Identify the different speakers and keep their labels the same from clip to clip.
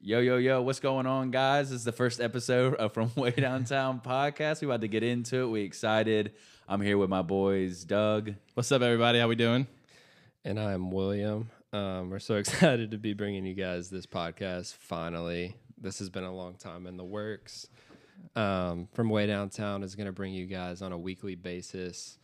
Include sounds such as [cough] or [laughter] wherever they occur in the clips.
Speaker 1: Yo, yo, yo, what's going on, guys? This is the first episode of From Way Downtown podcast. We about to get into it. We excited. I'm here with my boys, Doug.
Speaker 2: What's up, everybody? How we doing?
Speaker 3: And I'm William. Um, we're so [laughs] excited to be bringing you guys this podcast finally. This has been a long time in the works. Um, From Way Downtown is going to bring you guys on a weekly basis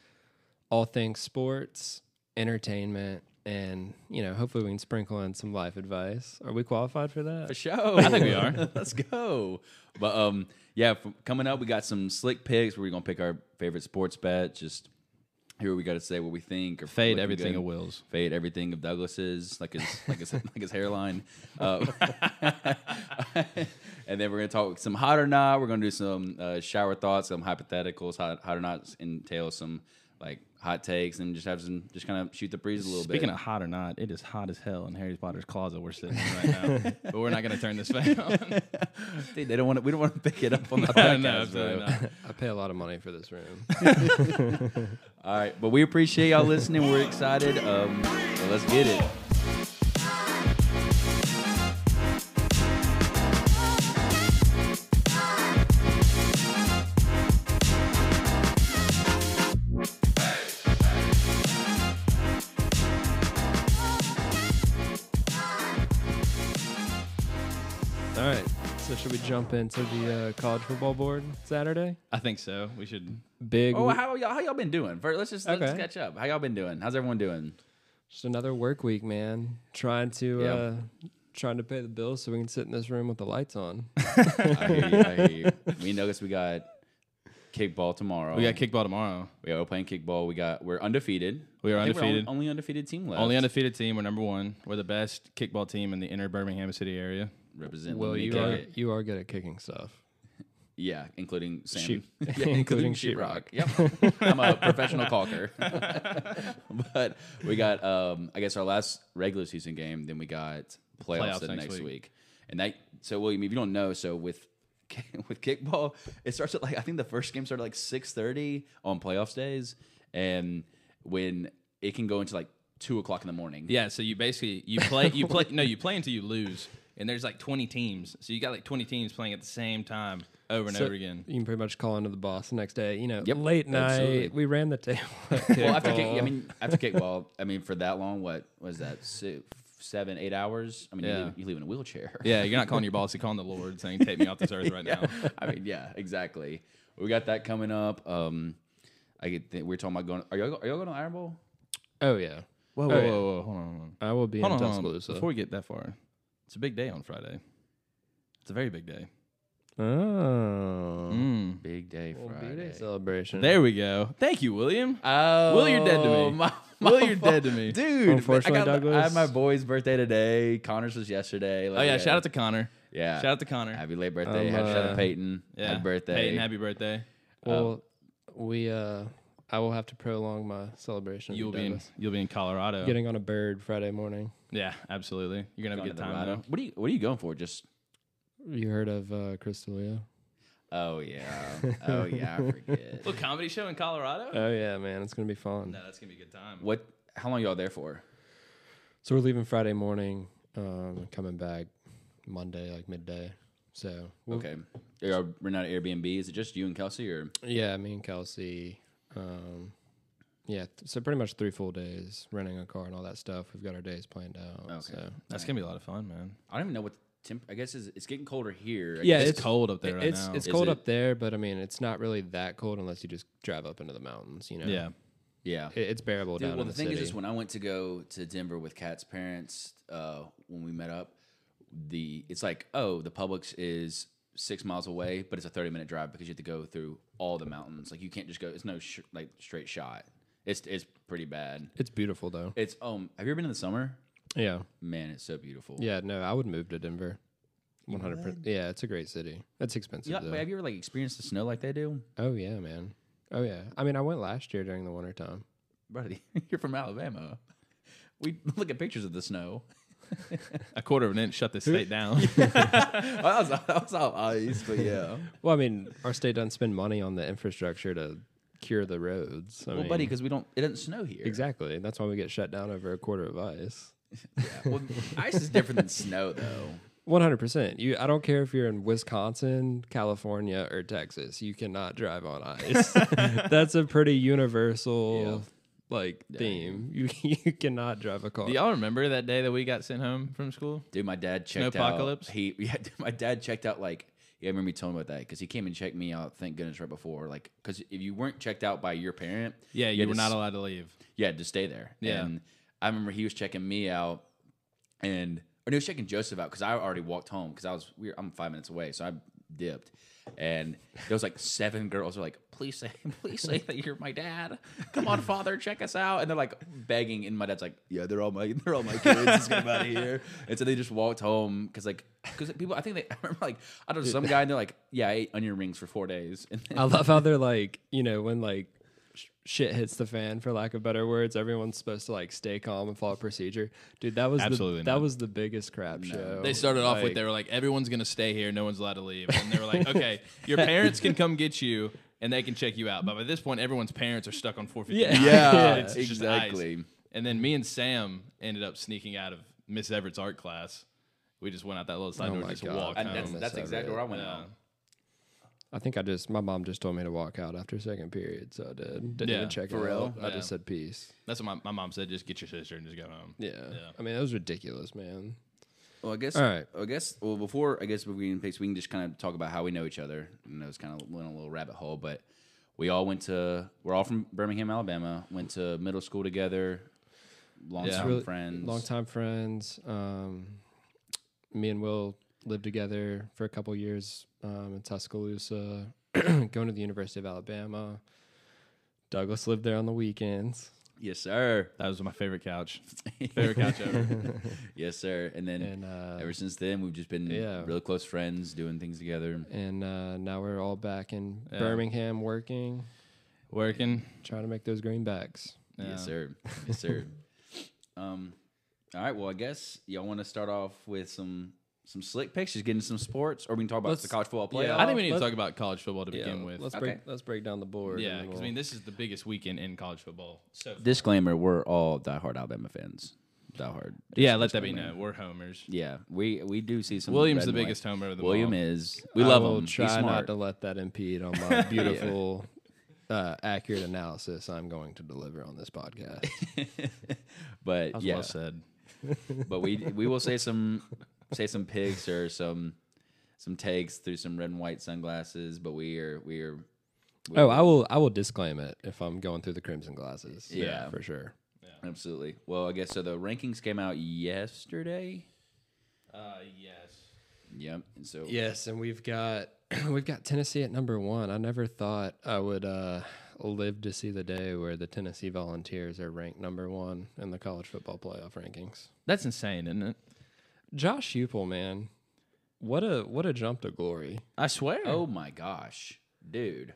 Speaker 3: all things sports, entertainment, and, you know, hopefully we can sprinkle in some life advice. Are we qualified for that?
Speaker 1: For sure. I think we are. [laughs] Let's go. But um, yeah, f- coming up, we got some slick picks where we're going to pick our favorite sports bet. Just hear what we got to say, what we think. Or
Speaker 2: Fade
Speaker 1: looking
Speaker 2: everything
Speaker 1: good.
Speaker 2: of Will's.
Speaker 1: Fade everything of Douglas's, like his, like his, [laughs] like his hairline. Uh, [laughs] and then we're gonna talk some hot or not. We're gonna do some uh, shower thoughts, some hypotheticals. Hot, hot or not entails some like hot takes, and just have some, just kind of shoot the breeze a little
Speaker 2: Speaking
Speaker 1: bit.
Speaker 2: of hot or not, it is hot as hell in Harry Potter's closet we're sitting in right now. [laughs] but we're not going to turn this fan on.
Speaker 1: Of, they, they don't want to, we don't want to pick it up on the
Speaker 2: [laughs] no,
Speaker 1: podcast.
Speaker 2: absolutely
Speaker 1: though.
Speaker 2: not.
Speaker 3: I pay a lot of money for this room. [laughs]
Speaker 1: All right, but we appreciate y'all listening. We're excited. Um, so let's get it.
Speaker 3: all right. So, should we jump into the uh, college football board Saturday?
Speaker 2: I think so. We should.
Speaker 3: Big.
Speaker 1: Oh,
Speaker 3: we-
Speaker 1: how y'all how y'all been doing? First, let's just let's
Speaker 3: Okay.
Speaker 1: catch up. How y'all been doing? How's everyone doing?
Speaker 3: Just another work week, man. Trying to
Speaker 1: Yeah.
Speaker 3: uh trying to pay the bills so we can sit in this room with the lights on.
Speaker 1: I hear you. I hear you. [laughs] We noticed we got kickball tomorrow.
Speaker 2: We got kickball tomorrow.
Speaker 1: We are playing kickball. We got we're undefeated.
Speaker 2: We are
Speaker 1: I think we're on-
Speaker 2: undefeated.
Speaker 1: only, undefeated team left.
Speaker 2: Only undefeated team. We're number one. We're the best kickball team in the inner Birmingham City area.
Speaker 1: represent.
Speaker 3: well, you
Speaker 1: Lemony
Speaker 3: are
Speaker 1: Craig.
Speaker 3: you are good at kicking stuff.
Speaker 1: yeah, including Sam,
Speaker 3: Sheep.
Speaker 1: [laughs]
Speaker 2: [laughs]
Speaker 1: Yeah,
Speaker 3: Including
Speaker 1: Sheetrock. Yep, I'm a professional caulker. [laughs] but we got, um, I guess, our last regular season game. Then we got playoffs,
Speaker 2: Playoffs
Speaker 1: the
Speaker 2: next
Speaker 1: next week.
Speaker 2: week.
Speaker 1: and that. So William, if you don't know, so with [laughs] with kickball, it starts at like I think the first game started like six thirty on playoffs days, and when it can go into like two o'clock in the morning.
Speaker 2: Yeah, so you basically you play you play no you play until you lose, and there's like 20 teams, so you got like 20 teams playing at the same time over and
Speaker 3: So
Speaker 2: over again.
Speaker 3: You can pretty much call into the boss the next day. You know,
Speaker 1: Yep,
Speaker 3: late night.
Speaker 1: absolutely.
Speaker 3: We ran the table. at
Speaker 1: well, after kick,
Speaker 3: kickball.
Speaker 1: I
Speaker 3: [laughs]
Speaker 1: mean, after kickball, I mean, for that long, what was that? Six, seven, eight hours? I mean, you,
Speaker 2: Yeah.
Speaker 1: leave, you leave in a wheelchair.
Speaker 2: [laughs] Yeah, you're not calling your boss, you're calling the Lord, saying, "Take me off this [laughs] earth right now."
Speaker 1: I mean, yeah, exactly. We got that coming up. Um, I get th- we're talking about going. Are y'all are y'all going to Iron Bowl?
Speaker 3: oh yeah,
Speaker 2: Whoa, whoa, whoa, whoa, hold on, hold on.
Speaker 3: I will be
Speaker 2: Hold
Speaker 3: in
Speaker 2: on, hold on.
Speaker 3: Tuscaloosa.
Speaker 2: Before we get that far, it's a big day on Friday. It's a very big day.
Speaker 3: oh,
Speaker 2: Mm.
Speaker 1: Big day
Speaker 3: Well,
Speaker 1: Friday.
Speaker 3: B-Day
Speaker 1: Mm.
Speaker 3: celebration.
Speaker 2: There we go. Thank you, William.
Speaker 1: Oh,
Speaker 2: Will, you're dead to me.
Speaker 1: [laughs] My,
Speaker 2: Will, you're dead to me.
Speaker 1: dude.
Speaker 3: Unfortunately,
Speaker 1: I, got, I had
Speaker 3: Douglas.
Speaker 1: my boy's birthday today. Connor's was yesterday.
Speaker 2: Oh yeah, shout out to Connor.
Speaker 1: yeah.
Speaker 2: Shout out to Connor.
Speaker 1: happy late birthday.
Speaker 3: Um,
Speaker 1: Happy- shout out to
Speaker 3: uh,
Speaker 1: Peyton.
Speaker 2: yeah.
Speaker 1: Happy birthday.
Speaker 2: Peyton, happy birthday.
Speaker 3: Well, we uh, I will have to prolong my celebration.
Speaker 2: You'll
Speaker 3: of
Speaker 2: be in uh,
Speaker 3: Douglas.
Speaker 2: you'll be in Colorado.
Speaker 3: getting on a bird Friday morning.
Speaker 2: yeah, absolutely. You're gonna
Speaker 1: Connor
Speaker 2: have a good
Speaker 1: the
Speaker 2: time
Speaker 1: Rhino.
Speaker 2: though.
Speaker 1: What are you What are you going for? Just
Speaker 3: You heard of uh, Chris D'Elia?
Speaker 1: Oh
Speaker 3: [laughs]
Speaker 1: yeah. Oh yeah, I forget.
Speaker 2: Little comedy show in Colorado.
Speaker 3: Oh yeah, man, it's gonna be fun.
Speaker 2: no, that's gonna be a good time.
Speaker 1: what how long y'all there for?
Speaker 3: So we're leaving Friday morning, um, coming back Monday, like midday. So we'll,
Speaker 1: Okay. Are y'all renting out Airbnb? Is it just you and Kelsey or
Speaker 3: yeah, me and Kelsey, um, yeah. th- So pretty much three full days renting a car and all that stuff. We've got our days planned out.
Speaker 1: Okay.
Speaker 3: So
Speaker 2: That's gonna be a lot of fun, man.
Speaker 1: I don't even know what the temp I guess is it's getting colder here. I
Speaker 3: Yeah,
Speaker 1: guess.
Speaker 2: It's,
Speaker 3: it's-
Speaker 2: cold up there right
Speaker 3: it's
Speaker 2: now.
Speaker 3: it's
Speaker 1: Is
Speaker 3: cold
Speaker 1: it-
Speaker 3: up there, but I mean it's not really that cold unless you just drive up into the mountains. You know.
Speaker 2: yeah.
Speaker 1: yeah.
Speaker 3: It, it's bearable
Speaker 1: Dude,
Speaker 3: down
Speaker 1: well
Speaker 3: in
Speaker 1: the
Speaker 3: the,
Speaker 1: thing
Speaker 3: city.
Speaker 1: is is when I went to go to Denver with Kat's parents, uh, when we met up, the it's like, oh, the Publix is six miles away, but it's a thirty minute drive because you have to go through all the mountains. Like you can't just go it's no sh- like straight shot. It's it's pretty bad.
Speaker 3: it's beautiful though.
Speaker 1: It's um have you ever been in the summer?
Speaker 3: Yeah.
Speaker 1: Man, it's so beautiful.
Speaker 3: Yeah. No, I would move to Denver. One hundred percent. Yeah, it's a great city. It's expensive
Speaker 1: Yeah,
Speaker 3: though.
Speaker 1: wait, have you ever like experienced the snow like they do,
Speaker 3: Oh yeah, man. Oh yeah. I mean, I went last year during the wintertime.
Speaker 1: buddy? [laughs] You're from Alabama. We look at pictures of the snow.
Speaker 2: A quarter of an inch shut [laughs] this state down.
Speaker 1: I was, [laughs] I was all ice, but yeah.
Speaker 3: Well, I mean, our state doesn't spend money on the infrastructure to cure the roads. [laughs] I
Speaker 1: well,
Speaker 3: mean,
Speaker 1: buddy, because we don't. It doesn't snow here.
Speaker 3: exactly. That's why we get shut down over a quarter of ice. [laughs]
Speaker 1: Yeah. Well, ice is different than snow, though.
Speaker 3: One hundred percent. You, I don't care if you're in Wisconsin, California, or Texas. You cannot drive on ice. [laughs] That's a pretty universal like theme. You you [laughs] cannot drive a car.
Speaker 2: Do y'all remember that day that we got sent home from school?
Speaker 1: Dude, my dad checked out.
Speaker 2: Snowpocalypse?
Speaker 1: He [laughs] yeah, dude, my dad checked out like yeah, I remember me telling him about that because he came and checked me out. Thank goodness right before, like, because if you weren't checked out by your parent,
Speaker 2: Yeah, you
Speaker 1: had
Speaker 2: were
Speaker 1: to
Speaker 2: not
Speaker 1: s-
Speaker 2: allowed to leave.
Speaker 1: you had to stay there.
Speaker 2: Yeah.
Speaker 1: and I remember he was checking me out, and or no, he was checking Joseph out because I already walked home because I was we were, I'm five minutes away, so I dipped. And there was like seven girls were like, "Please say, [laughs] please say that you're my dad. Come on, father, check us out." And they're like begging, and my dad's like, "Yeah, they're all my, [laughs] they're all my kids. Let's get 'em out of here." And so they just walked home because like, because people, I think they, [laughs] I remember like, I don't know, some guy, and they're like, "Yeah, I ate onion rings for four days." [laughs] And
Speaker 2: [laughs]
Speaker 1: then,
Speaker 3: I love how they're like, you know, when like sh- shit hits the fan, for lack of better words, everyone's supposed to like stay calm and follow procedure. Dude, that was
Speaker 2: Absolutely
Speaker 3: the, that
Speaker 2: not.
Speaker 3: was the biggest crap show.
Speaker 2: They started off with
Speaker 3: Like,
Speaker 2: they were like, everyone's gonna stay here, no one's allowed to leave. And they were like, okay, your parents can come get you and they can check you out. But by this point, everyone's parents are stuck on 459. [laughs]
Speaker 1: Yeah, [laughs]
Speaker 2: and it's just
Speaker 1: exactly.
Speaker 2: ice. And then me and Sam ended up sneaking out of Miss Everett's art class. We just went out that little side door
Speaker 3: my
Speaker 2: and just
Speaker 3: God.
Speaker 2: walked
Speaker 1: Oh and
Speaker 2: home. uh,
Speaker 1: that's
Speaker 3: miss
Speaker 1: that's
Speaker 3: that
Speaker 1: exactly
Speaker 3: bit.
Speaker 1: where I went out.
Speaker 2: Yeah.
Speaker 3: I think I just my mom just told me to walk out after second period, so I did. Didn't
Speaker 2: Yeah.
Speaker 3: even check
Speaker 1: For
Speaker 3: it
Speaker 1: real?
Speaker 3: out. I
Speaker 2: Yeah.
Speaker 3: just said peace.
Speaker 2: That's what my, my mom said. Just get your sister and just go home.
Speaker 3: Yeah. I mean, that was ridiculous, man.
Speaker 1: Well, I guess.
Speaker 3: All right.
Speaker 1: I guess. Well, before I guess before we can picks, we can just kind of talk about how we know each other. And it was kind of went a little rabbit hole, but we all went to. We're all from Birmingham, Alabama. Went to middle school together. Long
Speaker 2: Yeah.
Speaker 1: time
Speaker 3: Really-
Speaker 1: friends.
Speaker 3: Long time friends. Um, me and Will lived together for a couple years um, in Tuscaloosa, [clears throat] going to the University of Alabama. Douglas lived there on the weekends.
Speaker 1: Yes,
Speaker 3: [laughs]
Speaker 1: sir.
Speaker 2: That was my favorite couch. Favorite couch ever.
Speaker 1: [laughs] Yes, sir. And then
Speaker 3: And, uh,
Speaker 1: ever since then, we've just been
Speaker 3: yeah.
Speaker 1: really close friends, doing things together.
Speaker 3: And uh, now we're all back in
Speaker 2: Yeah.
Speaker 3: Birmingham working,
Speaker 2: Working.
Speaker 3: trying to make those greenbacks.
Speaker 2: Yeah.
Speaker 1: Yes, sir. Yes,
Speaker 3: [laughs]
Speaker 1: sir. um. All right. Well, I guess y'all want to start off with some some slick pictures, getting some sports, or we can talk about
Speaker 3: Let's-
Speaker 1: the college football playoff.
Speaker 3: yeah.
Speaker 2: I think we need to
Speaker 3: Let's-
Speaker 2: talk about college football to begin with.
Speaker 3: Let's
Speaker 1: Okay.
Speaker 3: break let's break down the board.
Speaker 2: Yeah,
Speaker 3: and
Speaker 2: because I
Speaker 3: we'll-
Speaker 2: mean, this is the biggest weekend in college football. So
Speaker 1: Disclaimer: We're all diehard Alabama fans. Diehard.
Speaker 2: yeah, let that be
Speaker 1: disclaimer.
Speaker 2: known. We're homers.
Speaker 1: Yeah, we we do see some.
Speaker 2: William's
Speaker 1: red
Speaker 2: the
Speaker 1: and white.
Speaker 2: biggest homer of them
Speaker 1: William
Speaker 2: all.
Speaker 1: is. We
Speaker 3: I
Speaker 1: love
Speaker 3: will
Speaker 1: him.
Speaker 3: Try
Speaker 1: He's smart.
Speaker 3: not to let that impede
Speaker 1: [laughs]
Speaker 3: on my beautiful, uh, accurate analysis I'm going to deliver on this podcast.
Speaker 1: but yeah,
Speaker 2: well said.
Speaker 1: [laughs]
Speaker 2: [laughs]
Speaker 1: but we we will say some say some picks or some some takes through some red and white sunglasses. But we are we are. we-
Speaker 3: oh, I will. I will disclaim it if I'm going through the crimson glasses.
Speaker 1: Yeah.
Speaker 3: for sure.
Speaker 1: absolutely. Well, I guess so. The rankings came out yesterday.
Speaker 2: Uh, yes.
Speaker 1: Yep. And so
Speaker 3: Yes, and we've got [clears throat] we've got Tennessee at number one. I never thought I would uh, live to see the day where the Tennessee Volunteers are ranked number one in the college football playoff rankings.
Speaker 2: That's insane, isn't it?
Speaker 3: Josh Heupel, man, what a what a jump to glory.
Speaker 2: I swear.
Speaker 1: Oh my gosh, dude,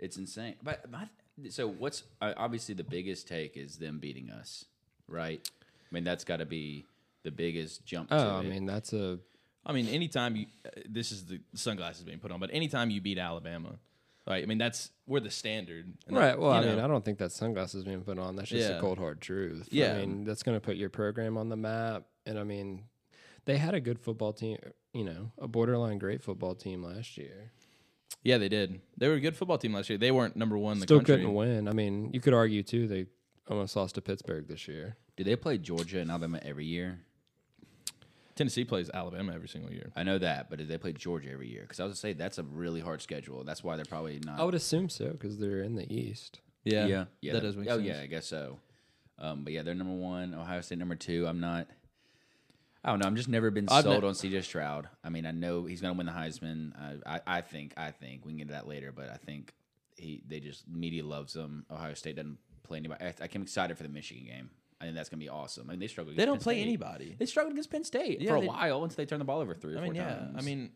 Speaker 1: it's insane. But my, so what's uh, obviously the biggest take is them beating us, right? I mean that's got to be the biggest jump. to
Speaker 3: Oh, I
Speaker 1: it.
Speaker 3: mean that's a
Speaker 2: I mean, anytime you, uh, this is the sunglasses being put on, but anytime you beat Alabama, right? I mean, that's we're the standard. And
Speaker 3: Right.
Speaker 2: that-
Speaker 3: Well,
Speaker 2: you
Speaker 3: I
Speaker 2: know,
Speaker 3: mean, I don't think that sunglasses being put on. That's just the
Speaker 2: Yeah.
Speaker 3: cold hard truth.
Speaker 2: Yeah.
Speaker 3: I mean, that's going to put your program on the map. And I mean, they had a good football team, you know, a borderline great football team last year.
Speaker 2: yeah, they did. They were a good football team last year. They weren't number one in the
Speaker 3: Still
Speaker 2: country.
Speaker 3: couldn't win. I mean, you could argue too. They almost lost to Pittsburgh this year.
Speaker 1: do they play Georgia and Alabama every year?
Speaker 2: Tennessee plays Alabama every single year.
Speaker 1: I know that, but do they play Georgia every year? Because I was gonna say that's a really hard schedule. That's why they're probably not.
Speaker 3: I would assume so because they're in the East.
Speaker 2: Yeah,
Speaker 1: yeah,
Speaker 2: that
Speaker 1: they-
Speaker 2: does make
Speaker 1: oh,
Speaker 2: sense.
Speaker 1: yeah, I guess so. Um, but yeah, they're number one. Ohio State number two. I'm not. I don't know. I'm just never been
Speaker 2: I've
Speaker 1: sold
Speaker 2: ne-
Speaker 1: on CJ Stroud. I mean, I know he's gonna win the Heisman. I, I, I think. I think we can get to that later, but I think he. They just media loves him. Ohio State doesn't play anybody. I, I came excited for the Michigan game. I think that's gonna be awesome. I mean, they struggled.
Speaker 2: They
Speaker 1: against
Speaker 2: don't
Speaker 1: Penn
Speaker 2: play
Speaker 1: State.
Speaker 2: anybody.
Speaker 1: They struggled against Penn State
Speaker 2: Yeah,
Speaker 1: for a
Speaker 2: they-
Speaker 1: while until they turned the ball over three or
Speaker 2: I mean,
Speaker 1: four
Speaker 2: yeah.
Speaker 1: times.
Speaker 2: I mean,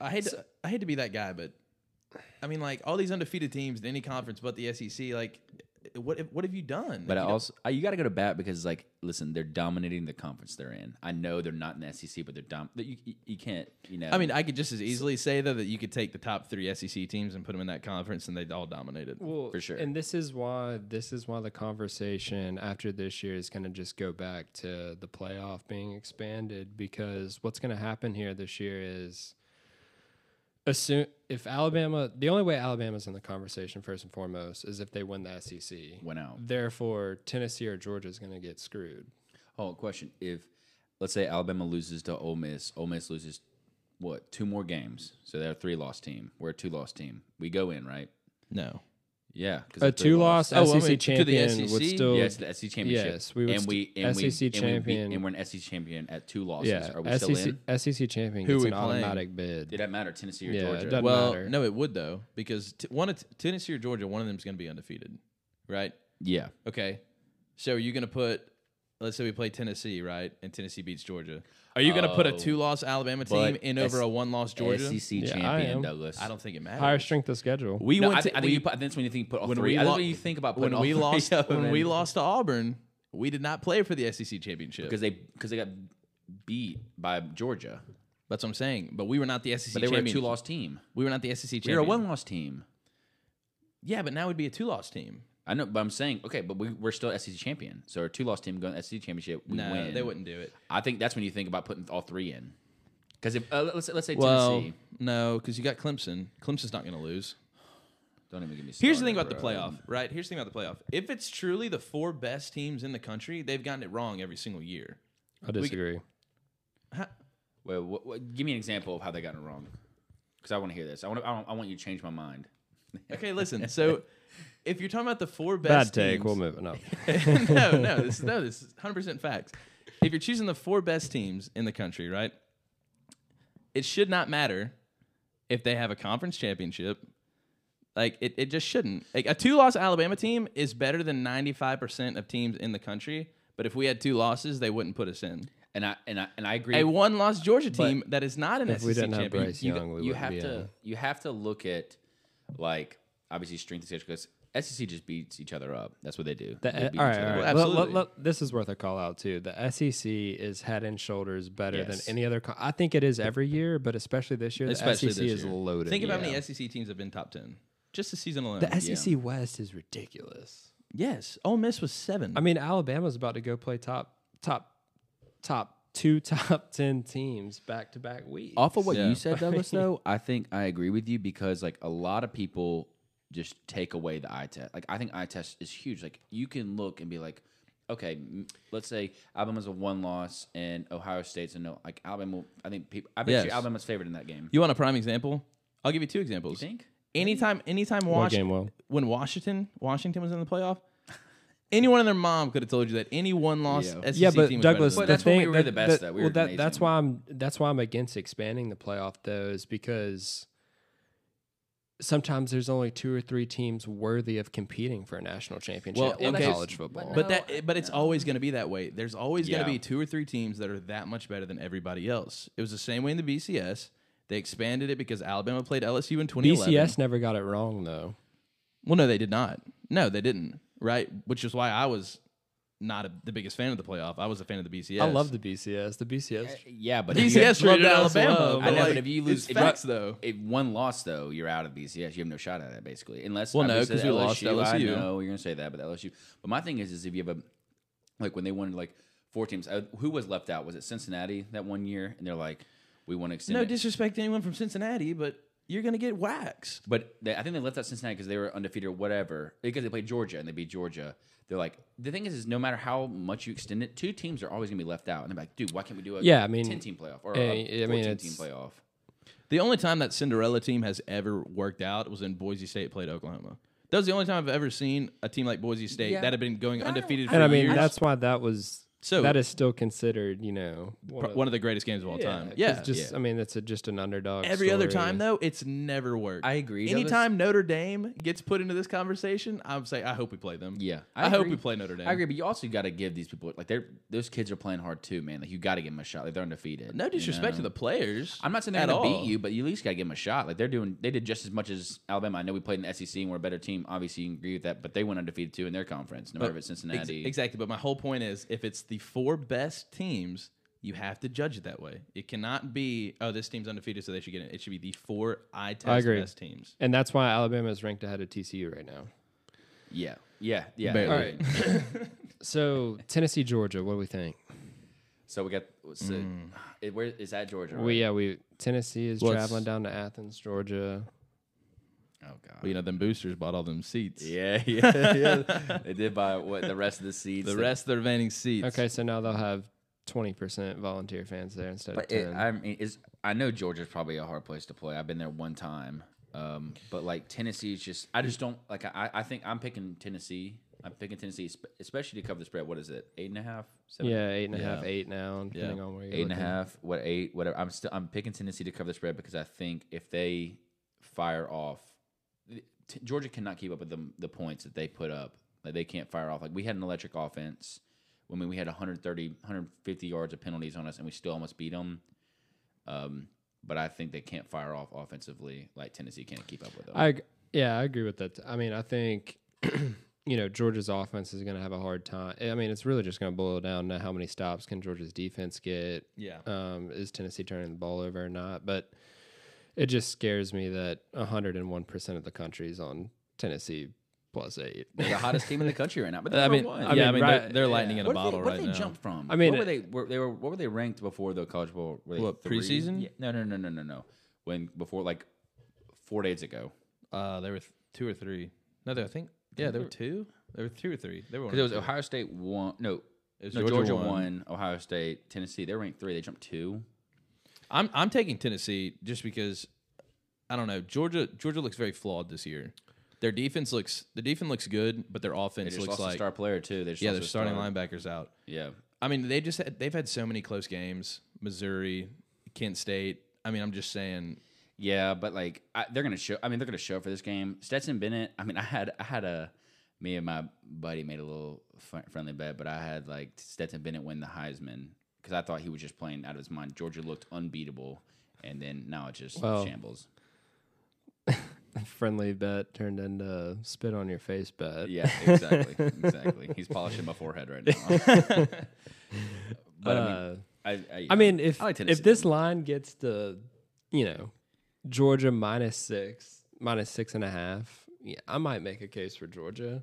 Speaker 2: I hate to, I hate to be that guy, but I mean, E like all these undefeated teams in any conference but the SEC, like what have- what have you done?
Speaker 1: But
Speaker 2: Like,
Speaker 1: I
Speaker 2: you don't-
Speaker 1: also I, you got to go to bat because like listen, they're dominating the conference they're in. I know they're not in the SEC, but they're dom. that You, you you can't you know.
Speaker 2: I mean, I could just as easily say though that you could take the top three SEC teams and put them in that conference, and they'd all dominate it.
Speaker 3: Well,
Speaker 1: For sure.
Speaker 3: And this is why this is why the conversation after this year is going to just go back to the playoff being expanded because what's going to happen here this year is assume if Alabama the only way Alabama's in the conversation first and foremost is if they win the SEC.
Speaker 1: went out.
Speaker 3: Therefore, Tennessee or Georgia is going to get screwed.
Speaker 1: Oh, question. If let's say Alabama loses to Ole Miss, Ole Miss loses what two more games, so they're a three loss team. We're a two loss team. We go in right.
Speaker 2: No,
Speaker 1: Yeah, 'cause
Speaker 3: A
Speaker 1: they're
Speaker 3: two loss
Speaker 1: three-loss.
Speaker 3: SEC
Speaker 2: Oh, well, I mean, to the
Speaker 3: champion would
Speaker 2: SEC?
Speaker 3: still
Speaker 1: E Yes, the SEC championship.
Speaker 3: Yes, we would
Speaker 1: and we
Speaker 3: st-
Speaker 1: and we-
Speaker 3: SEC
Speaker 1: and we beat-
Speaker 3: champion.
Speaker 1: and we're an SEC champion at two losses.
Speaker 3: yeah.
Speaker 1: E
Speaker 3: E
Speaker 1: Are we still
Speaker 3: SEC,
Speaker 1: in?
Speaker 3: SEC champion
Speaker 2: Who
Speaker 3: gets
Speaker 2: we
Speaker 3: an
Speaker 2: playing?
Speaker 3: automatic bid.
Speaker 1: Did that matter? Tennessee or
Speaker 3: Yeah, it
Speaker 1: Georgia?
Speaker 3: doesn't
Speaker 2: well,
Speaker 3: matter.
Speaker 2: no, it would though because t- one of t- Tennessee or Georgia, one of them's going to be undefeated, right?
Speaker 1: yeah.
Speaker 2: Okay, so are you going to put? Let's say we play Tennessee, right? And Tennessee beats Georgia. Are you going to put a
Speaker 1: Oh.
Speaker 2: two-loss Alabama
Speaker 1: But
Speaker 2: team in
Speaker 1: S-
Speaker 2: over a one-loss Georgia?
Speaker 1: SEC
Speaker 3: Yeah, I
Speaker 1: E champion
Speaker 3: am.
Speaker 1: Douglas.
Speaker 2: E I don't think it matters.
Speaker 3: Higher strength of schedule.
Speaker 2: We
Speaker 1: No,
Speaker 2: went.
Speaker 1: I, thi-
Speaker 2: to-
Speaker 1: I think
Speaker 2: we-
Speaker 1: you put, that's when you think put all
Speaker 2: when
Speaker 1: three.
Speaker 2: we
Speaker 1: I that's
Speaker 2: lo-
Speaker 1: when you think about putting
Speaker 2: when
Speaker 1: all
Speaker 2: we
Speaker 1: three [laughs]
Speaker 2: lost
Speaker 1: of them
Speaker 2: when
Speaker 1: in.
Speaker 2: we lost to Auburn, we did not play for the SEC championship.
Speaker 1: because they because they got beat by Georgia,
Speaker 2: That's what I'm saying. But we were not the SEC.
Speaker 1: but they were a
Speaker 2: champion.
Speaker 1: two loss team.
Speaker 2: We were not the SEC
Speaker 1: We were
Speaker 2: champion.
Speaker 1: a one loss team.
Speaker 2: Yeah, but now we'd be a two-loss team.
Speaker 1: I know, but I'm saying okay, but we, we're still SEC champion. So a two loss team going to SEC championship, we
Speaker 2: No,
Speaker 1: win.
Speaker 2: they wouldn't do it.
Speaker 1: I think that's when you think about putting all three in. Because if uh, let's let's say Tennessee,
Speaker 2: no, because you got Clemson. Clemson's not going to lose.
Speaker 1: don't even give me.
Speaker 2: Here's the
Speaker 1: started,
Speaker 2: thing about the
Speaker 1: bro.
Speaker 2: playoff, right? Here's the thing about the playoff. If it's truly the four best teams in the country, they've gotten it wrong every single year.
Speaker 3: I disagree.
Speaker 2: Ha-
Speaker 1: Well, what, what, give me an example of how they got it wrong. Because I want to hear this. I want I, want- I want you to change my mind.
Speaker 2: Okay, listen. [laughs] So if you're talking about the four
Speaker 3: Bad
Speaker 2: best
Speaker 3: take.
Speaker 2: teams,
Speaker 3: We'll move
Speaker 1: [laughs]
Speaker 3: it
Speaker 1: E
Speaker 3: up.
Speaker 2: [laughs] no,
Speaker 3: [laughs]
Speaker 2: no, this no, this is 100% facts. If you're choosing the four best teams in the country, right? It should not matter if they have a conference championship. Like it, it just shouldn't. Like a two-loss Alabama team is better than 95% of teams in the country, but if we had two losses, they wouldn't put us in.
Speaker 1: And I and I and I agree.
Speaker 2: A one-loss Georgia team that is not an
Speaker 3: If
Speaker 2: SEC
Speaker 3: we didn't have
Speaker 2: champion.
Speaker 3: Bryce
Speaker 1: you,
Speaker 3: Young, we
Speaker 1: you
Speaker 3: would
Speaker 1: have
Speaker 3: be
Speaker 1: to
Speaker 3: in.
Speaker 1: you have to look at like obviously strength of schedule because SEC E just beats each other up. That's what they do.
Speaker 3: The, uh,
Speaker 1: They beat
Speaker 3: all
Speaker 1: each
Speaker 3: right, all
Speaker 1: other
Speaker 3: right.
Speaker 1: up.
Speaker 3: Let-
Speaker 2: Well,
Speaker 3: let-
Speaker 2: absolutely.
Speaker 3: let- this is worth a call out too. The SEC is head and shoulders better
Speaker 1: Yes.
Speaker 3: than any other. Con- I think it is every year, but especially this year,
Speaker 2: Especially
Speaker 3: the SEC
Speaker 2: this
Speaker 3: is
Speaker 2: year.
Speaker 3: loaded.
Speaker 2: Think of how
Speaker 3: Yeah.
Speaker 2: many SEC teams have been top 10 just this season alone.
Speaker 3: the SEC West is ridiculous.
Speaker 2: yes, Ole Miss was 7.
Speaker 3: I mean, Alabama's about to go play top, top, top two, [laughs] top ten teams back to back weeks.
Speaker 1: Off of what
Speaker 2: Yeah.
Speaker 1: you said,
Speaker 2: [laughs]
Speaker 1: Douglas, though, I think I agree with you because like a lot of people just take away the eye test. Like I think eye test is huge. Like you can look and be like, okay, m- let's say Alabama's a one loss and Ohio State's a no. Like Alabama, I think people. I bet you
Speaker 2: Yes.
Speaker 1: Alabama's favored in that game.
Speaker 2: You want a prime example? I'll give you two examples.
Speaker 1: You think?
Speaker 2: Anytime, anytime Wash-
Speaker 3: game, Will?
Speaker 2: when Washington, Washington was in the playoff, anyone and their mom could have told you that any one loss
Speaker 1: Yeah.
Speaker 2: SEC
Speaker 3: yeah, but
Speaker 2: team was better
Speaker 3: Douglas,
Speaker 2: than
Speaker 1: Well,
Speaker 3: the
Speaker 1: that's when we
Speaker 3: thing-
Speaker 1: were
Speaker 3: that-
Speaker 1: the best,
Speaker 3: that-
Speaker 1: though. We
Speaker 3: well,
Speaker 1: were
Speaker 3: that, that's
Speaker 1: amazing.
Speaker 3: why I'm that's why I'm against expanding the playoff, though, is because sometimes there's only two or three teams worthy of competing for a national championship
Speaker 2: Well,
Speaker 3: in
Speaker 2: okay.
Speaker 3: college football.
Speaker 2: But that, but it's always going to be that way. There's always going
Speaker 1: Yeah.
Speaker 2: to be two or three teams that are that much better than everybody else. It was the same way in the BCS. They expanded it because Alabama played LSU in 2011.
Speaker 3: BCS never got it wrong though.
Speaker 2: Well, no, they did not. No, they didn't. Right, which is why I was not a, the biggest fan of the playoff. I was a fan of the BCS.
Speaker 3: I love the BCS. The BCS.
Speaker 1: Yeah,
Speaker 2: [laughs]
Speaker 1: but if you-
Speaker 3: [laughs]
Speaker 2: BCS loved
Speaker 3: treated us
Speaker 2: Alabama.
Speaker 3: well,
Speaker 1: I know,
Speaker 2: like,
Speaker 1: but if you lose,
Speaker 2: it's
Speaker 1: if
Speaker 2: facts
Speaker 1: you,
Speaker 2: though.
Speaker 1: if one loss though, you're out of BCS. You have no shot at it basically, unless
Speaker 2: Well, no,
Speaker 1: obviously
Speaker 2: 'cause we lost
Speaker 1: LSU, I
Speaker 2: LSU.
Speaker 1: know you're gonna say that, but LSU. But my thing is, is if you have a like when they wanted like four teams, uh, who was left out? Was it Cincinnati that one year? And they're like, we want to extend.
Speaker 2: No
Speaker 1: it.
Speaker 2: disrespect to anyone from Cincinnati, but you're gonna get waxed.
Speaker 1: But they, I think they left out Cincinnati because they were undefeated or whatever. Because they played Georgia and they beat Georgia. They're like the thing is, is no matter how much you extend it, two teams are always gonna be left out. And they're like, dude, why can't we do a
Speaker 3: Yeah, I mean,
Speaker 1: ten team playoff or
Speaker 3: eh, I
Speaker 1: a
Speaker 3: mean,
Speaker 1: fourteen team
Speaker 3: it's-
Speaker 1: playoff?
Speaker 2: The only time that Cinderella team has ever worked out was when Boise State played Oklahoma. That was the only time I've ever seen a team like Boise State that had been going undefeated for
Speaker 3: And I mean
Speaker 2: years.
Speaker 3: that's why that was
Speaker 2: So
Speaker 3: that is still considered, you know, one
Speaker 2: pr-
Speaker 3: of-
Speaker 2: one of the greatest games of all time.
Speaker 3: 'cause
Speaker 2: Yeah.
Speaker 3: just
Speaker 1: yeah.
Speaker 3: I mean, that's a, just an underdog.
Speaker 2: Every other
Speaker 3: story.
Speaker 2: time though, it's never worked.
Speaker 1: I agree. That was-
Speaker 2: Anytime Notre Dame gets put into this conversation, I'm saying I hope we play them.
Speaker 1: Yeah,
Speaker 2: I, hope we
Speaker 1: agree.
Speaker 2: play Notre Dame.
Speaker 1: I agree, but you also got to give these people like they're those kids are playing hard too, man. Like you got to give them a shot. Like they're undefeated.
Speaker 2: No disrespect to
Speaker 1: you know?
Speaker 2: the players.
Speaker 1: I'm not saying they're
Speaker 2: at
Speaker 1: gonna
Speaker 2: all.
Speaker 1: beat you, but you at least got to give them a shot. Like they're doing, they did just as much as Alabama. I know we played in the SEC and we're a better team. Obviously, you can agree with that, but they went undefeated too in their conference. No matter if it's
Speaker 2: Ex-
Speaker 1: Cincinnati,
Speaker 2: exactly. But my whole point is if it's the four best teams, you have to judge it that way. It cannot be, oh, this team's undefeated, so they should get it. It should be the four I test
Speaker 3: agree.
Speaker 2: best teams.
Speaker 3: and that's why Alabama is ranked ahead of TCU right now.
Speaker 1: yeah, yeah, yeah.
Speaker 2: Barely.
Speaker 1: I
Speaker 2: [laughs]
Speaker 1: agree.
Speaker 3: So Tennessee, Georgia, what do we think?
Speaker 1: So we got what's the
Speaker 2: Mm.
Speaker 1: it, where is that Georgia?
Speaker 3: We
Speaker 1: right?
Speaker 3: yeah, we Tennessee is
Speaker 2: Well, it's-
Speaker 3: traveling down to Athens, Georgia.
Speaker 1: oh god.
Speaker 2: [laughs] Well, you know, them boosters bought all them seats.
Speaker 1: yeah, [laughs] yeah, yeah. they did buy what the rest of the seats.
Speaker 2: The
Speaker 1: that-
Speaker 2: rest of the remaining seats.
Speaker 3: Okay, so now they'll have twenty percent volunteer fans there instead of
Speaker 1: But
Speaker 3: ten.
Speaker 1: it, I mean, is I know Georgia's probably a hard place to play. I've been there one time, um, but like Tennessee's just I just don't like. I I think I'm picking Tennessee. I'm picking Tennessee, spe- especially to cover the spread. What is it? Eight and a half? Seven?
Speaker 3: yeah, eight and a half, eight
Speaker 2: Yeah.
Speaker 3: now, depending on where you're
Speaker 1: Eight and a
Speaker 3: looking.
Speaker 1: half. What eight? Whatever. I'm still I'm picking Tennessee to cover the spread because I think if they fire off, T- Georgia cannot keep up with the the points that they put up. Like they can't fire off. Like we had an electric offense. I mean, we had 130, 150 yards of penalties on us, and we still almost beat them. Um, but I think they can't fire off offensively like Tennessee can't keep up with them.
Speaker 3: I ag- yeah, I agree with that. I mean, I think [clears throat] you know Georgia's offense is going to have a hard time. I mean, it's really just going to boil down to how many stops can Georgia's defense get.
Speaker 2: Yeah.
Speaker 3: Um, is Tennessee turning the ball over or not? But it just scares me that 101 percent of the country's on Tennessee plus eight. [laughs]
Speaker 1: They're the hottest team in the country right now. But they're
Speaker 2: I
Speaker 1: number
Speaker 2: mean,
Speaker 1: one.
Speaker 2: I mean,
Speaker 3: I mean,
Speaker 2: they're,
Speaker 3: right-
Speaker 2: they're lightning in a
Speaker 1: What did
Speaker 2: bottle
Speaker 1: they, what
Speaker 2: right
Speaker 1: did
Speaker 2: now.
Speaker 1: they jump from?
Speaker 3: I mean,
Speaker 1: what were they were they were what were they ranked before the college bowl? Were they
Speaker 2: What,
Speaker 1: three?
Speaker 2: preseason?
Speaker 1: Yeah, no, no, no, no, no, no. When before like four days ago,
Speaker 2: Uh, there were th- two or three. No, there, I think. Yeah, there were two. There were two or three. There were one.
Speaker 1: because it
Speaker 2: or
Speaker 1: was
Speaker 2: two.
Speaker 1: Ohio State one. No,
Speaker 2: It was
Speaker 1: no
Speaker 2: Georgia
Speaker 1: Georgia,
Speaker 2: one.
Speaker 1: one. Ohio State, Tennessee. They were ranked three. They jumped two.
Speaker 2: oh, I'm I'm taking Tennessee just because I don't know Georgia. Georgia looks very flawed this year. Their defense looks the defense looks good, but their
Speaker 1: They
Speaker 2: offense
Speaker 1: just
Speaker 2: looks
Speaker 1: lost a
Speaker 2: like
Speaker 1: star player too. They just
Speaker 2: yeah,
Speaker 1: lost
Speaker 2: their
Speaker 1: a
Speaker 2: starting
Speaker 1: star-
Speaker 2: linebackers out.
Speaker 1: Yeah,
Speaker 2: I mean, they just had, they've had so many close games. Missouri, Kent State. I mean, I'm just saying.
Speaker 1: Yeah, but like I, they're gonna show. I mean, they're gonna show for this game. Stetson Bennett. I mean, I had I had a me and my buddy made a little fr- friendly bet, but I had like Stetson Bennett win the Heisman because I thought he was just playing out of his mind. Georgia looked unbeatable, and then now it's just
Speaker 3: Well,
Speaker 1: shambles.
Speaker 3: Friendly bet turned into spit on your face bet.
Speaker 1: Yeah, exactly, exactly. He's polishing my forehead right now.
Speaker 3: [laughs]
Speaker 1: but
Speaker 3: Uh,
Speaker 1: I mean, I, I,
Speaker 3: I mean, if
Speaker 1: I like Tennessee.
Speaker 3: if this line gets to, you know, Georgia minus six, minus six and a half, yeah, I might make a case for Georgia.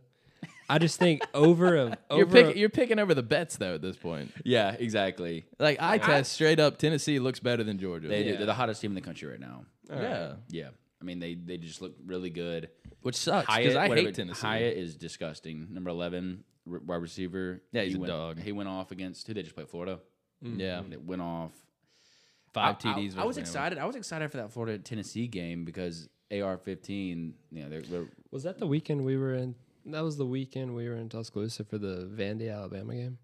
Speaker 3: I just think over a
Speaker 2: You're,
Speaker 3: over a-
Speaker 2: pick, you're picking over the bets though at this point.
Speaker 1: yeah, exactly.
Speaker 2: Like I test straight up, Tennessee looks better than Georgia.
Speaker 1: They
Speaker 3: Yeah.
Speaker 1: do. They're the hottest team in the country right now.
Speaker 2: yeah,
Speaker 1: Yeah, I mean, they they just look really good.
Speaker 2: which sucks
Speaker 1: Hyatt,
Speaker 2: because I
Speaker 1: whatever-
Speaker 2: hate Tennessee.
Speaker 1: Hyatt is disgusting. Number eleven re- wide receiver.
Speaker 2: Yeah, he's
Speaker 1: he
Speaker 2: a
Speaker 1: went,
Speaker 2: dog.
Speaker 1: He went off against who? They just played Florida.
Speaker 2: Yeah,
Speaker 1: And it went off.
Speaker 2: Hmm. five
Speaker 1: I- I-
Speaker 2: TDs.
Speaker 1: I, was
Speaker 2: versus Bama.
Speaker 1: excited. I was excited for that Florida Tennessee game because AR fifteen. You know, they're, they're,
Speaker 3: was that the weekend we were in? That was the weekend we were in Tuscaloosa for the Vandy Alabama game.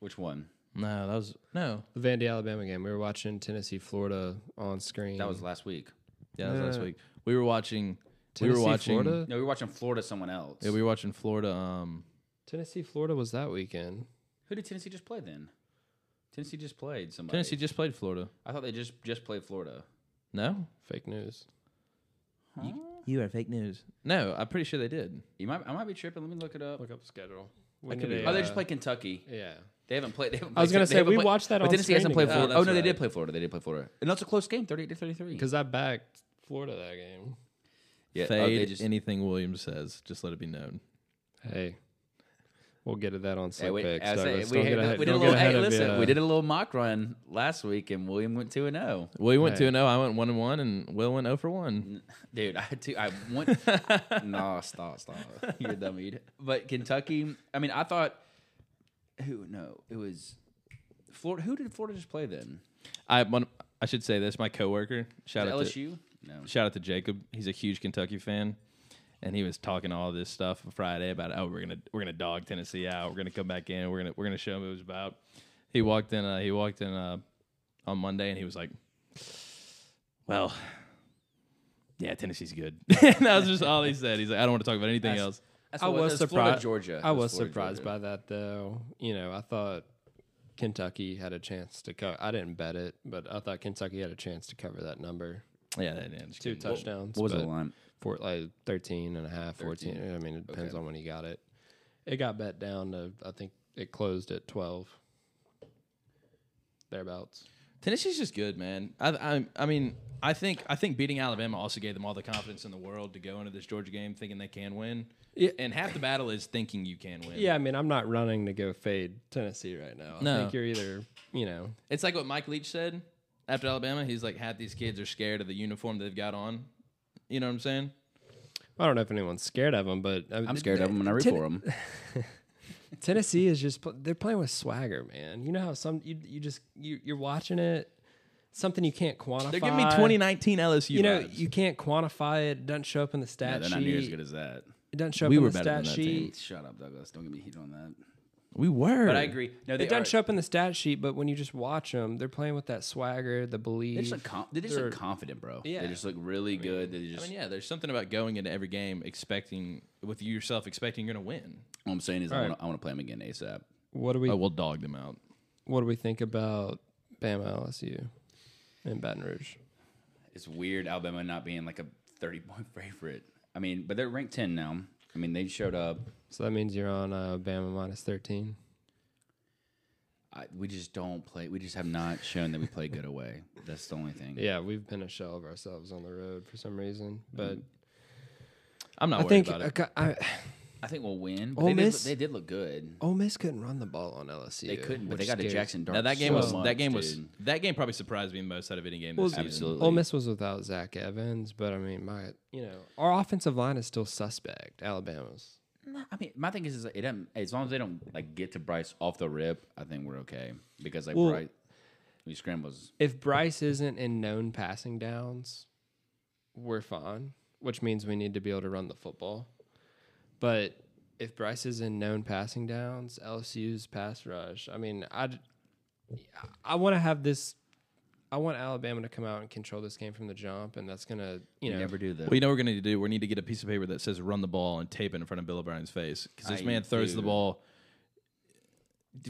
Speaker 1: which one?
Speaker 2: No, that was no.
Speaker 3: The Vandy Alabama game. We were watching Tennessee Florida on screen.
Speaker 1: That was last week.
Speaker 2: Yeah, that was last
Speaker 3: Yeah.
Speaker 2: week. We were watching.
Speaker 3: Tennessee
Speaker 2: we were watching.
Speaker 3: Florida.
Speaker 1: No, we were watching Florida. Someone else.
Speaker 2: Yeah, we were watching Florida. Um,
Speaker 3: Tennessee Florida was that weekend.
Speaker 1: who did Tennessee just play then? Tennessee just played somebody.
Speaker 2: Tennessee just played Florida.
Speaker 1: I thought they just just played Florida.
Speaker 2: No,
Speaker 3: Fake news.
Speaker 2: you are fake news. No, I'm pretty sure they did.
Speaker 1: You might. I might be tripping. Let me look it up.
Speaker 3: Look up the schedule.
Speaker 2: I could be-
Speaker 1: Oh, they
Speaker 3: uh,
Speaker 1: just played Kentucky.
Speaker 3: Yeah.
Speaker 1: They haven't played. They haven't
Speaker 3: I was
Speaker 1: played-
Speaker 3: gonna
Speaker 1: they
Speaker 3: say,
Speaker 1: haven't
Speaker 3: we
Speaker 1: played-
Speaker 3: watched that
Speaker 1: But
Speaker 3: on
Speaker 1: Tennessee
Speaker 3: screen
Speaker 1: hasn't played
Speaker 3: together.
Speaker 1: Florida.
Speaker 2: Oh,
Speaker 1: Oh,
Speaker 2: that's
Speaker 1: no, they
Speaker 2: right.
Speaker 1: did play Florida. They did play Florida, and that's a close game, thirty-eight to thirty-three.
Speaker 3: Because I backed Florida that game.
Speaker 1: Yeah, oh,
Speaker 2: Fade
Speaker 1: they just,
Speaker 2: anything Williams says. Just let it be known.
Speaker 3: Hey, we'll get to that on
Speaker 1: Hey,
Speaker 3: slick
Speaker 1: we,
Speaker 3: picks.
Speaker 1: I say,
Speaker 3: Douglas.
Speaker 1: we,
Speaker 3: Don't
Speaker 1: had-
Speaker 3: get ahead-
Speaker 1: we did a
Speaker 3: don't
Speaker 1: little.
Speaker 3: get ahead
Speaker 1: Hey,
Speaker 3: of
Speaker 1: listen,
Speaker 3: ya.
Speaker 1: we did a little mock run last week, and William went two and oh. zero.
Speaker 2: William went
Speaker 3: Hey.
Speaker 2: two and zero. I went one and one, and Will went zero for one.
Speaker 1: Dude, I had two. I want. [laughs] no, stop, stop. You're a dummy. But Kentucky. I mean, I thought. Who? No, it was. Florida. Who did Florida just play then?
Speaker 2: I one, I should say this. My coworker shout out to
Speaker 1: LSU. No.
Speaker 2: shout out to Jacob. He's a huge Kentucky fan, and he was talking all this stuff Friday about oh we're gonna we're gonna dog Tennessee out we're gonna come back in we're gonna we're gonna show him what it was about. He walked in uh, he walked in uh, on Monday and he was like, well, yeah Tennessee's good. [laughs] and that was just all he said. He's like I don't want to talk about anything
Speaker 1: That's-
Speaker 2: else.
Speaker 1: That's
Speaker 3: I
Speaker 1: what-
Speaker 3: was
Speaker 1: that's Florida,
Speaker 3: surprised-
Speaker 1: Georgia.
Speaker 3: I was surprised by that though. You know, I thought Kentucky had a chance to cover. I didn't bet it, but I thought Kentucky had a chance to cover that number.
Speaker 2: Yeah, that, yeah, just
Speaker 3: Two
Speaker 2: kidding.
Speaker 3: touchdowns.
Speaker 1: What was the
Speaker 3: but
Speaker 1: line?
Speaker 3: Four, like 13 and a half, 14.
Speaker 1: 13.
Speaker 3: I mean, it depends on when you got it. It got bet down to, I think it closed at 12. Thereabouts.
Speaker 2: Tennessee's just good, man. I, I, I mean, I think I think beating Alabama also gave them all the confidence in the world to go into this Georgia game thinking they can win.
Speaker 3: Yeah.
Speaker 2: And half the battle is thinking you can win.
Speaker 3: Yeah, I mean, I'm not running to go fade Tennessee right now. I
Speaker 2: No.
Speaker 3: think you're either, you know,
Speaker 2: It's like what Mike Leach said after Alabama. He's like, half these kids are scared of the uniform they've got on. You know what I'm saying?
Speaker 3: I don't know if anyone's scared of them, but uh,
Speaker 1: I'm scared of them and I root
Speaker 3: Ten-
Speaker 1: for them.
Speaker 3: Tennessee is just pl- they're playing with swagger, man. You know how some you, you just you you're watching it something you can't quantify.
Speaker 2: They're giving me 2019 LSU.
Speaker 3: You know,
Speaker 2: vibes.
Speaker 3: you can't quantify it. It doesn't show up in the
Speaker 1: Yeah,
Speaker 3: stat
Speaker 1: they're
Speaker 3: sheet.
Speaker 1: not near as good as that.
Speaker 3: it doesn't show up
Speaker 2: We
Speaker 3: in
Speaker 2: were
Speaker 3: the
Speaker 2: better than
Speaker 3: stat
Speaker 2: that team.
Speaker 3: sheet.
Speaker 1: Shut up, Douglas. Don't get me heat on that.
Speaker 2: we were.
Speaker 1: But I agree. No, they
Speaker 3: It doesn't
Speaker 1: are-
Speaker 3: show up in the stat sheet, but when you just watch them, they're playing with that swagger, the belief.
Speaker 1: They just look, com- they just
Speaker 3: They're-
Speaker 1: look confident, bro.
Speaker 3: Yeah.
Speaker 1: They just look really good. They
Speaker 2: I
Speaker 1: just.
Speaker 2: mean, yeah, there's something about going into every game expecting with yourself expecting you're gonna win.
Speaker 1: What I'm saying is, I
Speaker 3: Alright.
Speaker 1: want to I want to play them again ASAP.
Speaker 3: what do we
Speaker 2: Oh, we'll dog them out.
Speaker 3: what do we think about Bama LSU and Baton Rouge?
Speaker 1: It's weird Alabama not being like a 30 point [laughs] favorite. I mean, but they're ranked 10 now. I mean, they showed up.
Speaker 3: So that means you're on uh, Bama minus thirteen.
Speaker 1: I, we just don't play. We just have not shown that we play good away. That's the only thing.
Speaker 3: Yeah, we've been a shell of ourselves on the road for some reason, but
Speaker 2: I'm not
Speaker 3: I
Speaker 2: worried
Speaker 3: think
Speaker 2: about it.
Speaker 3: a co- I,
Speaker 1: I think we'll win. But
Speaker 3: Ole
Speaker 1: they, did,
Speaker 3: Miss-
Speaker 1: look- they did look good.
Speaker 3: Ole Miss couldn't run the ball on LSU.
Speaker 1: They couldn't, but they
Speaker 3: which
Speaker 1: got to
Speaker 3: scares-
Speaker 1: Jackson Dart.
Speaker 2: Now that game
Speaker 1: so
Speaker 2: was
Speaker 1: much,
Speaker 2: that game was
Speaker 1: dude.
Speaker 2: that game probably surprised me the most out of any game
Speaker 3: Well,
Speaker 2: this season.
Speaker 1: absolutely.
Speaker 3: Ole Miss was without Zach Evans, but I mean, my you know, our offensive line is still suspect. Alabama's.
Speaker 1: No, I mean, my thing is, is it doesn't- as long as they don't like get to Bryce off the rip, I think we're okay because like
Speaker 3: Well-
Speaker 1: Bryce, he scrambles.
Speaker 3: If Bryce isn't in known passing downs, we're fine, which means we need to be able to run the football. But if Bryce is in known passing downs, LSU's pass rush. I mean, I'd, I want to have this. I want Alabama to come out and control this game from the jump, and that's gonna you
Speaker 1: You
Speaker 3: know
Speaker 1: never do that.
Speaker 2: Well, you know what we're going to do? We need to get a piece of paper that says "run the ball" and tape it in front of Bill O'Brien's face because this
Speaker 1: I
Speaker 2: man throws
Speaker 1: do.
Speaker 2: the ball.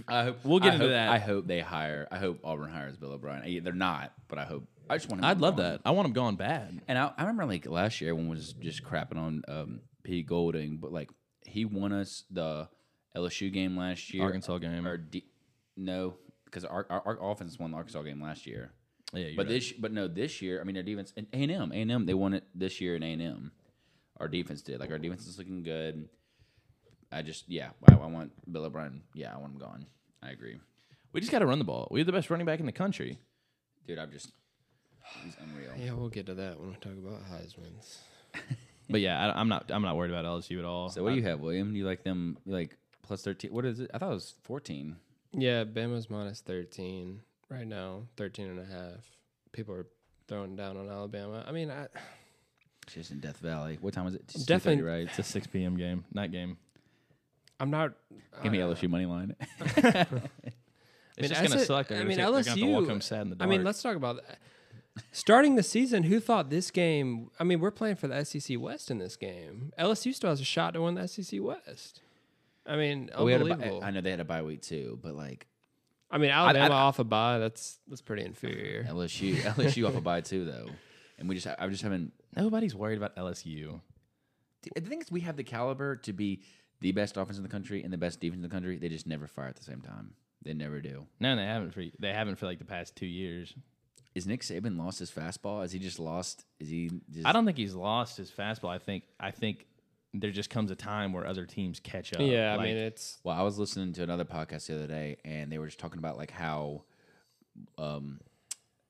Speaker 1: I hope
Speaker 2: We'll get
Speaker 1: I
Speaker 2: into
Speaker 1: hope-
Speaker 2: that.
Speaker 1: I hope they hire. I hope Auburn hires Bill O'Brien. I- They're not, but I hope. I just want. Him
Speaker 2: I'd love
Speaker 1: gone.
Speaker 2: that. I want him gone bad.
Speaker 1: And I, I remember like last year, everyone was just crapping on um, Pete Golding, but like he won us the LSU game last year,
Speaker 2: Arkansas game.
Speaker 1: or D, no, because our, our our offense won the Arkansas game last year.
Speaker 2: Yeah, you're
Speaker 1: But
Speaker 2: right.
Speaker 1: this, but no, this year, I mean, their defense and A and M, A and M, they won it this year in A and M. Our defense did. Like our defense is looking good. I just, yeah, I, I want Bill O'Brien. Yeah, I want him gone. I agree,
Speaker 2: we just got to run the ball. We have the best running back in the country.
Speaker 1: dude. I'm just, he's unreal.
Speaker 3: Yeah, we'll get to that when we talk about Heisman's.
Speaker 2: But yeah, I, I'm not. I'm not worried about LSU at all.
Speaker 1: So what do you have, William? Do you like them? You like plus thirteen? What is it? I thought it was fourteen.
Speaker 3: Yeah, Bama's minus 13 right now, 13 and a half. People are throwing down on Alabama. I mean, I,
Speaker 1: It's just in Death Valley. What time is it? It's
Speaker 3: Definitely-
Speaker 1: 2:30, right.
Speaker 3: [laughs]
Speaker 2: It's a 6 p.m. game, night game.
Speaker 3: I'm not.
Speaker 1: Give me
Speaker 3: I-
Speaker 1: LSU money line.
Speaker 2: It's
Speaker 3: mean,
Speaker 2: just
Speaker 3: I
Speaker 2: gonna
Speaker 3: said-
Speaker 2: suck. They're
Speaker 3: I
Speaker 2: gonna
Speaker 3: mean,
Speaker 2: take- they're gonna have to walk
Speaker 3: LSU
Speaker 2: home sad in the
Speaker 3: I
Speaker 2: dark.
Speaker 3: mean, let's talk about that. Starting the season, who thought this game? I mean, we're playing for the SEC West in this game. LSU still has a shot to win the SEC West. I mean,
Speaker 1: [laughs] We had a
Speaker 3: unbelievable.
Speaker 1: bye, I know they had a bye week too, but like
Speaker 3: I mean, Alabama off a bye. That's that's pretty inferior.
Speaker 1: LSU, LSU off a bye too though, and we just I just haven't.
Speaker 2: nobody's worried about LSU.
Speaker 1: The thing is, we have the caliber to be the best offense in the country and the best defense in the country. They just never fire at the same time. They never do.
Speaker 2: No, they haven't for they haven't for like the past two years.
Speaker 1: Is Nick Saban lost his fastball? Has he just lost? Is he? Just,
Speaker 2: I don't think he's lost his fastball. I think I think there just comes a time where other teams catch up.
Speaker 3: yeah, I
Speaker 2: Like,
Speaker 3: mean, it's
Speaker 1: Well, I was listening to another podcast the other day, and they were just talking about like how, um,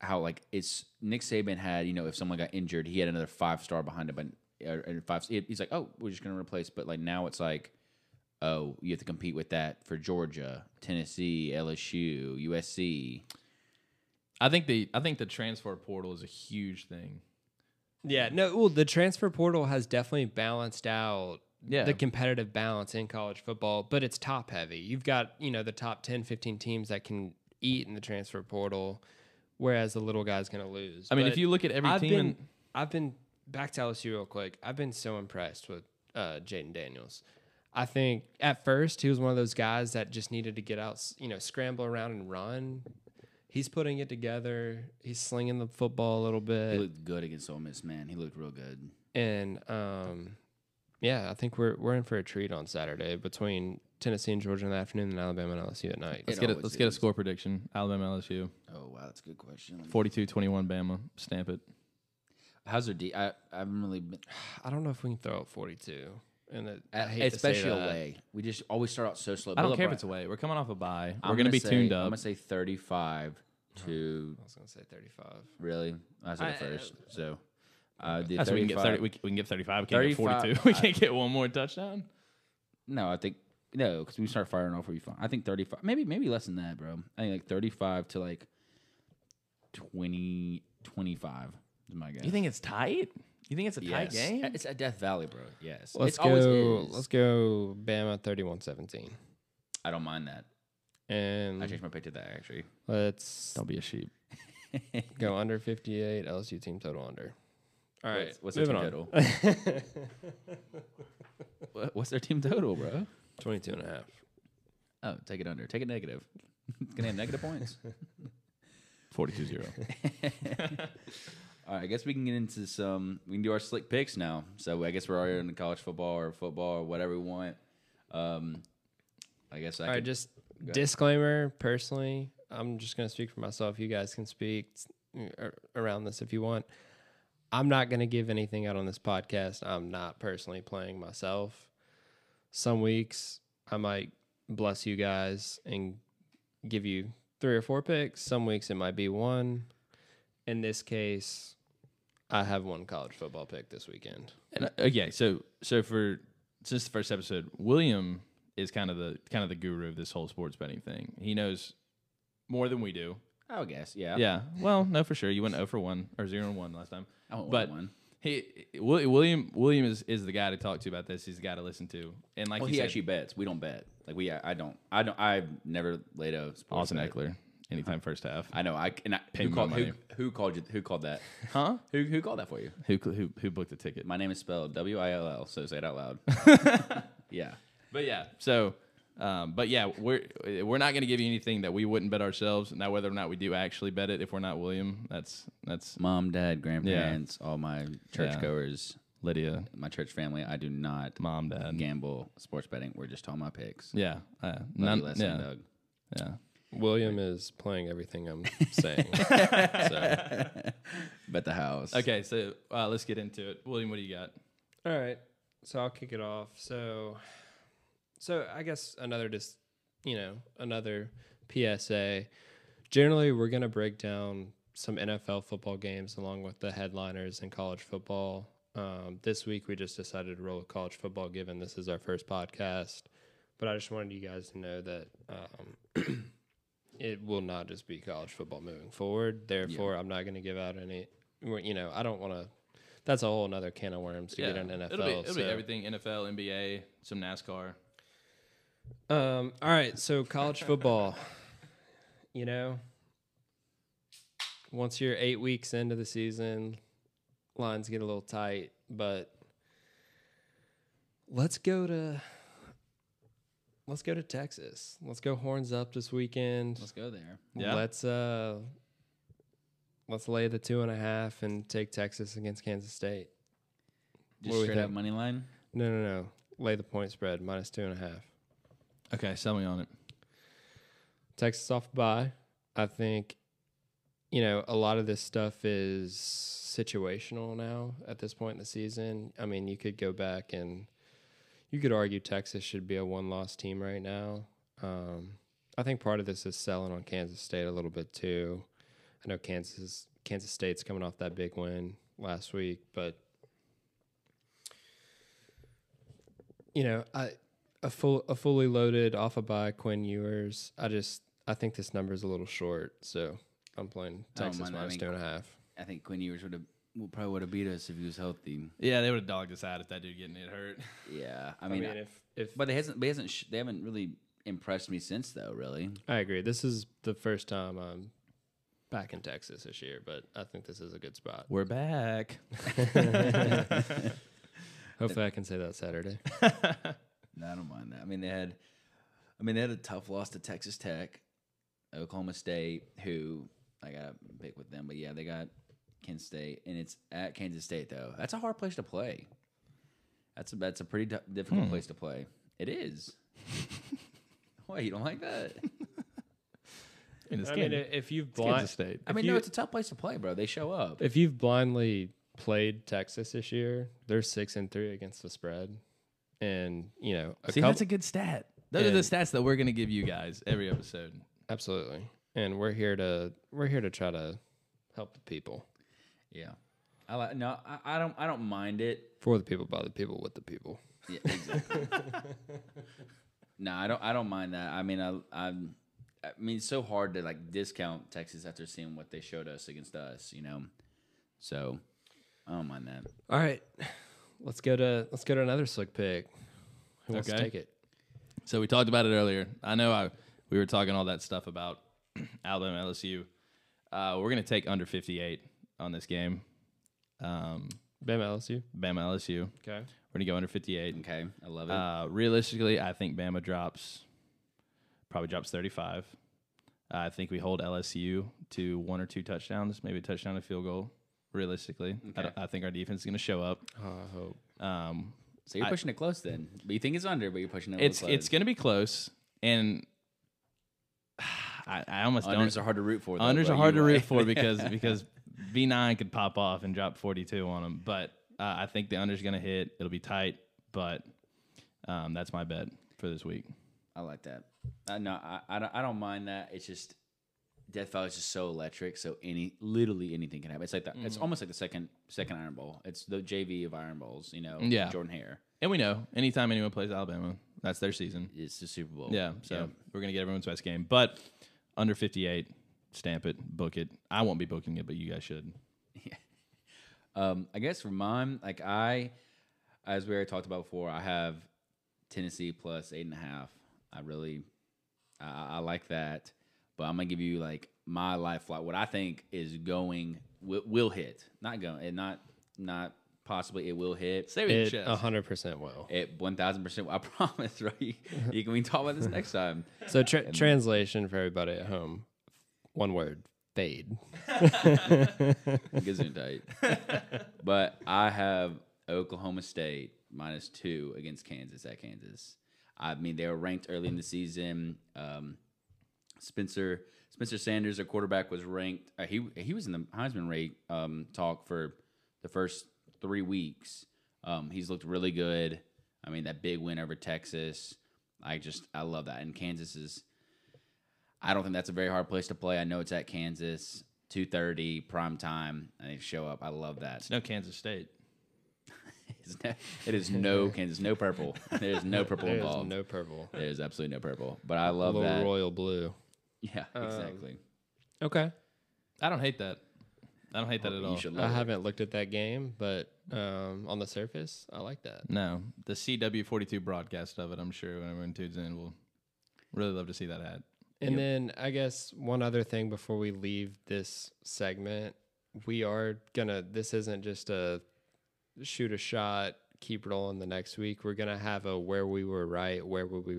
Speaker 1: how like it's Nick Saban had you know if someone got injured, he had another five star behind him, but or, or five. he- He's like, oh, we're just gonna replace. But like now it's like, oh, you have to compete with that for Georgia, Tennessee, LSU, USC.
Speaker 2: I think the I think the transfer portal is a huge thing.
Speaker 3: Yeah, no, well, the transfer portal has definitely balanced out
Speaker 2: Yeah.
Speaker 3: the competitive balance in college football, but it's top heavy. You've got, you know, the top 10, 15 teams that can eat in the transfer portal, whereas the little guy's going to lose.
Speaker 2: I mean,
Speaker 3: But
Speaker 2: if you look at every
Speaker 3: I've
Speaker 2: team
Speaker 3: been,
Speaker 2: in
Speaker 3: I've been back to LSU real quick. I've been so impressed with uh, Jaden Daniels. I think at first he was one of those guys that just needed to get out, s- you know, scramble around and run. He's putting it together. He's slinging the football a little bit
Speaker 1: He looked good against Ole Miss, man. He looked real good.
Speaker 3: and um, yeah, I think we're we're in for a treat on Saturday between Tennessee and Georgia in the afternoon and Alabama and LSU at night.
Speaker 2: let's get a,
Speaker 1: always
Speaker 2: let's get a
Speaker 1: is.
Speaker 2: score prediction. Alabama LSU
Speaker 1: Oh wow, that's a good question. Let me-
Speaker 2: 42-21 Bama. Stamp it.
Speaker 1: How's their D? I I haven't really been,
Speaker 3: I don't know if we can throw out forty two, and it, I hate
Speaker 1: especially
Speaker 3: to say that.
Speaker 1: away. We just always start out so slow.
Speaker 2: I don't
Speaker 1: Bill
Speaker 2: care if
Speaker 1: O'Brien-
Speaker 2: it's away. We're coming off a bye.
Speaker 1: I'm
Speaker 2: We're going to be
Speaker 1: say-
Speaker 2: tuned
Speaker 1: I'm
Speaker 2: up.
Speaker 1: gonna say 35 to
Speaker 3: I was gonna say thirty five.
Speaker 1: really. I said it
Speaker 3: I-
Speaker 1: first, so uh, the
Speaker 2: That's what we can get
Speaker 1: 35
Speaker 2: 30, we, can- we can get 35. We can't get 42.
Speaker 1: 35.
Speaker 2: [laughs] we can't get one more touchdown.
Speaker 1: No, I think no, because we start firing off. We'll be fine. I think 35, maybe maybe less than that, bro. I think like 35 to like 20, 25 is my guess.
Speaker 2: You think it's tight? You think it's a
Speaker 1: Yes.
Speaker 2: tight game?
Speaker 1: It's at Death Valley, bro. Yes,
Speaker 3: Let's
Speaker 1: It always
Speaker 3: go.
Speaker 1: is.
Speaker 3: Let's go. Bama 31-17.
Speaker 1: I don't mind that. I
Speaker 3: and
Speaker 1: changed my pick to that actually.
Speaker 3: let's
Speaker 2: Don't be a sheep.
Speaker 3: go under fifty eight. LSU team total under. All right,
Speaker 1: What's- what's the
Speaker 3: moving
Speaker 1: team
Speaker 3: on.
Speaker 1: total? [laughs] What- What's their team total, bro?
Speaker 3: 22 and a half.
Speaker 1: Oh, take it under. Take it negative. [laughs] it's gonna have negative [laughs] points.
Speaker 2: 42-0.
Speaker 1: All right, I guess we can get into some. We can do our slick picks now. So I guess we're already in college football or football or whatever we want. Um, I guess I
Speaker 3: All right,
Speaker 1: could,
Speaker 3: just disclaimer personally, I'm just going to speak for myself. You guys can speak mm, ar- around this if you want. I'm not going to give anything out on this podcast. I'm not personally playing myself. Some weeks I might bless you guys and give you three or four picks. Some weeks it might be one. In this case, I have one college football pick this weekend.
Speaker 2: And uh, okay, so so for since the first episode, William is kind of the kind of the guru of this whole sports betting thing. He knows more than we do.
Speaker 1: I would guess. Yeah.
Speaker 2: Yeah. Well, no, for sure. You went 0 for one or zero and one last time.
Speaker 1: I went
Speaker 2: but
Speaker 1: but one.
Speaker 2: he Wi- William William is, is the guy to talk to about this. He's the guy to listen to. And like
Speaker 1: Well,
Speaker 2: you
Speaker 1: he
Speaker 2: said,
Speaker 1: actually bets. We don't bet. Like we, I, I don't, I don't, I've never laid a sports
Speaker 2: Austin
Speaker 1: bet.
Speaker 2: Eckler anytime first half.
Speaker 1: I know. I and I,
Speaker 2: Pay
Speaker 1: who
Speaker 2: me
Speaker 1: called
Speaker 2: my
Speaker 1: who,
Speaker 2: money.
Speaker 1: who called you? Who called that?
Speaker 2: Huh?
Speaker 1: Who who called that for you?
Speaker 2: Who who who booked the ticket?
Speaker 1: My name is spelled W I L L. So say it out loud. yeah.
Speaker 2: But yeah, so, um, but yeah, we're we're not going to give you anything that we wouldn't bet ourselves. Now, whether or not we do actually bet it, if we're not William, that's that's
Speaker 1: Mom, dad, grandparents, all my churchgoers,
Speaker 2: Lydia,
Speaker 1: my church family. I do not
Speaker 2: mom, dad.
Speaker 1: gamble sports betting. We're just talking my picks.
Speaker 2: Yeah, uh,
Speaker 1: None,
Speaker 2: none,
Speaker 1: lesson,
Speaker 2: yeah,
Speaker 1: Doug.
Speaker 2: yeah.
Speaker 3: William is playing everything I'm saying.
Speaker 1: [laughs]
Speaker 3: so.
Speaker 1: Bet the house.
Speaker 2: Okay, so uh, let's get into it. William, what do you got?
Speaker 3: All right. So I'll kick it off. So so I guess another just you know, another PSA. Generally, we're going to break down some NFL football games along with the headliners in college football. Um, this week, we just decided to roll with college football given this is our first podcast. But I just wanted you guys to know that um, [clears throat] it will not just be college football moving forward. Therefore, I'm not going to give out any, you know, I don't want to. That's a whole another can of worms to get in NFL.
Speaker 2: it'll be, it'll
Speaker 3: so-
Speaker 2: be everything: NFL, NBA, some NASCAR.
Speaker 3: um, all right, so
Speaker 2: [laughs]
Speaker 3: college football. you know, once you're eight weeks into the season, lines get a little tight, but let's go to let's go to Texas. Let's go horns up this weekend.
Speaker 1: Let's go there.
Speaker 2: Yeah.
Speaker 3: Let's uh let's lay the two and a half and take Texas against Kansas State.
Speaker 1: Just
Speaker 3: do we
Speaker 1: straight up
Speaker 3: think?
Speaker 1: money line.
Speaker 3: No, no, no. Lay the point spread, minus two and a half.
Speaker 2: Okay, sell me on it.
Speaker 3: Texas off by. I think, you know, a lot of this stuff is situational now at this point in the season. I mean, you could go back and you could argue Texas should be a one loss team right now. Um, I think part of this is selling on Kansas State a little bit too. I know Kansas is- Kansas State's coming off that big win last week, but you know, I a full a fully loaded off a buy Quinn Ewers. I just I think this number is a little short, so I'm playing
Speaker 1: I don't
Speaker 3: Texas
Speaker 1: mind that. I
Speaker 3: minus
Speaker 1: mean,
Speaker 3: two and a half.
Speaker 1: I think Quinn Ewers would have Well, probably would have beat us if he was healthy.
Speaker 2: Yeah, they would have dogged us out if that dude getting it hurt.
Speaker 1: Yeah, I
Speaker 3: I
Speaker 1: mean,
Speaker 3: mean, if if
Speaker 1: but they hasn't. They hasn't. Sh- they haven't really impressed me since though. Really, [laughs]
Speaker 3: I agree, this is the first time I'm back in Texas this year, but I think this is a good spot.
Speaker 2: [laughs] We're back.
Speaker 3: Hopefully, I can say that [laughs] Saturday.
Speaker 1: no, I don't mind that. I mean, they had. I mean, they had a tough loss to Texas Tech, Oklahoma State, who I got to pick with them. But yeah, they got Kansas State, and it's at Kansas State though. That's a hard place to play. That's a that's a pretty di-
Speaker 3: Hmm.
Speaker 1: difficult place to play. It
Speaker 3: [laughs]
Speaker 1: is. Wait, you don't like that?
Speaker 2: I mean, it's
Speaker 3: I
Speaker 2: Kansas,
Speaker 3: mean, i- if you've
Speaker 2: it's Kansas
Speaker 3: blind,
Speaker 2: State.
Speaker 1: I mean,
Speaker 3: you-
Speaker 1: no, it's a tough place to play, bro. They show up.
Speaker 3: if you've blindly played Texas this year, they're six and three against the spread, and you know, a
Speaker 2: See,
Speaker 3: couple,
Speaker 2: that's a good stat. Those are the
Speaker 3: And-
Speaker 2: stats that we're going to give you guys every episode.
Speaker 3: absolutely. And we're here to we're here to try to help the people
Speaker 1: Yeah, I like. No, I, I don't. I don't mind it.
Speaker 3: for the people by the people with the people.
Speaker 1: Yeah, exactly. no, I don't. I don't mind that. I mean, I, I'm. I mean, it's so hard to like discount Texas after seeing what they showed us against us. You know, so I don't mind that.
Speaker 3: All right, let's go to let's go to another slick pick. Who wants
Speaker 2: Okay.
Speaker 3: to take it?
Speaker 2: So we talked about it earlier. I know I we were talking all that stuff about [clears throat] Alabama LSU. Uh, we're going to take under 58 on this game. Um,
Speaker 3: Bam LSU.
Speaker 2: Bama LSU.
Speaker 3: Okay.
Speaker 2: We're going to go under 58.
Speaker 1: Okay, I love it.
Speaker 2: Uh, realistically, I think Bama drops, probably drops 35. I think we hold LSU to one or two touchdowns, maybe a touchdown and field goal. Realistically, I
Speaker 1: Okay.
Speaker 2: don't- I, think our defense is going to show up.
Speaker 3: Oh, I hope.
Speaker 2: Um,
Speaker 1: so you're
Speaker 2: I-
Speaker 1: pushing it close then, but you think it's under, but you're pushing it. a little
Speaker 2: it's it's
Speaker 1: close.
Speaker 2: going to be close, and I, I almost
Speaker 1: unders
Speaker 2: don't.
Speaker 1: are hard to root for. though,
Speaker 2: Unders
Speaker 1: bro.
Speaker 2: are hard
Speaker 1: You
Speaker 2: to root
Speaker 1: like- [laughs]
Speaker 2: for because because V nine could pop off and drop 42 on them, but uh, I think the under's going to hit. It'll be tight, but um, that's my bet for this week.
Speaker 1: I like that. Uh, no, I, I don't. I don't mind that. It's just Death Valley is just so electric. So any, literally anything can happen. It's like that. It's
Speaker 2: Mm.
Speaker 1: almost like the second second Iron Bowl. It's the JV of Iron Bowls. You know,
Speaker 2: Yeah.
Speaker 1: Jordan Hare
Speaker 2: And we know anytime anyone plays Alabama, that's their season.
Speaker 1: is the Super Bowl.
Speaker 2: Yeah. So
Speaker 1: Yeah.
Speaker 2: we're going to get everyone's best game. But under 58, stamp it, book it. I won't be booking it, but you guys should.
Speaker 1: Um, I guess for mine, like I, as we already talked about before, I have Tennessee plus eight and a half. I really, I- I, I like that. But I'm gonna give you like my life flight. What I think is going will, will hit, not going, and not not possibly it will hit.
Speaker 2: Say with
Speaker 3: It hundred percent will.
Speaker 1: It one thousand percent. I [laughs] promise, right? You, you can we can talk about this next time.
Speaker 3: So tra- translation for everybody at home, one word: fade.
Speaker 1: Gesundheit. but I have Oklahoma State minus two against Kansas at Kansas. I mean, they were ranked early in the season. Um, Spencer Spencer Sanders, their quarterback, was ranked. Uh, he he was in the Heisman rate um, talk for the first three weeks. Um, he's looked really good. I mean, that big win over Texas. I just I love that. And Kansas is. I don't think that's a very hard place to play. I know it's at Kansas, two thirty prime time, and they show up. I love that.
Speaker 2: It's no Kansas State.
Speaker 1: It's no- [laughs] It is no Kansas, no purple. There's no
Speaker 3: [laughs]
Speaker 1: purple
Speaker 3: There's
Speaker 1: involved.
Speaker 3: no purple.
Speaker 1: There's absolutely no purple. But I love
Speaker 3: Little Uh,
Speaker 1: that.
Speaker 3: royal blue.
Speaker 1: [laughs] Yeah, exactly.
Speaker 3: Okay.
Speaker 2: I don't hate that. I don't hate that at all.
Speaker 1: you should
Speaker 3: I
Speaker 1: love it.
Speaker 3: haven't looked at that game, but um, on the surface, I like that.
Speaker 2: No. The CW42 broadcast of it, I'm sure, when everyone tunes in, will really love to see that ad.
Speaker 3: And then I guess one other thing before we leave this segment, we are gonna. This isn't just a shoot a shot, keep rolling the next week. We're gonna have a where we were right, where were we,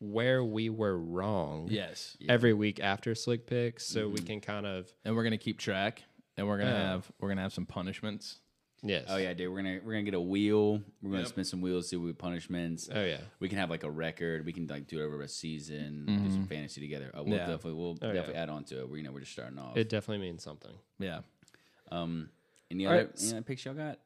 Speaker 3: where we were wrong.
Speaker 2: Yes.
Speaker 3: Every week after Slick Picks, so we can kind of
Speaker 2: And we're going to keep track. And we're gonna
Speaker 3: Yeah.
Speaker 2: have we're gonna have some punishments.
Speaker 3: yes.
Speaker 1: Oh yeah, dude. We're gonna we're gonna get a wheel. We're gonna
Speaker 2: Yep.
Speaker 1: spin some wheels, see what punishments.
Speaker 3: Oh yeah.
Speaker 1: we can have like a record. We can like do it over a season, do some fantasy together. Uh, we'll
Speaker 2: Yeah.
Speaker 1: definitely we'll
Speaker 3: Mm-hmm. yeah.
Speaker 1: definitely add on to it. We you know we're just starting off.
Speaker 3: It definitely means something.
Speaker 2: Yeah.
Speaker 1: um, any
Speaker 3: All
Speaker 1: other
Speaker 3: right.
Speaker 1: any other picks y'all got?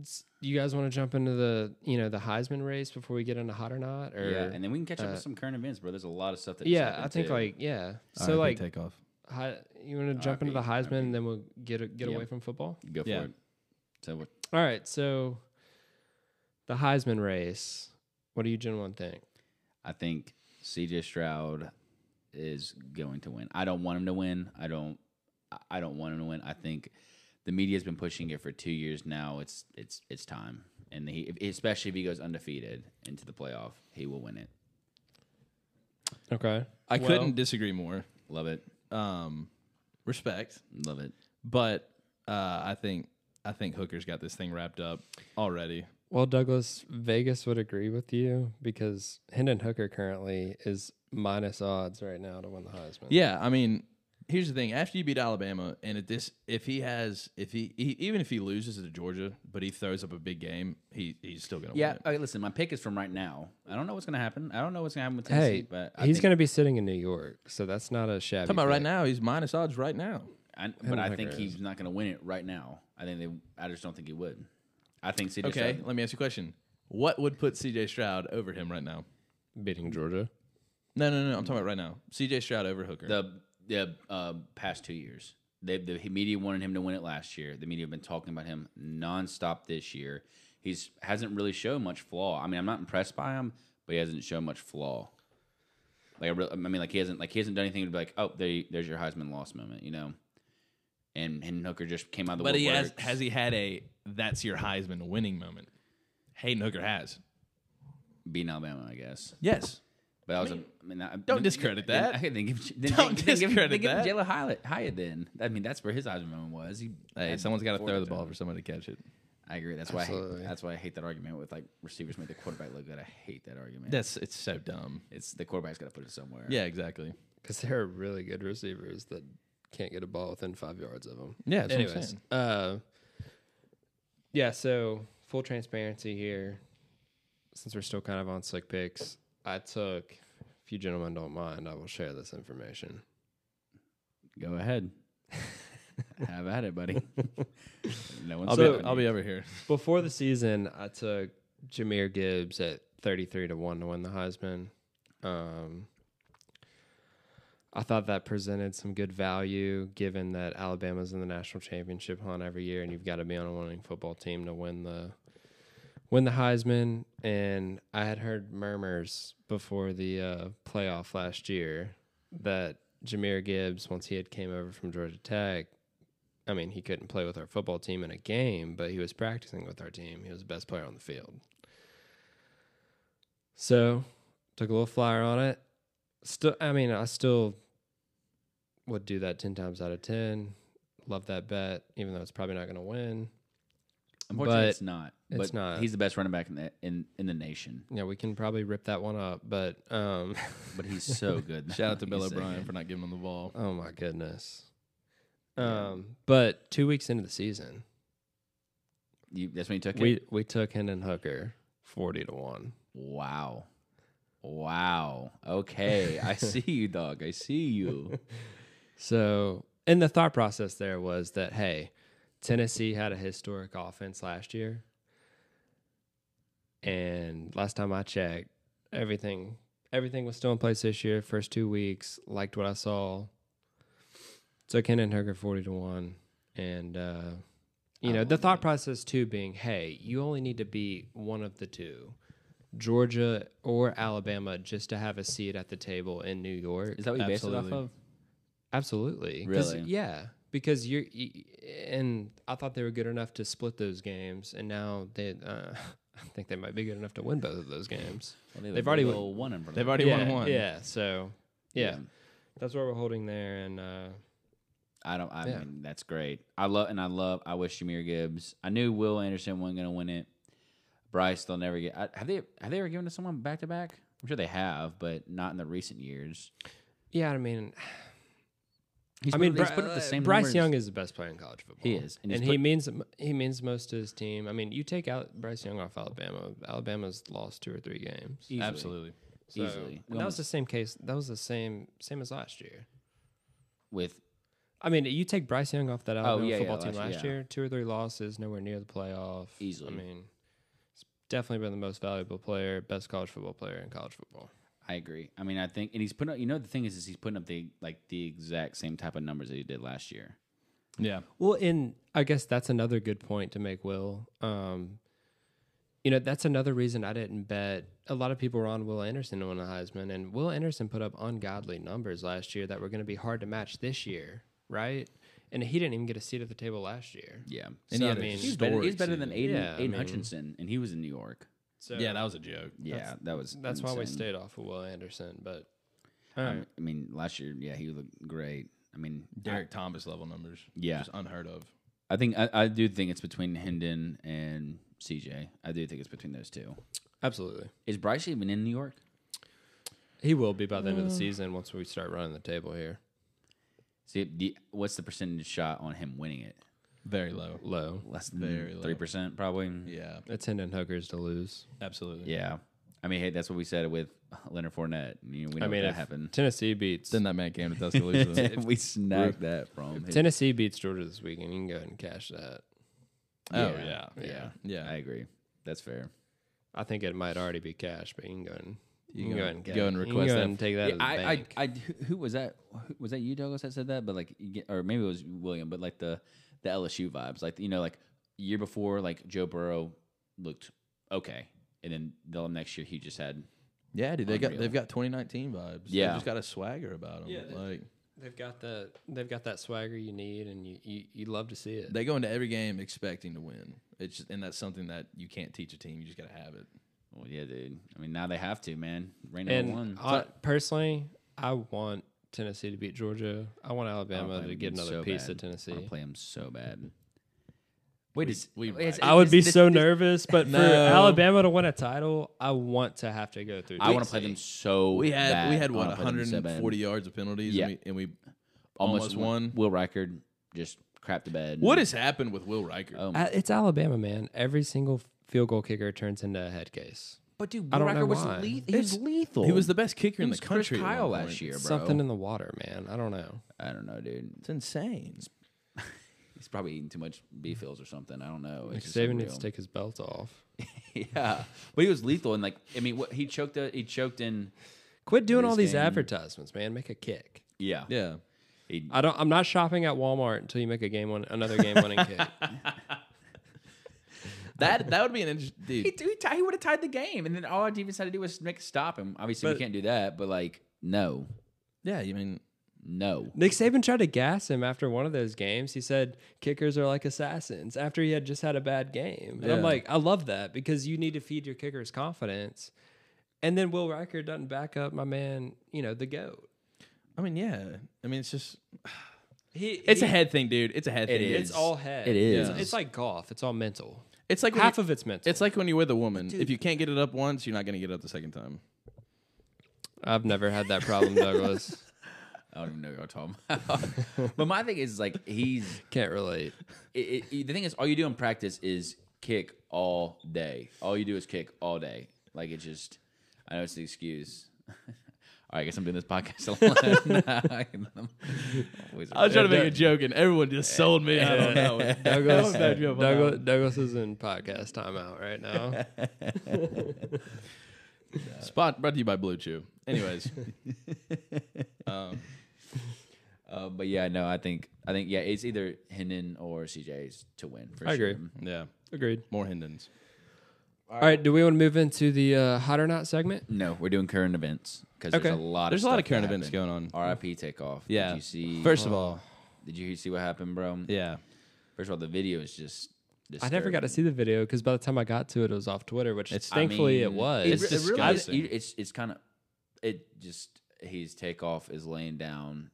Speaker 3: s- you guys want to jump into the you know the Heisman race before we get into hot or not? Or
Speaker 1: yeah, and then we can catch up
Speaker 3: uh,
Speaker 1: with some current events, bro. There's a lot of stuff that. just
Speaker 3: yeah,
Speaker 1: happened,
Speaker 3: I think
Speaker 1: too.
Speaker 3: like yeah. So like
Speaker 2: take off.
Speaker 3: hi, you want to jump into the
Speaker 1: RIP.
Speaker 3: Heisman and then we'll get a, get
Speaker 1: Yeah.
Speaker 3: away from football.
Speaker 1: go for
Speaker 2: yeah.
Speaker 1: it. So what?
Speaker 3: All right, so the Heisman race. What do you gentlemen think?
Speaker 1: I think CJ Stroud is going to win. I don't want him to win. I don't. I- I don't want him to win. I think the media's been pushing it for two years now. It's it's it's time, and he especially if he goes undefeated into the playoff, he will win it.
Speaker 3: Okay.
Speaker 2: I
Speaker 3: Well-
Speaker 2: couldn't disagree more.
Speaker 1: Love it,
Speaker 2: Um, respect,
Speaker 1: love it.
Speaker 2: but uh, I think I think Hooker's got this thing wrapped up already.
Speaker 3: Well, Douglas, Vegas would agree with you because Hendon Hooker currently is minus odds right now to win the Heisman.
Speaker 2: Yeah, I mean, here's the thing: after you beat Alabama, and if this, if he has, if he, he even if he loses to Georgia, but he throws up a big game, he he's still gonna
Speaker 1: Yeah.
Speaker 2: win. it.
Speaker 1: Okay, listen, my pick is from right now. I don't know what's gonna happen. I don't know what's gonna happen with Tennessee,
Speaker 3: Hey,
Speaker 1: but I
Speaker 3: he's
Speaker 1: think-
Speaker 3: going to be sitting in New York, so that's not a shabby.
Speaker 2: Talking about right
Speaker 3: pick.
Speaker 2: now, he's minus odds right now.
Speaker 1: I, but I
Speaker 3: think
Speaker 1: think
Speaker 3: there
Speaker 1: he's not gonna win it right now. I think they. I just don't think he would. I think CJ.
Speaker 2: Okay,
Speaker 1: Stroud-
Speaker 2: let me ask you a question: What would put C.J. Stroud over him right now?
Speaker 3: beating Georgia.
Speaker 2: No, no, no. I'm talking about right now. C.J. Stroud over Hooker.
Speaker 1: the the uh, past two years. They, the media wanted him to win it last year. The media have been talking about him nonstop this year. He's hasn't really shown much flaw. I mean, I'm not impressed by him, but he hasn't shown much flaw. Like I, re- I mean, like he hasn't like he hasn't done anything to be like, oh, there, you- there's your Heisman loss moment, you know. And and Hooker just came out of the
Speaker 2: but he has
Speaker 1: woodworks.
Speaker 2: has he had a that's your Heisman winning moment? Hayden Hooker has.
Speaker 1: beating Alabama, I guess.
Speaker 2: Yes.
Speaker 1: But I was, I mean, I,
Speaker 2: don't discredit
Speaker 1: then-
Speaker 2: that.
Speaker 1: I think if, then
Speaker 2: [laughs] Don't
Speaker 1: they,
Speaker 2: discredit
Speaker 1: they give,
Speaker 2: that.
Speaker 1: They give Jalen Hyatt, Hyatt. Then I mean, that's where his Heisman moment was. He
Speaker 2: Hey,
Speaker 1: had
Speaker 2: someone's got to
Speaker 1: four
Speaker 2: throw the
Speaker 1: touchdowns.
Speaker 2: ball for somebody to catch it.
Speaker 1: I agree. That's why I hate,
Speaker 3: Absolutely.
Speaker 1: that's why I hate that argument with like receivers make the quarterback look good. I hate that argument.
Speaker 2: That's it's so dumb.
Speaker 1: it's the quarterback's got to put it somewhere.
Speaker 2: Yeah, exactly.
Speaker 3: because there are really good receivers that can't get a ball within five yards of them.
Speaker 2: Yeah, that's what I'm
Speaker 3: Anyways,
Speaker 2: saying.
Speaker 3: uh, yeah. So full transparency here, since we're still kind of on slick picks, I took. If you gentlemen don't mind, I will share this information.
Speaker 1: Go
Speaker 2: [laughs]
Speaker 1: ahead. Have at it, buddy. no one's
Speaker 2: I'll
Speaker 3: So-
Speaker 2: be I'll be
Speaker 3: [laughs]
Speaker 2: over here.
Speaker 3: Before the season, I took Jameer Gibbs at 33 to 1 to win the Heisman. Um, I thought that presented some good value given that Alabama's in the national championship hunt every year and you've got to be on a winning football team to win the win the Heisman and I had heard murmurs before the uh, playoff last year that Jameer Gibbs once he had came over from Georgia Tech I mean, he couldn't play with our football team in a game, but he was practicing with our team. He was the best player on the field. So, took a little flyer on it. Still, I mean, I still would do that 10 times out of 10. Love that bet, even though it's probably not going to win.
Speaker 1: Unfortunately,
Speaker 3: but
Speaker 1: it's not.
Speaker 3: it's
Speaker 1: but
Speaker 3: not.
Speaker 1: He's the best running back in the in, in the nation,
Speaker 3: Yeah, we can probably rip that one up, but um, [laughs]
Speaker 1: but he's
Speaker 2: [laughs]
Speaker 1: so good. [laughs]
Speaker 2: Shout out to Bill
Speaker 1: He's so
Speaker 2: O'Brien
Speaker 1: good.
Speaker 2: for not giving him
Speaker 3: [laughs]
Speaker 2: the ball.
Speaker 3: oh my goodness. Um, but two weeks into the season,
Speaker 1: You, that's when you took it.
Speaker 3: we we took Hendon Hooker 40 to 1.
Speaker 1: Wow. Wow. Okay, I [laughs] see you, dog. I see you.
Speaker 3: So, and the thought process there was that, hey, Tennessee had a historic offense last year. And last time I checked, everything everything was still in place this year. First two weeks, liked what I saw. Took Hendon Hooker forty to one, and uh, you know the thought process too being, hey, you only need to be one of the two, Georgia or Alabama, just to have a seat at the table in New York.
Speaker 1: Is that what you based it off
Speaker 2: Absolutely.
Speaker 1: of?
Speaker 3: Absolutely. 'Cause-
Speaker 1: Really?
Speaker 3: Yeah. Because you're, y- and I thought they were good enough to split those games, and now they, uh, [laughs] I think they might be good enough to win both of those games. They've already won-
Speaker 1: won in front of
Speaker 2: They've
Speaker 1: them.
Speaker 2: already
Speaker 3: yeah,
Speaker 2: won one.
Speaker 3: Yeah. So, yeah.
Speaker 1: Yeah.
Speaker 3: That's where we're holding there, and uh,
Speaker 1: I don't. I
Speaker 3: Yeah.
Speaker 1: mean, that's great. I love and I love. I wish Jameer Gibbs. I knew Will Anderson wasn't going to win it. Bryce, they'll never get. I, have they? Have they ever given to someone back to back? I'm sure they have, but not in the recent years.
Speaker 3: yeah. I mean,
Speaker 1: He's
Speaker 3: I mean,
Speaker 1: put, up-
Speaker 3: Bri-
Speaker 1: he's put up the same.
Speaker 3: Bryce
Speaker 1: numbers.
Speaker 3: Young is the best player in college football.
Speaker 1: He is,
Speaker 3: and,
Speaker 1: and he's
Speaker 3: he
Speaker 1: put-
Speaker 3: means he means most to his team. I mean, you take out Bryce Young off Alabama. Alabama's lost two or three games.
Speaker 1: Easily.
Speaker 2: Absolutely.
Speaker 3: So-
Speaker 1: easily.
Speaker 3: and that was the same case. That was the same same as last year.
Speaker 1: with
Speaker 3: I mean, you take Bryce Young off that Alabama
Speaker 1: yeah, yeah,
Speaker 3: football team
Speaker 1: last-
Speaker 3: Oh, last
Speaker 1: yeah.
Speaker 3: year, two or three losses, nowhere near the playoff.
Speaker 1: Easily.
Speaker 3: I mean, it's definitely been the most valuable player, best college football player in college football.
Speaker 1: I agree. I mean, I think, and he's putting up. You know, the thing is, is he's putting up the like the exact same type of numbers that he did last year.
Speaker 2: Yeah.
Speaker 3: Well, and I guess that's another good point to make, Will. Um, you know, that's another reason I didn't bet. A lot of people were on Will Anderson to win the Heisman, and Will Anderson put up ungodly numbers last year that were going to be hard to match this year, right? and he didn't even get a seat at the table last year.
Speaker 1: Yeah.
Speaker 2: And
Speaker 3: So,
Speaker 2: he
Speaker 3: I
Speaker 2: had a
Speaker 3: mean-
Speaker 1: He's better, he's
Speaker 2: storied
Speaker 1: better
Speaker 2: season.
Speaker 1: than Aiden,
Speaker 3: Yeah,
Speaker 1: Aiden
Speaker 3: I mean-
Speaker 1: Hutchinson, and he was in New York.
Speaker 3: So
Speaker 2: Yeah, that was a joke.
Speaker 1: Yeah,
Speaker 3: That's-
Speaker 1: that was.
Speaker 3: that's why we
Speaker 1: insane.
Speaker 3: stayed off of Will Anderson. But
Speaker 1: Um, I mean, last year, yeah, he looked great. I mean,
Speaker 2: Derek Thomas level numbers.
Speaker 1: Yeah.
Speaker 2: Just unheard of.
Speaker 1: I think I, I do think it's between Hendon and CJ. I do think it's between those two.
Speaker 3: absolutely,
Speaker 1: Is Bryce even in New York?
Speaker 3: he will be by the end of the season once we start running the table here.
Speaker 1: See, the, what's the percentage shot on him winning it?
Speaker 2: Very low.
Speaker 3: Low.
Speaker 1: Less
Speaker 2: Very
Speaker 1: than
Speaker 2: low.
Speaker 1: three percent, probably.
Speaker 2: Yeah,
Speaker 3: It's Hendon Hooker's to lose.
Speaker 2: absolutely.
Speaker 1: Yeah. I mean, hey, that's what we said with Leonard Fournette. You know, we know
Speaker 3: I mean,
Speaker 1: that
Speaker 3: if
Speaker 1: happened.
Speaker 3: Tennessee beats
Speaker 2: Then that man came
Speaker 3: [laughs]
Speaker 2: to Tuscaloosa.
Speaker 1: [laughs] we snagged that from him.
Speaker 3: Tennessee beats Georgia this weekend. You can go ahead and cash that.
Speaker 2: Oh
Speaker 1: Yeah.
Speaker 2: yeah,
Speaker 1: Yeah.
Speaker 2: yeah.
Speaker 1: I agree. That's fair.
Speaker 3: I think it might already be cash, but you can go and you, can go, ahead and
Speaker 2: go
Speaker 3: get it.
Speaker 2: and
Speaker 3: You can
Speaker 2: request
Speaker 3: go ahead
Speaker 2: that.
Speaker 3: and take that.
Speaker 1: Yeah,
Speaker 3: to the
Speaker 1: I, I,
Speaker 3: bank.
Speaker 1: I, who- who was that? Who- Was that you, Douglas, that said that? But like, you get- or maybe it was William. But like the the LSU vibes, like you know, like year before, like Joe Burrow looked okay, and then the next year he just had.
Speaker 2: yeah, dude. They got
Speaker 1: Unreal.
Speaker 2: they've got 2019 vibes.
Speaker 1: Yeah.
Speaker 2: they just got a swagger about them.
Speaker 3: Yeah, they-
Speaker 2: like
Speaker 3: they've got that. They've got that swagger you need, and you you you love to see it.
Speaker 2: they go into every game expecting to win. It's just, and that's something that you can't teach a team. You just got to have it.
Speaker 1: Well, yeah, dude. I mean, now they have to, man. Rain number
Speaker 3: and
Speaker 1: one.
Speaker 3: I, personally, I want Tennessee to beat Georgia. I want Alabama to get another piece of
Speaker 1: I
Speaker 3: Tennessee.
Speaker 1: play him so bad. Wait, is
Speaker 2: we
Speaker 1: wait, is-
Speaker 3: [laughs]
Speaker 2: right.
Speaker 3: I would
Speaker 1: is
Speaker 3: be
Speaker 1: this-
Speaker 3: so
Speaker 1: this-
Speaker 3: nervous, but
Speaker 2: No.
Speaker 3: for Alabama to win a title, I want to have to go through.
Speaker 1: I want to
Speaker 3: Tennessee.
Speaker 1: play them so.
Speaker 2: We had
Speaker 1: bad.
Speaker 2: we had
Speaker 1: I
Speaker 2: what
Speaker 1: wanna play them so bad.
Speaker 2: 140 yards of penalties.
Speaker 1: Yeah.
Speaker 2: and we, and we almost
Speaker 1: Almost
Speaker 2: won.
Speaker 1: Will Reichard just crapped the bed.
Speaker 2: What has happened with Will Riker?
Speaker 1: Oh,
Speaker 3: I- Uh, It's Alabama, man. Every single field goal kicker turns into a head case.
Speaker 1: But dude,
Speaker 3: I
Speaker 1: Will
Speaker 3: don't know
Speaker 1: Riker was
Speaker 3: why.
Speaker 1: lethal. He was
Speaker 2: It's-
Speaker 1: lethal.
Speaker 2: he was the best kicker in the
Speaker 1: was Chris
Speaker 2: country. at one
Speaker 1: Kyle
Speaker 2: point.
Speaker 1: last year, bro.
Speaker 3: Something in the water, man. I don't know.
Speaker 1: I don't know, dude.
Speaker 2: It's insane.
Speaker 1: He's probably eating too much B fills or something. I don't know. It's just
Speaker 3: Saban Mm-hmm. needs
Speaker 1: unreal.
Speaker 3: to take his belt off.
Speaker 1: [laughs] yeah, but he was lethal and like I mean, what he choked. A, he choked in.
Speaker 3: Quit doing
Speaker 1: This
Speaker 3: all these
Speaker 1: game-
Speaker 3: advertisements, man. Make a kick.
Speaker 1: Yeah,
Speaker 2: [laughs]
Speaker 1: Uh,
Speaker 2: Yeah.
Speaker 1: He,
Speaker 3: I don't. I'm not shopping at Walmart until you make a game one, another game winning
Speaker 1: [laughs]
Speaker 3: kick.
Speaker 2: That that would be an interesting
Speaker 1: he,
Speaker 2: dude.
Speaker 1: he, tie- he would have tied the game, and then all Deviants had to do was make stop him. Obviously, we
Speaker 2: But-
Speaker 1: can't do that. But like, no,
Speaker 2: Yeah, you mean
Speaker 1: no.
Speaker 3: Nick Saban tried to gas him after one of those games. He said kickers are like assassins after he had just had a bad game. And
Speaker 2: Yeah.
Speaker 3: I'm like, I love that because you need to feed your kickers confidence. And then Will Riker doesn't back up my man, you know, the goat.
Speaker 2: I mean, yeah. I mean, it's just
Speaker 3: He,
Speaker 2: it's a
Speaker 3: he-
Speaker 2: head thing, dude. It's a head thing.
Speaker 3: It's
Speaker 1: is.
Speaker 3: all head.
Speaker 1: It is.
Speaker 3: It's, it's like golf. It's all mental.
Speaker 2: It's like when
Speaker 3: Half
Speaker 2: you-
Speaker 3: of it's mental.
Speaker 2: It's like when you're with a woman. if you can't get it up once, you're not going to get it up the second time.
Speaker 3: I've never had that problem, Douglas.
Speaker 1: I don't even know what you're talking
Speaker 3: [laughs]
Speaker 1: about. but my thing is like he's
Speaker 3: Can't relate.
Speaker 1: it, it, the thing is, all you do in practice is kick all day. All you do is kick all day. Like it just, I know it's an excuse. [laughs] all right, I guess I'm doing this podcast [laughs] alone. [laughs] Always
Speaker 2: I was trying to
Speaker 3: Yeah,
Speaker 2: make a
Speaker 3: that-
Speaker 2: joke, and everyone just sold me. I don't know.
Speaker 3: Douglas,
Speaker 2: That was a bad joke.
Speaker 3: Douglas, Douglas is in podcast timeout right now.
Speaker 2: [laughs] Spot brought to you by Blue Chew. Anyways, [laughs] um,
Speaker 1: Uh, but yeah, no, I think I think yeah, it's either Hendon or CJ's to win. For
Speaker 3: I
Speaker 1: sure.
Speaker 3: agree.
Speaker 2: yeah,
Speaker 3: Agreed.
Speaker 2: more Hindons.
Speaker 3: All right. Do we want to move into the uh, hot or not segment?
Speaker 1: No, we're doing current events because
Speaker 3: Okay.
Speaker 1: there's a lot.
Speaker 2: There's a
Speaker 1: of
Speaker 2: lot
Speaker 1: stuff
Speaker 2: of current
Speaker 1: that
Speaker 2: events
Speaker 1: happened.
Speaker 2: going on.
Speaker 1: RIP takeoff.
Speaker 2: Yeah.
Speaker 1: Did you see?
Speaker 2: First of all,
Speaker 1: did you see what happened, bro?
Speaker 2: yeah,
Speaker 1: First of all, the video is just.
Speaker 3: I never got to
Speaker 1: disturbing.
Speaker 3: see the video because by the time I got to it, it was off Twitter, which
Speaker 2: It's- I
Speaker 3: thankfully it
Speaker 1: mean,
Speaker 3: was.
Speaker 2: It's
Speaker 1: re- really is.
Speaker 2: disgusting.
Speaker 1: You- it's it's kind of it just his takeoff is laying down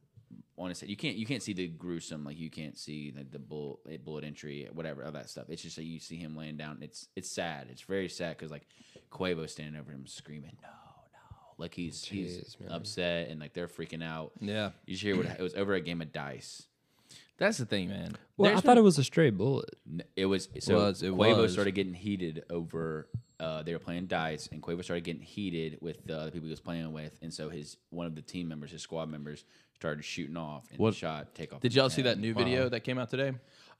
Speaker 1: on his head. You can't you can't see the gruesome like you can't see like the bullet bullet entry whatever all that stuff. It's just that you see him laying down. It's it's sad. It's very sad because like Quavo standing over him screaming no no like he's he's
Speaker 3: Jeez, man.
Speaker 1: upset and like they're freaking out.
Speaker 2: yeah.
Speaker 1: You should hear what it was over a game of dice.
Speaker 2: That's the thing, man.
Speaker 3: well, I
Speaker 2: There's
Speaker 3: thought it was a stray bullet.
Speaker 1: N- It was so
Speaker 2: Was, it
Speaker 1: Quavo
Speaker 2: was.
Speaker 1: started getting heated over. Uh, they were playing dice, and Quavo started getting heated with the other people he was playing with, and so his one of the team members, his squad members, started shooting off and
Speaker 2: What-
Speaker 1: shot take off.
Speaker 2: Did y'all see that new video that came out today?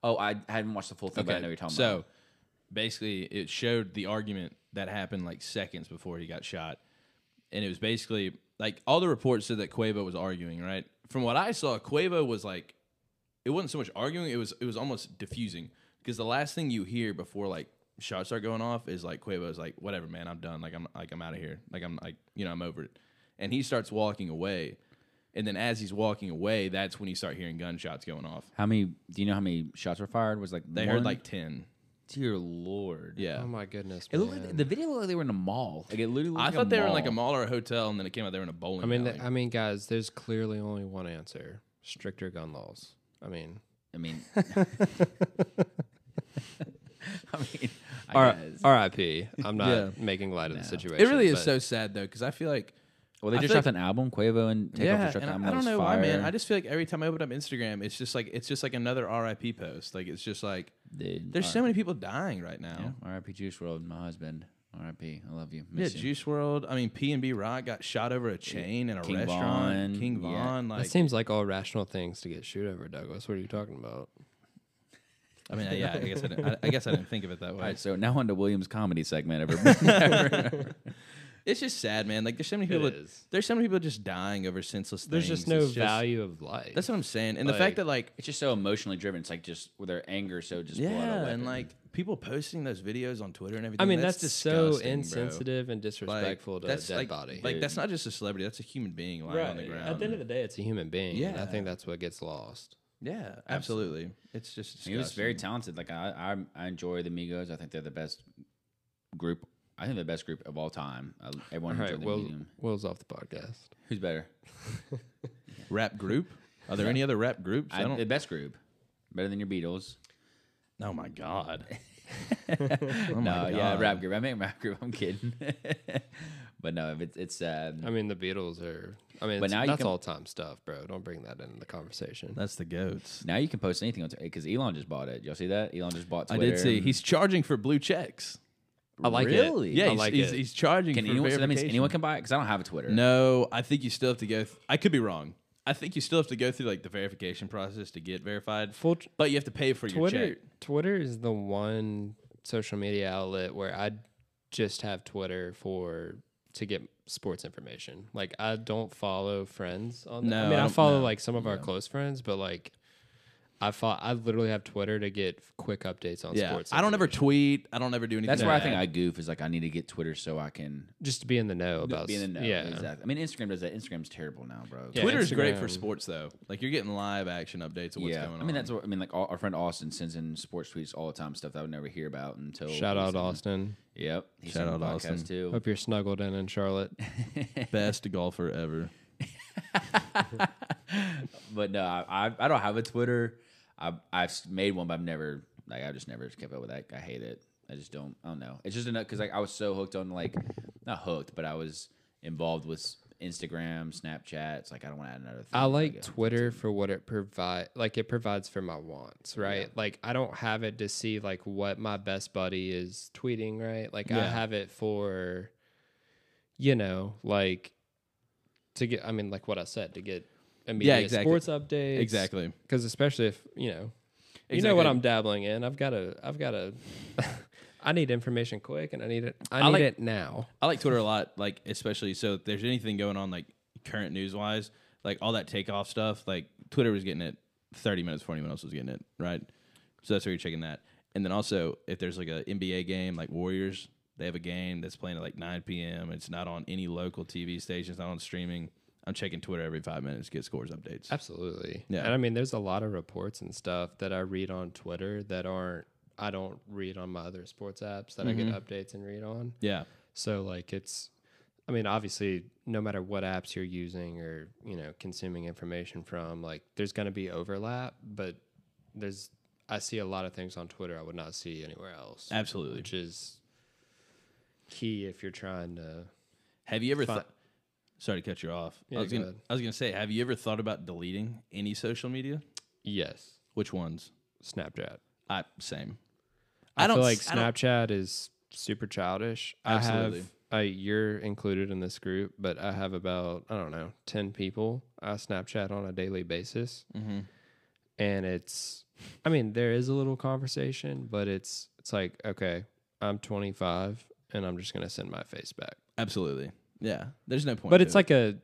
Speaker 1: Oh, I hadn't watched the full thing. but I know what you're talking
Speaker 2: so,
Speaker 1: about.
Speaker 2: basically, it showed the argument that happened like seconds before he got shot, and it was basically like all the reports said that Quavo was arguing. Right from what I saw, Quavo was like, it wasn't so much arguing; it was it was almost diffusing because the last thing you hear before like shots start going off is like Quavo's like, "Whatever, man, I'm done. Like I'm like I'm out of here. Like I'm like you know I'm over it," and he starts walking away. And then as he's walking away, that's when you start hearing gunshots going off.
Speaker 1: How many? Do you know how many shots were fired? Was like
Speaker 2: They
Speaker 1: one?
Speaker 2: heard like ten.
Speaker 1: dear lord.
Speaker 2: Yeah.
Speaker 3: Oh my goodness.
Speaker 1: It looked
Speaker 3: man.
Speaker 1: like the video looked like they were in a mall. Like it literally. Looked
Speaker 2: I
Speaker 1: like a
Speaker 2: thought they were in like a
Speaker 1: mall.
Speaker 2: mall or a hotel, and then it came out they were in a bowling.
Speaker 3: I mean,
Speaker 2: alley.
Speaker 3: th- I mean, guys, there's clearly only one answer: stricter gun laws. I mean,
Speaker 1: I
Speaker 2: [laughs]
Speaker 1: mean, [laughs] I mean, I
Speaker 3: R-
Speaker 1: guess.
Speaker 2: [laughs]
Speaker 3: R.I.P. I'm not
Speaker 2: Yeah.
Speaker 3: making light of
Speaker 1: No.
Speaker 3: the situation.
Speaker 2: it really is
Speaker 3: but
Speaker 2: so sad though, because I feel like
Speaker 1: Well, they
Speaker 2: I
Speaker 1: just
Speaker 2: feel
Speaker 1: dropped an album. Quavo and Takeoff
Speaker 2: yeah,
Speaker 1: just dropped
Speaker 2: and
Speaker 1: an album.
Speaker 2: I, I
Speaker 1: that
Speaker 2: don't
Speaker 1: was
Speaker 2: know why, man.
Speaker 1: fire.
Speaker 2: I just feel like every time I open up Instagram, it's just like it's just like another RIP post. Like it's just like
Speaker 1: Dude,
Speaker 2: there's
Speaker 1: R-
Speaker 2: so many people dying right now.
Speaker 1: Yeah, R.I.P. Juice World, my husband. R.I.P. I love you.
Speaker 2: Yeah,
Speaker 1: Miss you.
Speaker 2: Juice World. I mean, P and B Rock got shot over a chain in a
Speaker 1: King
Speaker 2: restaurant.
Speaker 1: Von,
Speaker 2: King
Speaker 1: yeah.
Speaker 2: Von.
Speaker 3: That
Speaker 2: Like,
Speaker 3: seems like all rational things to get shoot over, Douglas. What are you talking about?
Speaker 2: I mean, yeah. I guess I, didn't, I, I guess I didn't think of it that
Speaker 1: All
Speaker 2: way.
Speaker 1: right, so now on to Williams' comedy segment.
Speaker 2: [laughs]
Speaker 1: Ever.
Speaker 2: It's just sad, man. Like, there's so many people.
Speaker 3: is.
Speaker 2: There's so many people just dying over senseless
Speaker 3: There's
Speaker 2: things.
Speaker 3: just no
Speaker 2: It's
Speaker 3: value of life.
Speaker 2: That's what I'm saying. And the
Speaker 3: Like-
Speaker 2: fact that like
Speaker 1: it's just so emotionally driven. It's like just with their anger, so just brought
Speaker 2: yeah,
Speaker 1: a
Speaker 2: and
Speaker 1: weapon.
Speaker 2: like people posting those videos on Twitter and everything.
Speaker 3: I mean,
Speaker 2: that's,
Speaker 3: that's, so
Speaker 2: disgusting, bro.
Speaker 3: insensitive and
Speaker 2: Like,
Speaker 3: disrespectful to
Speaker 2: that's
Speaker 3: a dead
Speaker 2: like,
Speaker 3: body.
Speaker 2: Like that's not just a celebrity. That's a human being lying on the ground.
Speaker 3: At the end of the day, it's a human being. Yeah, I
Speaker 2: Yeah.
Speaker 3: think that's what gets lost.
Speaker 2: yeah, absolutely. It's just disgusting.
Speaker 1: he was very talented. Like I, I, I enjoy the Migos. I think they're the best group. I think they're the best group of all time. I, everyone
Speaker 3: All
Speaker 1: enjoyed
Speaker 3: right,
Speaker 1: the
Speaker 3: Will,
Speaker 1: medium.
Speaker 3: Will's off the podcast.
Speaker 1: Who's better?
Speaker 2: rap group.
Speaker 3: [laughs]
Speaker 2: Are there any other rap groups? I
Speaker 1: I, the
Speaker 2: don't.
Speaker 1: best group. Better than your Beatles.
Speaker 2: Oh my [laughs] god.
Speaker 1: [laughs] no, yeah,
Speaker 2: Oh God.
Speaker 1: rap group. I mean, rap group. I'm kidding. [laughs] but no, it's it's uh, sad.
Speaker 3: I mean, the Beatles are. I mean,
Speaker 1: But
Speaker 3: it's-
Speaker 1: now you
Speaker 3: that's
Speaker 1: can-
Speaker 3: all time stuff, bro. Don't bring that into the conversation.
Speaker 2: That's the goats.
Speaker 1: now you can post anything on because Elon just bought it. Y'all see that? Elon just bought.
Speaker 2: I
Speaker 1: Twitter.
Speaker 2: did see
Speaker 1: and-
Speaker 2: he's charging for blue checks.
Speaker 3: I like
Speaker 1: Really?
Speaker 3: it.
Speaker 2: Yeah,
Speaker 3: I
Speaker 2: he's,
Speaker 3: like
Speaker 2: he's,
Speaker 3: it.
Speaker 2: he's charging
Speaker 1: Can
Speaker 2: for
Speaker 1: anyone? So that means
Speaker 2: verification.
Speaker 1: anyone can buy it because I don't have a Twitter.
Speaker 2: No, I think you still have to go. Th- I could be wrong. I think you still have to go through like the verification process to get verified.
Speaker 3: Full tr-
Speaker 2: but you have to pay for your
Speaker 3: Twitter.
Speaker 2: check.
Speaker 3: Twitter is the one social media outlet where I just have Twitter for to get sports information. Like I don't follow friends on. there.
Speaker 2: No,
Speaker 3: I mean
Speaker 2: I
Speaker 3: I,
Speaker 2: don't-
Speaker 3: follow
Speaker 2: no.
Speaker 3: like some of our close friends, but like I follow, I literally have Twitter to get quick updates on
Speaker 2: Yeah,
Speaker 3: sports.
Speaker 2: I don't ever
Speaker 3: information,
Speaker 2: tweet. I don't ever do anything.
Speaker 1: That's
Speaker 2: like
Speaker 1: where I
Speaker 2: that.
Speaker 1: think I goof is like I need to get Twitter so I can
Speaker 3: just to be in the know about.
Speaker 1: be in the
Speaker 3: s-
Speaker 1: know.
Speaker 3: Yeah,
Speaker 1: exactly. I mean, Instagram does that. Instagram's terrible now, bro.
Speaker 3: Yeah,
Speaker 2: Twitter's great for
Speaker 3: Instagram.
Speaker 2: sports though. Like you're getting live action updates of what's
Speaker 1: yeah.
Speaker 2: going on.
Speaker 1: I mean, that's what I mean. Like all, our friend Austin sends in sports tweets all the time, stuff that I would never hear about until
Speaker 3: Shout out Austin.
Speaker 1: Yep, he's
Speaker 2: Shout
Speaker 1: on the
Speaker 2: out
Speaker 1: podcast
Speaker 2: Austin.
Speaker 1: too.
Speaker 3: Hope you're snuggled in in Charlotte.
Speaker 1: [laughs]
Speaker 2: best golfer ever.
Speaker 1: But no, I I- I don't have a Twitter. I I've s- made one, but I've never like I just never kept up with that. I hate it. I just don't. I don't know. It's just enough because like I was so hooked on like not hooked, but I was involved with s- Instagram, Snapchat. It's like I don't want to add another.
Speaker 2: Oh
Speaker 1: thing. uh,
Speaker 3: I like
Speaker 1: guess.
Speaker 3: Twitter for what it provide like it provides for my wants, right? Like I don't have it to see like what my best buddy is tweeting, right? Like I
Speaker 2: Yeah.
Speaker 3: have it for you know, like to get I mean like what I said, to get immediate
Speaker 2: exactly.
Speaker 3: sports updates.
Speaker 2: Exactly.
Speaker 3: Cuz especially if, you know, you know
Speaker 2: Exactly.
Speaker 3: what I'm dabbling in. I've got to I've got to [laughs] I need information quick and I need it I need
Speaker 2: I like-
Speaker 3: it now.
Speaker 2: I like Twitter a lot. Like especially so if there's anything going on like current news wise, like all that takeoff stuff. Like Twitter was getting it 30 minutes before anyone else was getting it, right? So that's where you're checking that. And then also if there's like a NBA game like Warriors, they have a game that's playing at like 9 p.m. It's not on any local TV stations, not on streaming. I'm checking Twitter every five minutes to get scores updates.
Speaker 3: Absolutely.
Speaker 2: Yeah.
Speaker 3: And I mean, there's a lot of reports and stuff that I read on Twitter that aren't, I don't read on my other sports apps that I get updates and read on.
Speaker 2: Yeah.
Speaker 3: So, like, it's, I mean, obviously, no matter what apps you're using or, you know, consuming information from, like, there's going to be overlap, but there's, I see a lot of things on Twitter I would not see anywhere else,
Speaker 2: Absolutely.
Speaker 3: which is key if you're trying to.
Speaker 2: Have you ever
Speaker 3: Fi-
Speaker 2: thought? Sorry to cut you off.
Speaker 3: Yeah,
Speaker 2: I was
Speaker 3: go
Speaker 2: gonna.
Speaker 3: ahead.
Speaker 2: I was gonna say, have you ever thought about deleting any social media?
Speaker 3: Yes,
Speaker 2: Which ones?
Speaker 3: Snapchat.
Speaker 2: I same.
Speaker 3: I, feel like
Speaker 2: s- I don't-
Speaker 3: Snapchat is super childish. I
Speaker 2: Absolutely.
Speaker 3: have, I, you're included in this group, but I have about I don't know ten people I Snapchat on a daily basis,
Speaker 2: Mm-hmm.
Speaker 3: and it's, I mean, there is a little conversation, but it's it's like okay, I'm 25 and I'm just gonna send my face back,
Speaker 2: Absolutely. Yeah. There's no point.
Speaker 3: but
Speaker 2: to
Speaker 3: it's
Speaker 2: it.
Speaker 3: like a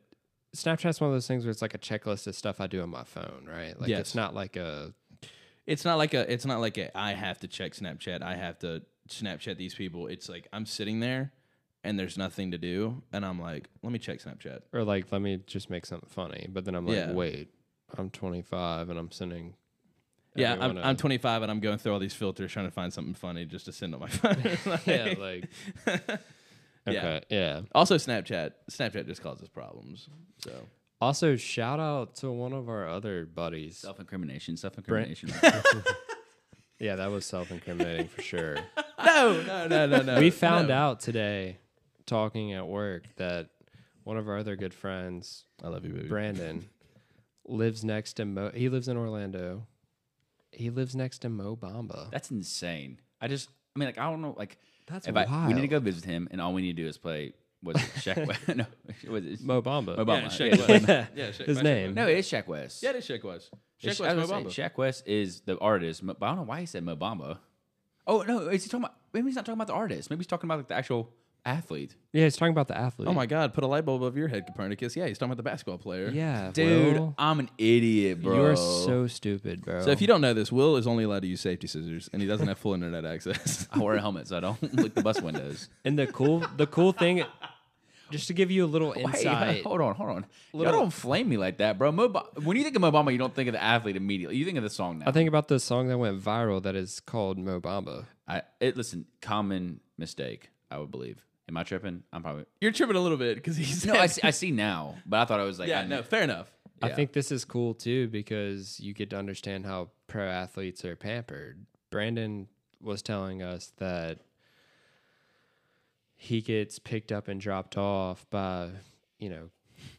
Speaker 3: Snapchat's one of those things where it's like a checklist of stuff I do on my phone, right? Like
Speaker 2: Yes.
Speaker 3: it's not like a
Speaker 2: it's not like a. It's not like a. I have to check Snapchat. I have to Snapchat these people. It's like I'm sitting there, and there's nothing to do, and I'm like, let me check Snapchat.
Speaker 3: Or like, let me just make something funny. But then I'm like,
Speaker 2: Yeah.
Speaker 3: wait, I'm 25 and I'm sending.
Speaker 2: Yeah, I'm,
Speaker 3: everyone
Speaker 2: I'm
Speaker 3: a-
Speaker 2: 25 and I'm going through all these filters trying to find something funny just to send on my [laughs] phone.
Speaker 3: [laughs]
Speaker 2: Like-
Speaker 3: yeah, like. Okay. yeah.
Speaker 2: also, Snapchat. Snapchat just causes problems. So
Speaker 3: Also, shout out to one of our other buddies.
Speaker 1: Self incrimination, self incrimination. [laughs]
Speaker 3: Yeah, that was self incriminating for sure.
Speaker 2: no, no, no, no, no.
Speaker 3: We found out today, talking at work, that one of our other good friends,
Speaker 2: I love you, baby.
Speaker 3: Brandon, lives next to Mo. He lives in Orlando. He lives next to Mo Bamba.
Speaker 1: That's insane. I just, I mean, like, I don't know, like,
Speaker 3: That's
Speaker 1: if I, we need to
Speaker 3: wild.
Speaker 1: go visit him, and all we need to do is play. Was it [laughs] Shaq West? no, was it
Speaker 3: Mo
Speaker 1: Mo
Speaker 3: Bamba.
Speaker 2: Yeah,
Speaker 1: Bamba.
Speaker 2: Shaq
Speaker 1: Yeah.
Speaker 2: West. Yeah, Shaq-
Speaker 3: His
Speaker 2: my Shaq
Speaker 3: name.
Speaker 1: No, it is Shaq West.
Speaker 2: Yeah, it is Shaq West.
Speaker 1: It's-
Speaker 2: Shaq
Speaker 1: I
Speaker 2: West,
Speaker 1: was
Speaker 2: Mo
Speaker 1: gonna
Speaker 2: Bamba.
Speaker 1: say, Shaq West is the artist, but I don't know why he said Mo Bamba. Oh no, is he talking about? Maybe he's not talking about the artist. Maybe he's talking about like the actual athlete.
Speaker 3: Yeah, he's talking about the athlete.
Speaker 2: Oh my God! Put a light bulb over your head, Copernicus. Yeah, he's talking about the basketball player.
Speaker 3: Yeah,
Speaker 1: Dude,
Speaker 3: Will,
Speaker 1: I'm an idiot, bro.
Speaker 3: you are so stupid, bro.
Speaker 2: So if you don't know this, Will is only allowed to use safety scissors, and he doesn't have full internet access.
Speaker 1: I wear a helmet, so I don't look the bus [laughs] windows.
Speaker 3: and the cool, the cool [laughs] thing, just to give you a little
Speaker 1: Hey,
Speaker 3: [laughs]
Speaker 1: [laughs]
Speaker 3: insight.
Speaker 1: hold on, hold on.
Speaker 3: Little-
Speaker 1: Y'all don't flame me like that, bro. Mo Ba- when you think of Mo Bamba, you don't think of the athlete immediately. You think of the song now.
Speaker 3: I think about the song that went viral that is called Mo Bamba.
Speaker 1: I it, listen, common mistake, I would believe. Am I tripping? I'm probably
Speaker 2: [laughs] You're tripping a little bit because
Speaker 1: [laughs]
Speaker 2: he's [laughs]
Speaker 1: no. I see, I see now, but I thought I was like,
Speaker 2: yeah,
Speaker 1: I kn-
Speaker 2: no, fair enough.
Speaker 3: I think this is cool too because you get to understand how pro athletes are pampered. Brandon was telling us that he gets picked up and dropped off by, you know,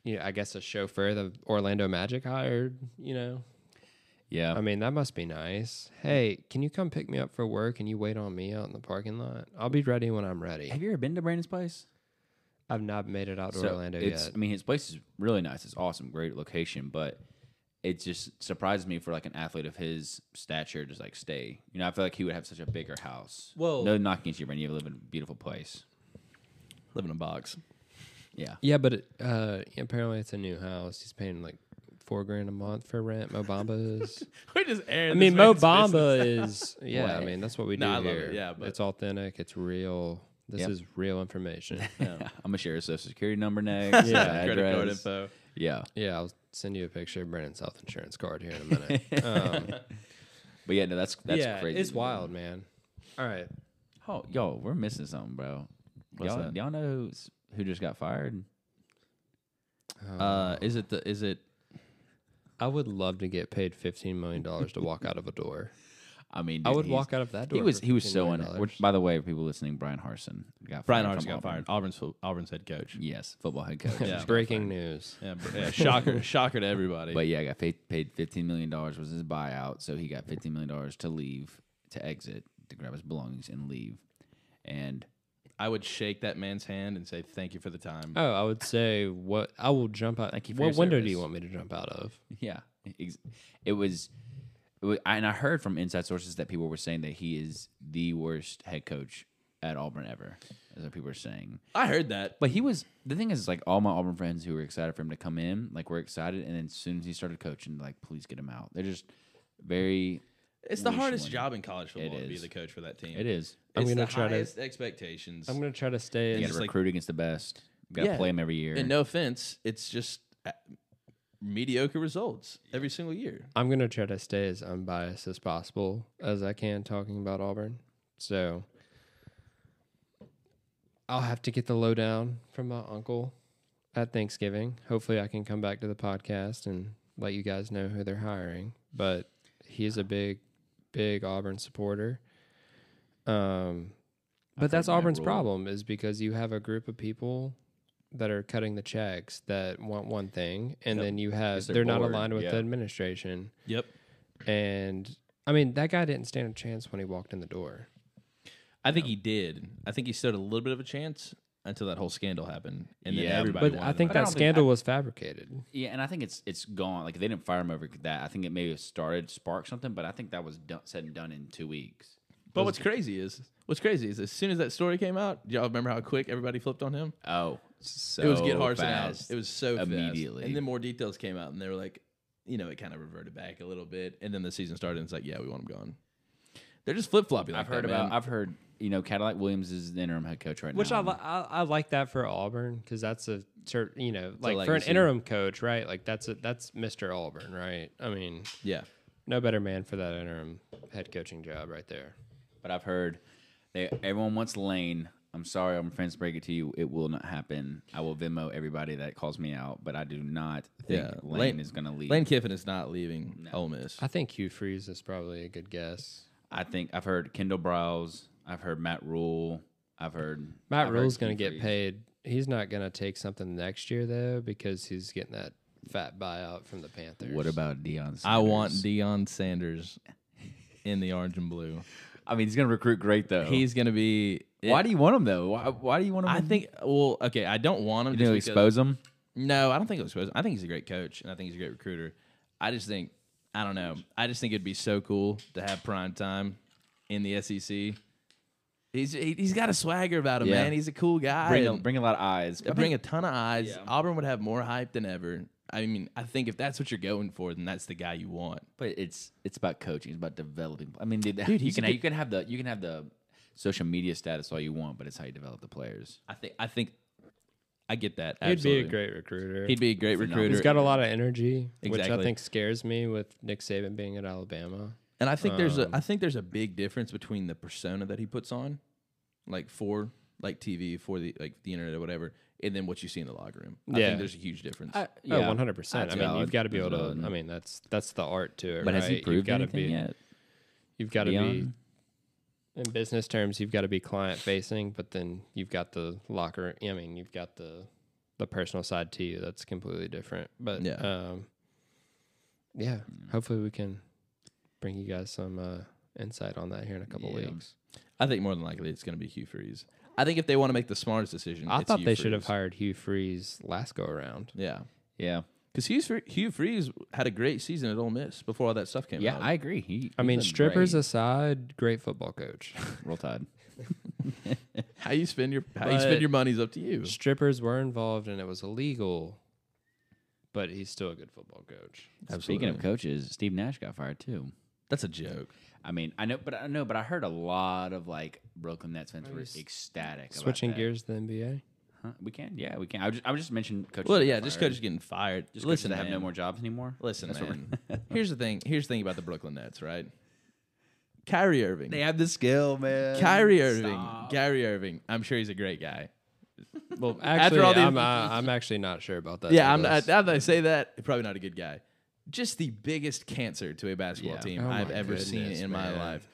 Speaker 3: you know, I guess a chauffeur the Orlando Magic hired, you know.
Speaker 1: yeah.
Speaker 3: I mean, that must be nice. Hey, can you come pick me up for work and you wait on me out in the parking lot? I'll be ready when I'm ready.
Speaker 1: Have you ever been to Brandon's place?
Speaker 3: I've not made it out to Orlando
Speaker 1: it's,
Speaker 3: yet.
Speaker 1: I mean, his place is really nice. It's awesome, great location, but it just surprised me for like an athlete of his stature to like stay. You know, I feel like he would have such a bigger house.
Speaker 3: Well-
Speaker 1: no knocking against you, Brandon. You live in a beautiful place.
Speaker 2: Live in a box.
Speaker 1: Yeah,
Speaker 3: Yeah, but it, uh, apparently it's a new house. He's paying like four grand a month for rent. Mo Bamba
Speaker 2: [laughs]
Speaker 3: is.
Speaker 2: We're just airing.
Speaker 3: I mean,
Speaker 2: this
Speaker 3: Mo
Speaker 2: man's business.
Speaker 3: Bamba
Speaker 2: [laughs]
Speaker 3: is. Yeah, I
Speaker 1: What?
Speaker 3: mean that's what we do
Speaker 2: No, I love
Speaker 3: here.
Speaker 2: it, yeah, but-
Speaker 3: it's authentic. It's real. This
Speaker 1: Yep.
Speaker 3: is real
Speaker 2: [laughs]
Speaker 3: information.
Speaker 1: I'm gonna share his social security number next. his
Speaker 3: [laughs] Yeah,
Speaker 2: Credit card
Speaker 1: address.
Speaker 2: info.
Speaker 1: Yeah,
Speaker 3: yeah, I'll send you a picture of Brandon's health insurance card here in a
Speaker 2: [laughs]
Speaker 3: minute.
Speaker 1: but yeah, no, that's that's
Speaker 3: yeah,
Speaker 1: crazy.
Speaker 3: it's wild, man. All right,
Speaker 1: Oh, yo, we're missing something, bro.
Speaker 2: What's
Speaker 1: y'all,
Speaker 2: that?
Speaker 1: y'all know who's, who just got fired?
Speaker 2: Uh, is it the? Is it?
Speaker 3: I would love to get paid fifteen million dollars to walk out of
Speaker 1: [laughs]
Speaker 3: a door.
Speaker 1: I mean,
Speaker 3: I
Speaker 1: dude,
Speaker 3: would
Speaker 1: he's-
Speaker 3: walk out of that door.
Speaker 1: He was
Speaker 3: for
Speaker 1: he was
Speaker 3: $15
Speaker 1: so
Speaker 3: million
Speaker 1: in. [laughs]
Speaker 3: dollars.
Speaker 1: By the way, for people listening, Brian Harson got
Speaker 2: Brian
Speaker 1: fired
Speaker 2: Hart's
Speaker 1: from
Speaker 2: got
Speaker 1: Auburn.
Speaker 2: fired. Auburn's fo- Auburn's head coach.
Speaker 1: Yes, football head [laughs] coach.
Speaker 2: Yeah.
Speaker 3: Breaking news.
Speaker 2: Yeah, br- yeah, shocker, shocker to everybody.
Speaker 1: But yeah, got paid, paid fifteen million dollars was his buyout, so he got fifteen million dollars to leave, to exit, to grab his belongings and leave. And
Speaker 2: I would shake that man's hand and say thank you for the time.
Speaker 3: Oh, I would say what I will jump out.
Speaker 1: Thank you for
Speaker 3: what
Speaker 1: your
Speaker 3: window do
Speaker 1: service.
Speaker 3: you want me to jump out of?
Speaker 1: yeah, ex- it was. It was and I heard from inside sources that people were saying that he is the worst head coach at Auburn ever. That's what people were saying.
Speaker 2: I heard that.
Speaker 1: But he was the thing is like all my Auburn friends who were excited for him to come in, like were excited, and then as soon as he started coaching, like please get him out. They're just very.
Speaker 2: It's the
Speaker 1: Wish
Speaker 2: hardest
Speaker 1: one.
Speaker 2: job in college football
Speaker 1: It
Speaker 2: to be
Speaker 1: is.
Speaker 2: the coach for that team.
Speaker 1: It is.
Speaker 2: It's
Speaker 3: I'm gonna
Speaker 2: the
Speaker 3: try to-
Speaker 2: highest expectations.
Speaker 3: I'm gonna try to stay.
Speaker 1: You
Speaker 3: In,
Speaker 1: got to
Speaker 2: just like-
Speaker 1: recruit against the best. You got to
Speaker 2: Yeah.
Speaker 1: play him every year.
Speaker 2: and no offense, it's just uh, mediocre results every single year.
Speaker 3: I'm gonna try to stay as unbiased as possible as I can talking about Auburn. So I'll have to get the lowdown from my uncle at Thanksgiving. Hopefully, I can come back to the podcast and let you guys know who they're hiring. But he's a big, big Auburn supporter. Um, but that's
Speaker 1: heard that
Speaker 3: Auburn's
Speaker 1: rule.
Speaker 3: problem is because you have a group of people that are cutting the checks that want one thing, and
Speaker 1: Yep.
Speaker 3: then you have
Speaker 1: Because they're
Speaker 3: they're not
Speaker 1: bored,
Speaker 3: aligned with
Speaker 1: yeah.
Speaker 3: the administration.
Speaker 2: Yep.
Speaker 3: And I mean, that guy didn't stand a chance when he walked in the door.
Speaker 2: I think he did. I think he stood a little bit of a chance until that whole scandal happened, and then
Speaker 1: Yeah,
Speaker 2: everybody.
Speaker 3: But I
Speaker 2: wanted
Speaker 3: think
Speaker 2: him.
Speaker 1: I don't
Speaker 3: that
Speaker 1: think-
Speaker 3: scandal was fabricated.
Speaker 1: yeah, and I think it's it's gone. Like they didn't fire him over that. I think it maybe started sparked something, but I think that was done, said and done in two weeks.
Speaker 2: But what's crazy is what's crazy is as soon as that story came out, do y'all remember how quick everybody flipped on him?
Speaker 1: Oh, so
Speaker 2: it was get Harson
Speaker 1: fast.
Speaker 2: out. It was so fast.
Speaker 1: Immediately.
Speaker 2: and then more details came out, and they were like, you know, it kind of reverted back a little bit, and then the season started, and it's like, yeah, we want him gone. They're just flip flopping.
Speaker 1: I've
Speaker 2: Like
Speaker 1: heard
Speaker 2: that,
Speaker 1: about.
Speaker 2: man.
Speaker 1: I've heard you know, Cadillac Williams is the interim head coach right
Speaker 3: Which I,
Speaker 1: now.
Speaker 2: uh,
Speaker 3: li- I I like that for Auburn because that's a cer- you know like for an
Speaker 2: legacy.
Speaker 3: interim coach right like that's a, that's Mr. Auburn right I mean
Speaker 2: Yeah.
Speaker 3: no better man for that interim head coaching job right there
Speaker 1: but I've heard they everyone wants Lane. I'm sorry, I'm friends break it to you. It will not happen. I will Venmo everybody that calls me out, but I do not think
Speaker 2: Yeah,
Speaker 1: Lane,
Speaker 2: Lane-
Speaker 1: is going to leave.
Speaker 2: Lane Kiffin is not leaving Ole Miss.
Speaker 3: I think Hugh Freeze is probably a good guess
Speaker 1: I think I've heard Kendall Browse. I've heard Matt Rule. I've heard
Speaker 3: Matt
Speaker 1: I've
Speaker 3: Rule's
Speaker 1: heard
Speaker 3: going
Speaker 1: Hugh
Speaker 3: to get
Speaker 1: Freeze.
Speaker 3: paid he's not going to take something next year though because he's getting that fat buyout from the Panthers
Speaker 1: What about Dion?
Speaker 2: I want Deion Sanders in the orange
Speaker 1: [laughs]
Speaker 2: and blue.
Speaker 1: I mean, he's going to recruit great though.
Speaker 2: He's gonna be.
Speaker 1: Why do you want him though? Why, why do you want him?
Speaker 2: I think. Well, okay. I don't want him
Speaker 1: you
Speaker 2: just
Speaker 1: know
Speaker 2: because-
Speaker 1: expose him.
Speaker 2: No, I don't think it was supposed. I think he's a great coach, and I think he's a great recruiter. I just think I don't know. I just think it'd be so cool to have prime time in the SEC. He's he, he's got a swagger about him,
Speaker 1: Yeah.
Speaker 2: man. He's a cool guy.
Speaker 1: Bring, a,
Speaker 2: and
Speaker 1: bring a lot of eyes. I
Speaker 2: bring,
Speaker 1: think-
Speaker 2: a ton of eyes.
Speaker 1: Yeah.
Speaker 2: Auburn would have more hype than ever. I mean, I think if that's what you're going for, then that's the guy you want.
Speaker 1: But it's it's about coaching. It's about developing. I mean, dude, [laughs] you
Speaker 2: he's a
Speaker 1: can
Speaker 2: good-
Speaker 1: you can have the you can have the social media status all you want, but it's how you develop the players.
Speaker 2: I think I think I get that.
Speaker 3: He'd
Speaker 2: Absolutely.
Speaker 3: be a great recruiter
Speaker 2: He'd be a great
Speaker 1: Phenomenal.
Speaker 2: recruiter.
Speaker 3: He's got a lot of energy, which I
Speaker 2: Exactly.
Speaker 3: think scares me with Nick Saban being at Alabama.
Speaker 2: And I think there's a
Speaker 3: Um,
Speaker 2: I think there's a big difference between the persona that he puts on, like for like TV, for the like the internet or whatever, and then what you see in the locker room. I
Speaker 3: Yeah.
Speaker 2: think there's a huge difference.
Speaker 3: Oh, 100%. I
Speaker 1: That's
Speaker 3: mean,
Speaker 1: valid.
Speaker 3: you've got to be
Speaker 1: That's
Speaker 3: able to.
Speaker 1: valid.
Speaker 3: I mean, that's that's the art to it.
Speaker 1: Mm-hmm. But has he
Speaker 3: right?
Speaker 1: proved
Speaker 3: gotta
Speaker 1: anything
Speaker 3: be,
Speaker 1: yet?
Speaker 3: You've got to be
Speaker 1: Dion?
Speaker 3: in business terms. You've got to be client facing, but then you've got the locker. I mean, you've got the the personal side to you. That's completely different. But
Speaker 2: Yeah.
Speaker 3: yeah, um, yeah. Hopefully, we can bring you guys some uh, insight on that here in a couple
Speaker 1: Yeah.
Speaker 3: weeks.
Speaker 2: I think more than likely it's going to be Hugh Freeze. I think if they want to make the smartest decision,
Speaker 3: I
Speaker 2: it's
Speaker 3: thought
Speaker 2: Hugh
Speaker 3: they should have
Speaker 2: Freeze.
Speaker 3: hired Hugh Freeze last go around.
Speaker 2: Yeah,
Speaker 1: Yeah,
Speaker 2: because Hugh Fre- Hugh Freeze had a great season at Ole Miss before all that stuff came
Speaker 1: yeah,
Speaker 2: out.
Speaker 1: I agree. He,
Speaker 3: I
Speaker 1: he's
Speaker 3: mean,
Speaker 1: been
Speaker 3: strippers
Speaker 1: great.
Speaker 3: aside, great football coach.
Speaker 1: roll tide.
Speaker 2: how you spend your how you spend
Speaker 3: But-
Speaker 2: your money is up to
Speaker 3: [laughs]
Speaker 2: you.
Speaker 3: strippers were involved and it was illegal, but he's still a good football coach.
Speaker 1: Speaking of coaches, Steve Nash got fired too.
Speaker 2: That's a joke.
Speaker 1: I mean, I know, but I know, but I heard a lot of like Brooklyn Nets fans were
Speaker 3: you s-
Speaker 1: ecstatic. about
Speaker 3: Switching
Speaker 1: that.
Speaker 3: gears to the NBA.
Speaker 1: Huh? we can, yeah, we can. I was just, I was just mentioned coaches.
Speaker 2: Well,
Speaker 1: that
Speaker 2: yeah,
Speaker 1: got
Speaker 2: just
Speaker 1: fired.
Speaker 2: coaches getting fired.
Speaker 1: Just coaches
Speaker 2: listen,
Speaker 1: that have no
Speaker 2: man.
Speaker 1: more jobs anymore.
Speaker 2: Listen,
Speaker 1: That's what we're- [laughs]
Speaker 2: man. here's the thing. Here's the thing about the Brooklyn Nets, right? Kyrie Irving.
Speaker 1: they have the skill, man.
Speaker 2: Kyrie Irving. Gary Irving. I'm sure he's a great guy.
Speaker 3: Well,
Speaker 2: after
Speaker 3: actually,
Speaker 2: all the-
Speaker 3: I'm, I, I'm actually not sure about that.
Speaker 2: yeah, I'm
Speaker 3: Douglas.
Speaker 2: not, now that I say that, probably not a good guy. Just the biggest cancer to a basketball
Speaker 1: Yeah.
Speaker 2: team
Speaker 3: Oh
Speaker 2: I've
Speaker 3: my
Speaker 2: ever seen
Speaker 3: goodness,
Speaker 2: in my
Speaker 3: man.
Speaker 2: life.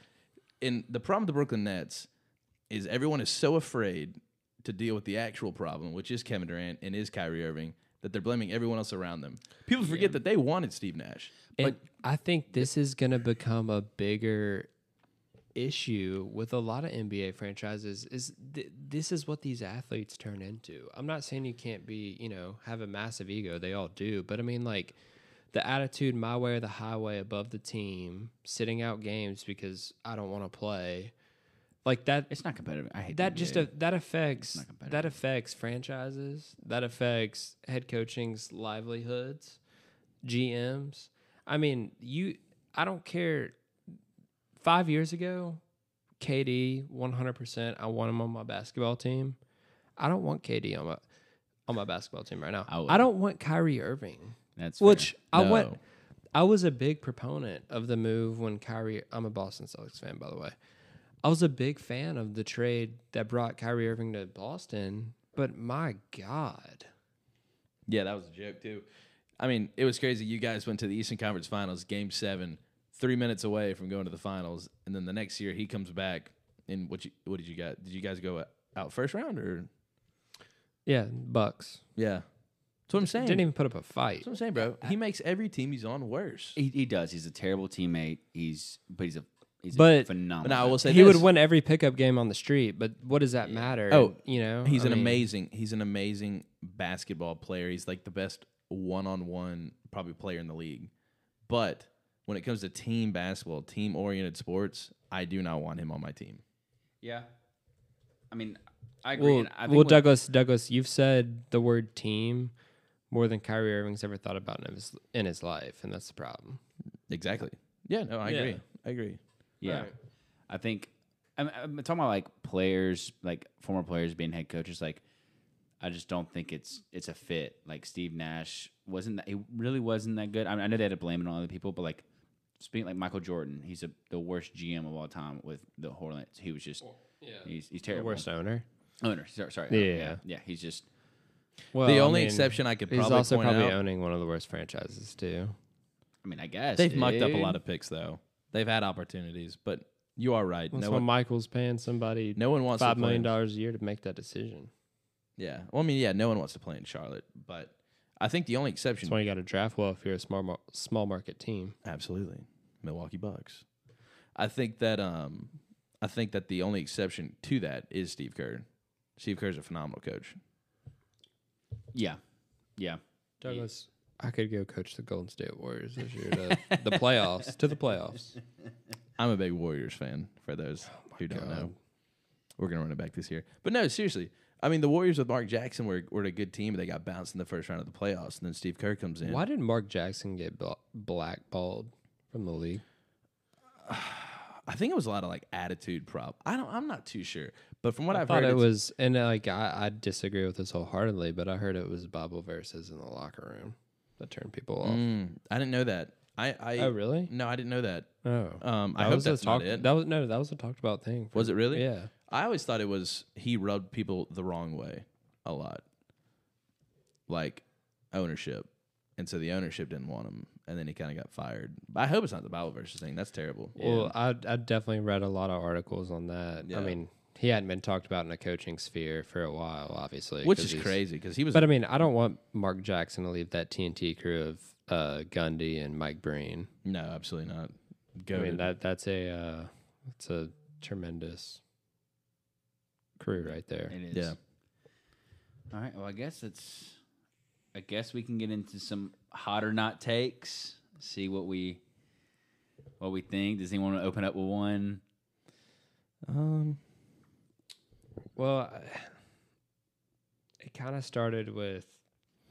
Speaker 2: And the problem with the Brooklyn Nets is everyone is so afraid to deal with the actual problem, which is Kevin Durant and is Kyrie Irving, that they're blaming everyone else around them. People forget that they wanted Steve Nash.
Speaker 3: And I think this is going to become a bigger issue with a lot of NBA franchises is th- this is what these athletes turn into. I'm not saying you can't be, you know, have a massive ego, they all do, but I mean like the attitude my way or the highway above the team, sitting out games because I don't want to play. Like that
Speaker 1: It's not competitive. I hate
Speaker 3: that just
Speaker 1: a.
Speaker 3: a, that affects
Speaker 1: not competitive.
Speaker 3: that affects franchises that affects head coaching's livelihoods gms i mean you i don't care five years ago kd 100% i want him on my basketball team i don't want kd on my on my basketball team right now
Speaker 1: I would.
Speaker 3: i, don't want kyrie irving
Speaker 1: That's
Speaker 3: which
Speaker 1: fair.
Speaker 3: I went.
Speaker 2: No.
Speaker 3: I was a big proponent of the move when Kyrie. I'm a Boston Celtics fan, by the way. I was a big fan of the trade that brought Kyrie Irving to Boston, but my God,
Speaker 2: Yeah, that was a joke too. I mean, it was crazy. You guys went to the Eastern Conference Finals, Game Seven, three minutes away from going to the finals, and then the next year he comes back. And what you what did you guys did you guys go out first round or
Speaker 3: yeah, Bucks
Speaker 2: yeah? That's what I'm saying.
Speaker 3: didn't even put up a fight.
Speaker 2: That's what I'm saying, bro. He makes every team he's on worse.
Speaker 1: He, he does. He's a terrible teammate. He's but he's a he's a
Speaker 3: But-
Speaker 1: phenomenal.
Speaker 2: But now I will say
Speaker 3: He
Speaker 2: this.
Speaker 3: would win every pickup game on the street, but what does that matter?
Speaker 2: Oh,
Speaker 3: you know,
Speaker 2: He's
Speaker 3: I
Speaker 2: an
Speaker 3: mean,
Speaker 2: amazing. He's an amazing basketball player. He's like the best one on one probably player in the league. But when it comes to team basketball, team oriented sports, I do not want him on my team.
Speaker 1: yeah. I mean, I agree.
Speaker 3: Well,
Speaker 1: and I think
Speaker 3: well
Speaker 1: when-
Speaker 3: Douglas, Douglas, you've said the word team more than Kyrie Irving's ever thought about in his in his life, and that's the problem.
Speaker 2: Exactly. Yeah, no, I
Speaker 3: Yeah.
Speaker 2: agree. I agree.
Speaker 1: yeah,
Speaker 3: Right.
Speaker 1: I think I'm, I'm talking about like players, like former players being head coaches. Like, I just don't think it's it's a fit. Like Steve Nash wasn't that, he really wasn't that good. I, mean, I know they had to blame it on other people, but like speaking like Michael Jordan, he's a, the worst GM of all time with the Hornets. He was just he's he's terrible.
Speaker 3: Worst owner.
Speaker 1: owner. Sorry, sorry.
Speaker 3: Yeah.
Speaker 1: yeah, yeah. He's just
Speaker 3: Well,
Speaker 2: the
Speaker 3: I
Speaker 2: only
Speaker 3: mean,
Speaker 2: exception I could
Speaker 3: He's
Speaker 2: probably
Speaker 3: also
Speaker 2: point
Speaker 3: probably
Speaker 2: out,
Speaker 3: owning one of the worst franchises too.
Speaker 1: I mean, I guess
Speaker 2: they've mucked up a
Speaker 1: dude.
Speaker 2: lot of picks though. They've had opportunities, but you are right.
Speaker 3: That's
Speaker 2: No
Speaker 3: why
Speaker 2: one,
Speaker 3: Michael's paying somebody
Speaker 2: no one wants
Speaker 3: five
Speaker 2: to play
Speaker 3: million
Speaker 2: in-
Speaker 3: dollars a year to make that decision.
Speaker 2: Yeah. Well, I mean, yeah, no one wants to play in Charlotte, but I think the only exception
Speaker 3: That's why you got to draft well if you're a small mar- small market team.
Speaker 2: Absolutely. Milwaukee Bucks. I think that um I think that the only exception to that is Steve Kerr. Steve Kerr's a phenomenal coach.
Speaker 1: Yeah, yeah.
Speaker 3: Douglas, I could go coach the Golden State Warriors this year to
Speaker 2: [laughs]
Speaker 3: the playoffs to the playoffs.
Speaker 2: I'm a big Warriors fan for those who don't know. We're gonna run it back this year. But no, seriously. I mean the Warriors with Mark Jackson were were a good team, but they got bounced in the first round of the playoffs, and then Steve Kerr comes in.
Speaker 3: Why did Mark Jackson get bla- blackballed from the league?
Speaker 2: I think it was a lot of like attitude problem. I don't I'm not too sure. But from what
Speaker 3: I
Speaker 2: I have
Speaker 3: thought
Speaker 2: heard
Speaker 3: it
Speaker 2: it's-
Speaker 3: was, and uh, like I, I disagree with this wholeheartedly, but I heard it was Bible verses in the locker room that turned people off.
Speaker 2: Mm, I didn't know that. I, I
Speaker 3: Oh, really?
Speaker 2: no, I didn't know that.
Speaker 3: Oh,
Speaker 2: Um,
Speaker 3: That
Speaker 2: I hope
Speaker 3: was a
Speaker 2: that's
Speaker 3: talk-
Speaker 2: not it.
Speaker 3: That was no, that was a talked about thing. for-
Speaker 2: Was it really?
Speaker 3: Yeah,
Speaker 2: I always thought it was he rubbed people the wrong way a lot, like ownership, and so the ownership didn't want him, and then he kind of got fired. But I hope it's not the Bible verses thing. That's terrible.
Speaker 3: Well, I I definitely read a lot of articles on that.
Speaker 2: Yeah.
Speaker 3: I mean, he hadn't been talked about in a coaching sphere for a while, obviously,
Speaker 2: which
Speaker 3: 'cause
Speaker 2: is
Speaker 3: he's-
Speaker 2: crazy because he was.
Speaker 3: But I mean, I don't want Mark Jackson to leave that TNT crew of uh, Gundy and Mike Breen.
Speaker 2: no, absolutely not.
Speaker 3: I
Speaker 2: Go.
Speaker 3: mean that that's a uh, that's a tremendous crew right there.
Speaker 1: It is.
Speaker 2: Yeah.
Speaker 1: All right. Well, I guess it's. I guess we can get into some hot or not takes. See what we, what we think. Does anyone want to open up with one?
Speaker 2: um,
Speaker 3: Well, I- it kind of started with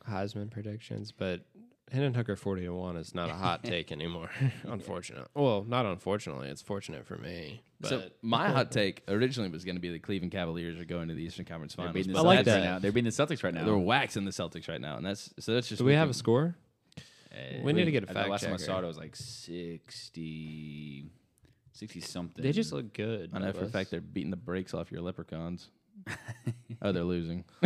Speaker 3: Heisman predictions, but Hendon Hooker forty to one is not a
Speaker 2: [laughs]
Speaker 3: hot take anymore. Unfortunate. Well, not unfortunately. It's fortunate for me. But
Speaker 2: so my hot take originally was going to be the Cleveland Cavaliers are going to the Eastern Conference
Speaker 1: They're
Speaker 2: Finals.
Speaker 1: beating the Celtics
Speaker 2: but
Speaker 3: I like
Speaker 2: that's-
Speaker 1: right
Speaker 3: that.
Speaker 1: now. They're beating the Celtics right now.
Speaker 2: They're waxing the Celtics right now, and that's so that's just
Speaker 3: do we
Speaker 2: me
Speaker 3: have a
Speaker 2: thinking-
Speaker 3: score?
Speaker 1: Uh,
Speaker 3: We need to get a
Speaker 1: the
Speaker 3: fact
Speaker 1: Last time I
Speaker 3: checker.
Speaker 1: saw it, it was like 60, 60 something.
Speaker 3: They just look good.
Speaker 2: I know for a fact they're beating the brakes off your leprechauns. oh, they're losing. [laughs]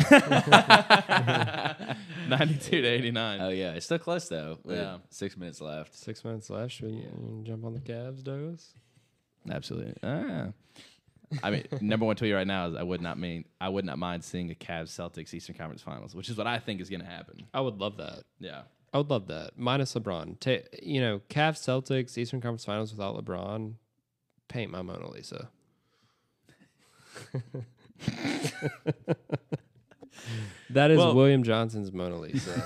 Speaker 2: 92 to 89.
Speaker 1: Oh yeah, it's still close though. with
Speaker 2: Yeah.
Speaker 1: Six minutes left.
Speaker 3: Six minutes left. Should we mm, jump on the Cavs, Douglas?
Speaker 2: Absolutely. Ah. I mean, number one tweet right now is I would not mean I would not mind seeing a Cavs Celtics Eastern Conference Finals, which is what I think is going to happen.
Speaker 3: I would love that.
Speaker 2: Yeah.
Speaker 3: I would love that. Minus LeBron. Ta- you know, Cavs, Celtics, Eastern Conference Finals without LeBron. Paint my Mona Lisa. [laughs] that is
Speaker 2: Well-
Speaker 3: William Johnson's [laughs] Mona Lisa.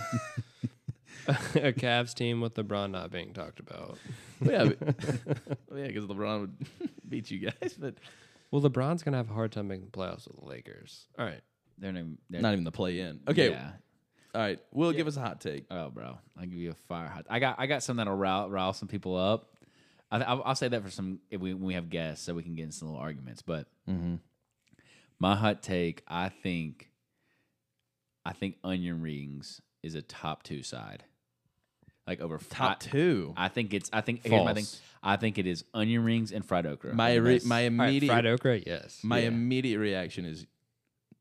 Speaker 3: a Cavs team with LeBron not being talked about.
Speaker 2: yeah,
Speaker 3: [laughs]
Speaker 2: because LeBron would [laughs] beat you guys, but
Speaker 3: Well, LeBron's gonna have a hard time making the playoffs with the Lakers. All right.
Speaker 1: They're not. They're
Speaker 2: not even the play in.
Speaker 3: e-,
Speaker 2: Okay.
Speaker 1: Yeah.
Speaker 2: All right. Will, give us a hot take.
Speaker 1: Oh, bro, I'll give you a fire hot. I got I got some that'll rile, rile some people up. I, th- I'll, I'll say that for some if we when we have guests so we can get into some little arguments. But
Speaker 2: Mm-hmm.
Speaker 1: my hot take, I think, I think onion rings is a top two side, like over
Speaker 2: Top
Speaker 1: I,
Speaker 2: two.
Speaker 1: I think it's. I think here's my thing.
Speaker 3: False.
Speaker 1: I think it is onion rings and fried okra.
Speaker 2: my
Speaker 1: And
Speaker 2: re-
Speaker 1: that's-
Speaker 2: my
Speaker 3: All right,
Speaker 2: immediate
Speaker 3: fried okra, yes.
Speaker 2: my
Speaker 1: Yeah.
Speaker 2: immediate reaction is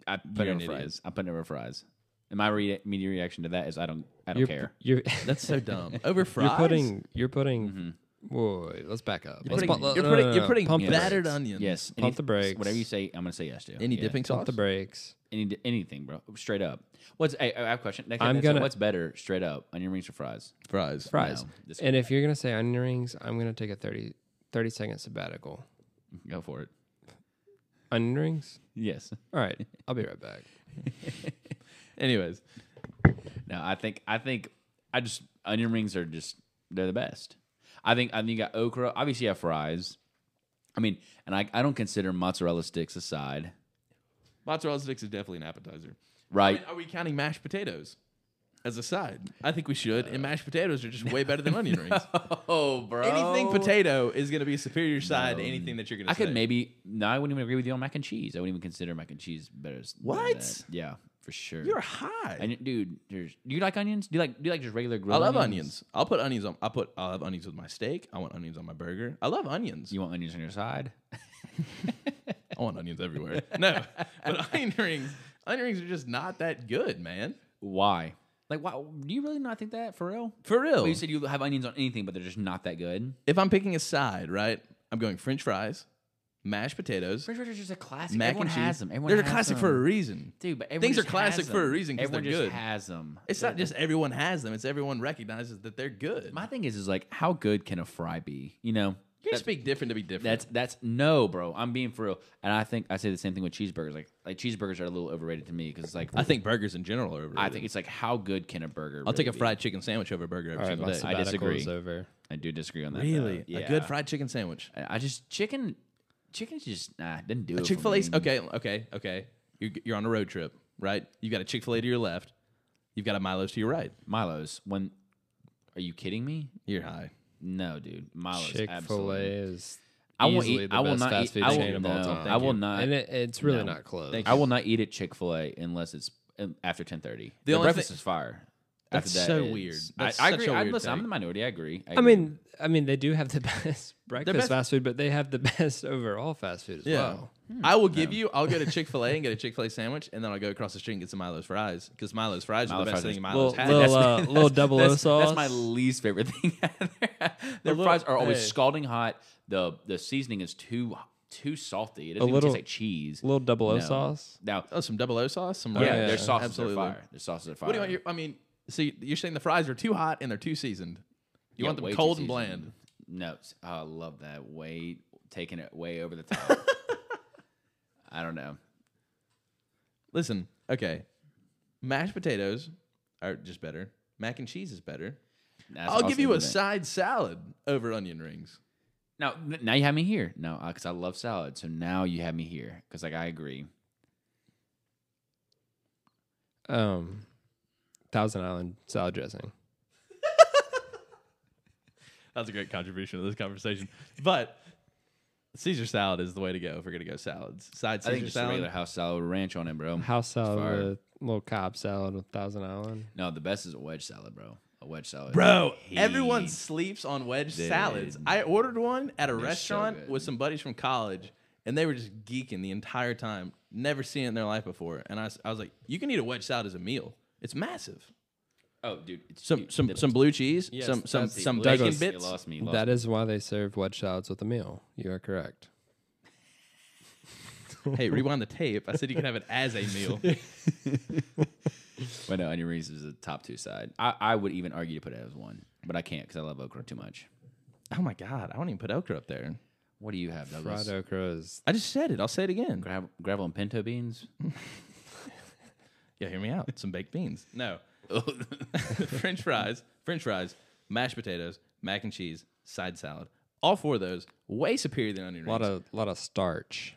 Speaker 1: I put it
Speaker 2: you're
Speaker 1: over
Speaker 2: an idiot.
Speaker 1: fries. I put it over fries. And my re- immediate reaction to that is I don't. I don't
Speaker 3: You're,
Speaker 1: care.
Speaker 3: you're [laughs]
Speaker 2: that's so dumb. [laughs] Over fries. Mm-hmm.
Speaker 3: You're putting. You're putting. Whoa, wait, let's back up.
Speaker 2: You're
Speaker 3: Let's
Speaker 2: putting,
Speaker 3: pu- let-
Speaker 2: you're
Speaker 3: no,
Speaker 2: putting,
Speaker 3: no, no,
Speaker 2: you're
Speaker 3: no,
Speaker 2: putting
Speaker 3: pump the
Speaker 2: battered
Speaker 3: brakes.
Speaker 2: onions.
Speaker 1: Yes.
Speaker 3: Pump the brakes.
Speaker 1: Whatever you say, I'm gonna say yes to.
Speaker 2: Any
Speaker 1: Yeah.
Speaker 2: dipping sauce?
Speaker 3: Pump the brakes.
Speaker 1: Any, anything, bro. Straight up. What's hey, I have a question. Next,
Speaker 3: I'm
Speaker 1: I'm
Speaker 3: gonna-
Speaker 1: what's better, straight up, onion rings or fries?
Speaker 2: fries.
Speaker 3: Fries.
Speaker 1: No, this-
Speaker 3: and if you're gonna say onion rings, I'm gonna take a 30, 30 second sabbatical.
Speaker 1: Go for it.
Speaker 3: Onion rings.
Speaker 1: Yes.
Speaker 3: All right, I'll be right [laughs] back.
Speaker 2: Anyways,
Speaker 1: No, I think I think I just onion rings are just they're the best. I think I think you got okra. Obviously, you have fries. I mean, and I, I don't consider mozzarella sticks a side,
Speaker 2: mozzarella sticks is definitely an appetizer. [laughs]
Speaker 1: right?
Speaker 2: are we counting mashed potatoes? as a side. I think we should. and mashed potatoes are just way better [laughs] than onion rings.
Speaker 1: Oh, bro.
Speaker 2: Anything potato is going to be a superior side to anything that you're going to
Speaker 1: I could maybe. No, I wouldn't even agree with you on mac and cheese. I wouldn't even consider mac and cheese better. s- than
Speaker 2: What?
Speaker 1: that. Yeah, for sure.
Speaker 2: You're high.
Speaker 1: And dude, there's, do you like onions? Do you like do you like just regular
Speaker 2: I
Speaker 1: grilled?
Speaker 2: love onions. I'll put onions on. I put. I'll have onions with my steak. I want onions on my burger. I love onions.
Speaker 1: You want onions on your side?
Speaker 2: I want
Speaker 1: [laughs]
Speaker 2: onions everywhere. No, but onion rings. Onion rings are just not that good, man.
Speaker 1: Why? Like, why? Do you really not think that for real?
Speaker 2: For real.
Speaker 1: Well, you said you have onions on anything, but they're just not that good.
Speaker 2: if I'm picking a side, right? I'm going French fries, mashed potatoes,
Speaker 1: French fries are just a classic.
Speaker 2: mac
Speaker 1: everyone
Speaker 2: and cheese.
Speaker 1: has them. Everyone
Speaker 2: they're a
Speaker 1: has
Speaker 2: classic
Speaker 1: them.
Speaker 2: for a reason.
Speaker 1: Dude, but everyone
Speaker 2: Things are
Speaker 1: just has
Speaker 2: classic for a
Speaker 1: them.
Speaker 2: reason 'cause they're
Speaker 1: Everyone just
Speaker 2: good.
Speaker 1: has them.
Speaker 2: It's not just everyone has them. It's everyone recognizes that they're good.
Speaker 1: My thing is, is like, how good can a fry be? You know,
Speaker 2: you
Speaker 1: That-
Speaker 2: speak different to be different.
Speaker 1: That's that's no, bro. I'm being for real, and I think I say the same thing with cheeseburgers. Like like cheeseburgers are a little overrated to me because it's like
Speaker 2: I think burgers in general are overrated.
Speaker 1: I think it's like how good can a burger?
Speaker 2: I'll take a
Speaker 1: really be?
Speaker 2: fried chicken sandwich over a burger every
Speaker 3: All right,
Speaker 2: single
Speaker 3: my
Speaker 2: day.
Speaker 1: I
Speaker 3: sabbatical
Speaker 1: disagree.
Speaker 3: is over.
Speaker 1: I do disagree on that.
Speaker 2: Really,
Speaker 1: though. Yeah.
Speaker 2: a good fried chicken sandwich.
Speaker 1: I I just chicken, chicken's just nah, didn't do it. for
Speaker 2: Chick Fil A.
Speaker 1: me.
Speaker 2: Okay, okay, okay. You're, you're on a road trip, right? You got a Chick Fil A to your left. You've got a Milo's to your right.
Speaker 1: Milo's. When are you kidding me?
Speaker 2: You're high.
Speaker 1: No, dude. Milo's.
Speaker 3: Chick Fil
Speaker 1: Oh,
Speaker 3: A
Speaker 1: absolutely.
Speaker 3: is
Speaker 1: I won't
Speaker 3: easily
Speaker 1: eat-
Speaker 3: the
Speaker 1: I will
Speaker 3: best
Speaker 1: not
Speaker 3: fast
Speaker 1: eat-
Speaker 3: food
Speaker 1: I will-
Speaker 3: chain of all
Speaker 1: no,
Speaker 3: time.
Speaker 1: I will not-
Speaker 3: and it, it's really
Speaker 1: No.
Speaker 3: not close.
Speaker 1: I will not eat at Chick Fil A unless it's um, after ten thirty. The,
Speaker 2: only
Speaker 1: breakfast
Speaker 2: thing-
Speaker 1: is fire.
Speaker 2: That's
Speaker 1: after that
Speaker 2: so
Speaker 1: is-
Speaker 2: weird.
Speaker 1: I-
Speaker 2: That's
Speaker 1: I,
Speaker 2: such
Speaker 1: agree.
Speaker 2: a
Speaker 1: I,
Speaker 2: weird
Speaker 1: listen, I'm
Speaker 2: take.
Speaker 1: the minority. I agree.
Speaker 3: I
Speaker 1: agree.
Speaker 3: mean, I mean, they do have the [laughs] best breakfast
Speaker 2: best-
Speaker 3: fast food, but they have the [laughs] best overall fast food as well.
Speaker 1: Hmm.
Speaker 2: I will give you. I'll
Speaker 1: [laughs]
Speaker 2: go to Chick Fil A and get a Chick Fil A sandwich, and then I'll go across the street and get some Milo's fries because Milo's fries are
Speaker 1: Milo's
Speaker 2: the best
Speaker 1: fries
Speaker 2: thing
Speaker 1: are-
Speaker 2: Milo's
Speaker 3: Little
Speaker 2: has.
Speaker 3: little,
Speaker 1: [laughs] that's-
Speaker 3: uh, little double O
Speaker 1: that's,
Speaker 3: sauce.
Speaker 1: That's my least favorite thing. [laughs] Their
Speaker 2: little-
Speaker 1: fries are always
Speaker 2: hey.
Speaker 1: scalding hot. the The seasoning is too too salty. It doesn't even
Speaker 3: little-
Speaker 1: taste like cheese.
Speaker 3: little double O
Speaker 1: No.
Speaker 3: sauce.
Speaker 1: Now,
Speaker 2: oh, some double O sauce, some
Speaker 1: yeah,
Speaker 2: ranch.
Speaker 1: their sauces
Speaker 2: Absolutely.
Speaker 1: are fire. Their sauces are fire.
Speaker 2: What do you want? Your, I mean, so you- you're saying the fries are too hot and they're too seasoned. You
Speaker 1: Yeah,
Speaker 2: want them
Speaker 1: way too
Speaker 2: cold and
Speaker 1: seasoned.
Speaker 2: bland.
Speaker 1: No, s- oh, I love that. Way taking it way over the
Speaker 2: [laughs]
Speaker 1: top. I don't know.
Speaker 2: Listen, okay, mashed potatoes are just better. Mac and cheese is better.
Speaker 1: That's
Speaker 2: I'll
Speaker 1: awesome,
Speaker 2: give you a
Speaker 1: isn't it?
Speaker 2: side salad over onion rings.
Speaker 1: Now, n- now you have me here. No, because I love salad. So now you have me here. Because like I agree.
Speaker 3: Um, Thousand Island salad dressing.
Speaker 2: That's a great contribution to this conversation. But Caesar salad is the way to go if we're gonna go salads.
Speaker 1: I
Speaker 2: Side Caesar
Speaker 1: think just a
Speaker 2: salad.
Speaker 1: regular house salad with ranch on it, bro.
Speaker 3: House
Speaker 1: fire.
Speaker 3: salad with little Cobb salad with Thousand Island.
Speaker 1: no, the best is a wedge salad, bro. A wedge salad,
Speaker 2: Bro,
Speaker 1: He-
Speaker 2: everyone sleeps on wedge
Speaker 1: Dude.
Speaker 2: salads. I ordered one at a
Speaker 1: so
Speaker 2: restaurant
Speaker 1: good.
Speaker 2: with some buddies from college, and they were just geeking the entire time, never seen it in their life before. And I, s- I was like, "You can eat a wedge salad as a meal. It's massive.
Speaker 1: Oh, dude, it's,
Speaker 2: Some
Speaker 1: dude,
Speaker 2: some
Speaker 1: the-
Speaker 2: some blue cheese,
Speaker 3: Yes,
Speaker 2: some some
Speaker 3: that's the
Speaker 2: some
Speaker 1: you
Speaker 3: blue
Speaker 2: bacon
Speaker 1: lost me, you
Speaker 2: bits.
Speaker 1: Lost me. you Lost
Speaker 3: That is why they serve wedge salads with a meal. You are correct.
Speaker 1: [laughs]
Speaker 2: hey, rewind the tape. I said you can have it as a meal.
Speaker 1: me. But no, onion rings is the top two side. I, I would even argue to put it as one, but I can't because I love okra too much.
Speaker 2: oh my god, I don't even put okra up there.
Speaker 1: What do you have, Douglas?
Speaker 3: Fried okra is
Speaker 2: I just said it. I'll say it again.
Speaker 1: Gra- gravel and pinto beans. [laughs]
Speaker 2: Yeah, hear me out. Some baked beans. No. French fries, French fries, mashed potatoes, mac and cheese, side salad. All four of those way superior than onion
Speaker 3: a lot
Speaker 2: rings.
Speaker 3: of lot of starch.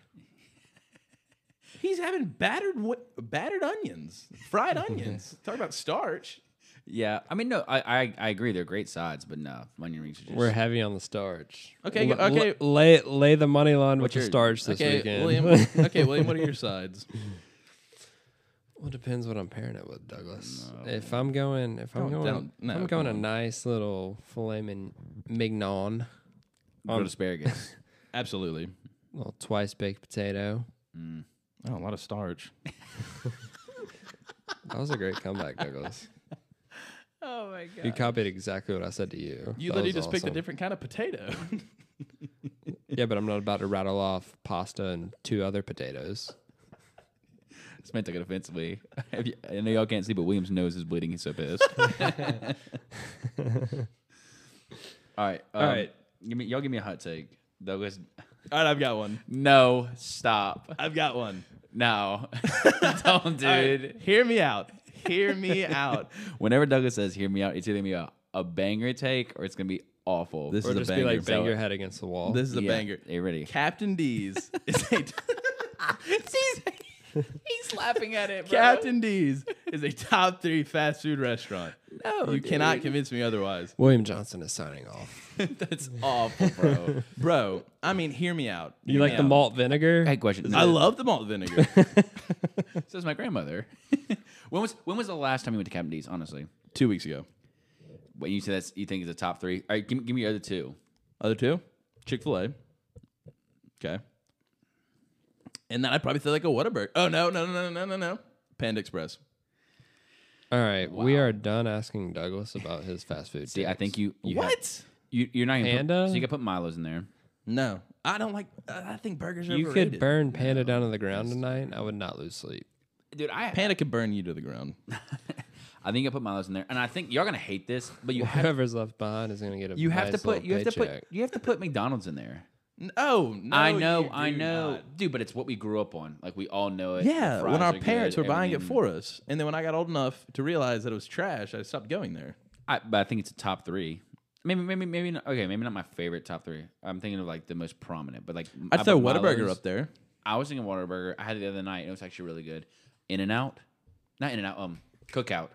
Speaker 2: He's having battered wi- battered onions, fried onions. Talk about starch.
Speaker 1: Yeah, I mean, no, I, I I agree. They're great sides, but no, onion rings are just.
Speaker 3: We're heavy on the starch.
Speaker 2: Okay,
Speaker 3: L-
Speaker 2: okay.
Speaker 3: l- lay lay the money line with the
Speaker 1: your-
Speaker 3: starch this
Speaker 2: Okay,
Speaker 3: weekend.
Speaker 2: William. Okay, William. What are your sides?
Speaker 3: [laughs] Well, it depends what I'm pairing it with, Douglas. If I'm going, if I'm
Speaker 2: Don't-
Speaker 3: going,
Speaker 2: don't-
Speaker 3: if
Speaker 2: no,
Speaker 3: I'm going a nice little filet min- mignon,
Speaker 1: grilled
Speaker 2: [laughs]
Speaker 1: asparagus.
Speaker 2: Absolutely.
Speaker 3: little twice baked potato.
Speaker 2: Oh, a lot of starch.
Speaker 3: That was a great comeback, Douglas.
Speaker 2: [laughs] Oh my
Speaker 3: You copied exactly what I said to you.
Speaker 2: You
Speaker 3: That
Speaker 2: literally
Speaker 3: was
Speaker 2: just picked a
Speaker 3: awesome.
Speaker 2: different kind of potato. [laughs]
Speaker 3: Yeah, but I'm not about to rattle off pasta and two other potatoes.
Speaker 1: It's meant to get offensively. Have you- I know y'all can't see, but William's nose is bleeding. He's so
Speaker 2: [laughs]
Speaker 1: pissed. [laughs] All right, um,
Speaker 2: All right.
Speaker 1: Give me y'all. Give me a hot take. Douglas,
Speaker 2: All right, I've got one.
Speaker 1: no, stop,
Speaker 2: I've got one.
Speaker 1: no, [laughs] don't,
Speaker 2: [laughs] All right,
Speaker 1: dude.
Speaker 2: hear me out. Hear me out.
Speaker 1: Whenever Douglas says "hear me out," it's either gonna be a, a banger take or it's gonna be awful.
Speaker 2: This
Speaker 3: Or
Speaker 2: is a
Speaker 3: just
Speaker 2: banger,
Speaker 3: be like bang
Speaker 1: so-
Speaker 3: your head against the wall.
Speaker 2: This is a
Speaker 1: Yeah,
Speaker 2: banger.
Speaker 1: Are you ready?
Speaker 2: Captain D's is a [laughs]
Speaker 1: he's, he's laughing at it,
Speaker 2: Captain D's is a top three fast food restaurant. No, you cannot convince me otherwise.
Speaker 3: William Johnson is signing off.
Speaker 2: That's awful,
Speaker 1: [laughs]
Speaker 2: bro. bro, I mean, hear me out.
Speaker 3: You
Speaker 2: Hear
Speaker 3: like
Speaker 2: me
Speaker 3: the
Speaker 2: out.
Speaker 3: malt vinegar?
Speaker 1: Hey, question.
Speaker 2: I love the
Speaker 3: [laughs]
Speaker 2: malt vinegar.
Speaker 1: Says my grandmother. [laughs] when was when was the last time you went to Captain D's? Honestly,
Speaker 2: Two weeks ago.
Speaker 1: when you say that's you think is the top three. All right, give, me- give me your other two.
Speaker 2: Other two, Chick Fil A. Okay. And then I probably feel like a Whataburger. Oh no, no, no, no, no, no, no. Panda Express.
Speaker 3: All right, we are done asking Douglas about his fast food.
Speaker 1: See, I think you, you got-
Speaker 2: What?
Speaker 1: you you're not even put-
Speaker 3: Panda?
Speaker 1: so you got to put Milo's in there.
Speaker 2: No, I don't like. I I think burgers are
Speaker 3: you
Speaker 2: overrated.
Speaker 3: could burn Panda down to the ground tonight. I would not lose sleep.
Speaker 1: Dude, I
Speaker 2: Panda could burn you to the ground.
Speaker 1: I think I put Milo's in there, and I think y'all gonna hate this, but
Speaker 3: [laughs]
Speaker 1: you have
Speaker 3: Whoever's left behind is going to get a
Speaker 1: you have to
Speaker 3: nice
Speaker 1: put
Speaker 3: little
Speaker 1: you have to put
Speaker 3: paycheck.
Speaker 1: you have to put McDonald's in there.
Speaker 2: No, oh, no.
Speaker 1: I know,
Speaker 2: you
Speaker 1: I
Speaker 2: do
Speaker 1: know,
Speaker 2: not.
Speaker 1: dude. But it's what we grew up on. Like we all know it.
Speaker 2: Yeah,
Speaker 1: The
Speaker 2: when
Speaker 1: fries
Speaker 2: our
Speaker 1: are
Speaker 2: parents
Speaker 1: good,
Speaker 2: were buying it
Speaker 1: everything.
Speaker 2: for us, and then when I got old enough to realize that it was trash, I stopped going there.
Speaker 1: I, but I think it's a top three. Maybe, maybe, maybe. Not, okay, maybe not my favorite top three. I'm thinking of like the most prominent, but like
Speaker 2: I'd
Speaker 1: I
Speaker 2: throw
Speaker 1: put
Speaker 2: Whataburger
Speaker 1: Milo's.
Speaker 2: up there.
Speaker 1: I was thinking Whataburger. I had it the other night. and It was actually really good. In and out, not In and Out. Um, Cookout.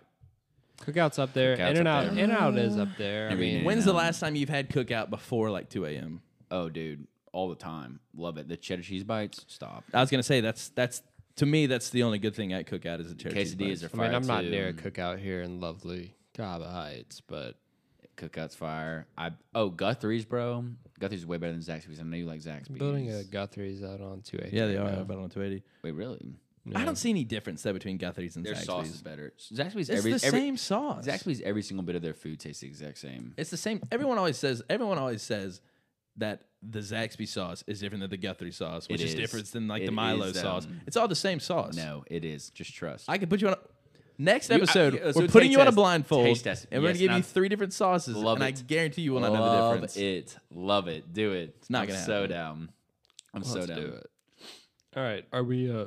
Speaker 3: Cookouts up there.
Speaker 1: Cookout's
Speaker 3: in and
Speaker 1: up
Speaker 3: out.
Speaker 1: there.
Speaker 3: In and out is up there. I
Speaker 1: Every
Speaker 3: mean,
Speaker 1: day.
Speaker 2: When's the
Speaker 1: know.
Speaker 2: last time you've had cookout before like 2 a.m.?
Speaker 1: Oh, dude, all the time. Love it. The cheddar cheese bites. Stop.
Speaker 2: I was gonna say that's that's to me that's the only good thing at cookout is the cherry cheese
Speaker 1: Quesadillas
Speaker 2: bites.
Speaker 1: are
Speaker 3: I
Speaker 1: fire.
Speaker 3: mean, I'm not
Speaker 1: too.
Speaker 3: near a cookout here in lovely Cava Heights, but
Speaker 1: Cookout's fire. I oh Guthrie's, bro. Guthrie's is way better than Zaxby's. I know you like Zaxby's.
Speaker 3: building a Guthrie's out on 280.
Speaker 2: Yeah, they are about on 280.
Speaker 1: Wait, really?
Speaker 2: I don't see any difference there between Guthrie's and
Speaker 1: Their
Speaker 2: Zaxby's.
Speaker 1: sauce is better. Zaxby's
Speaker 2: It's
Speaker 1: every,
Speaker 2: the
Speaker 1: every
Speaker 2: same sauce.
Speaker 1: Zaxby's every single bit of their food tastes the exact same.
Speaker 2: It's the same. Everyone always says. Everyone always says that the Zaxby sauce is different than the Guthrie sauce, which
Speaker 1: It
Speaker 2: is.
Speaker 1: is.
Speaker 2: different than like
Speaker 1: It
Speaker 2: the Milo
Speaker 1: is,
Speaker 2: sauce.
Speaker 1: um,
Speaker 2: It's all the same sauce.
Speaker 1: No, it is. Just trust.
Speaker 2: I could put you on. a... Next
Speaker 1: You- I-
Speaker 2: episode,
Speaker 1: yeah, so
Speaker 2: we're
Speaker 1: taste
Speaker 2: putting you on a
Speaker 1: test.
Speaker 2: blindfold,
Speaker 1: Taste test.
Speaker 2: and we're
Speaker 1: Yes,
Speaker 2: gonna give
Speaker 1: and
Speaker 2: you
Speaker 1: I-
Speaker 2: three different sauces,
Speaker 1: Love
Speaker 2: and I
Speaker 1: it.
Speaker 2: guarantee you will not know the
Speaker 1: Love
Speaker 2: difference.
Speaker 1: it. Love it. Do it. It's
Speaker 2: not
Speaker 1: I'm
Speaker 2: gonna
Speaker 1: so
Speaker 2: happen.
Speaker 1: down. I'm so
Speaker 3: Let's
Speaker 1: down.
Speaker 3: do it. All right. Are we? uh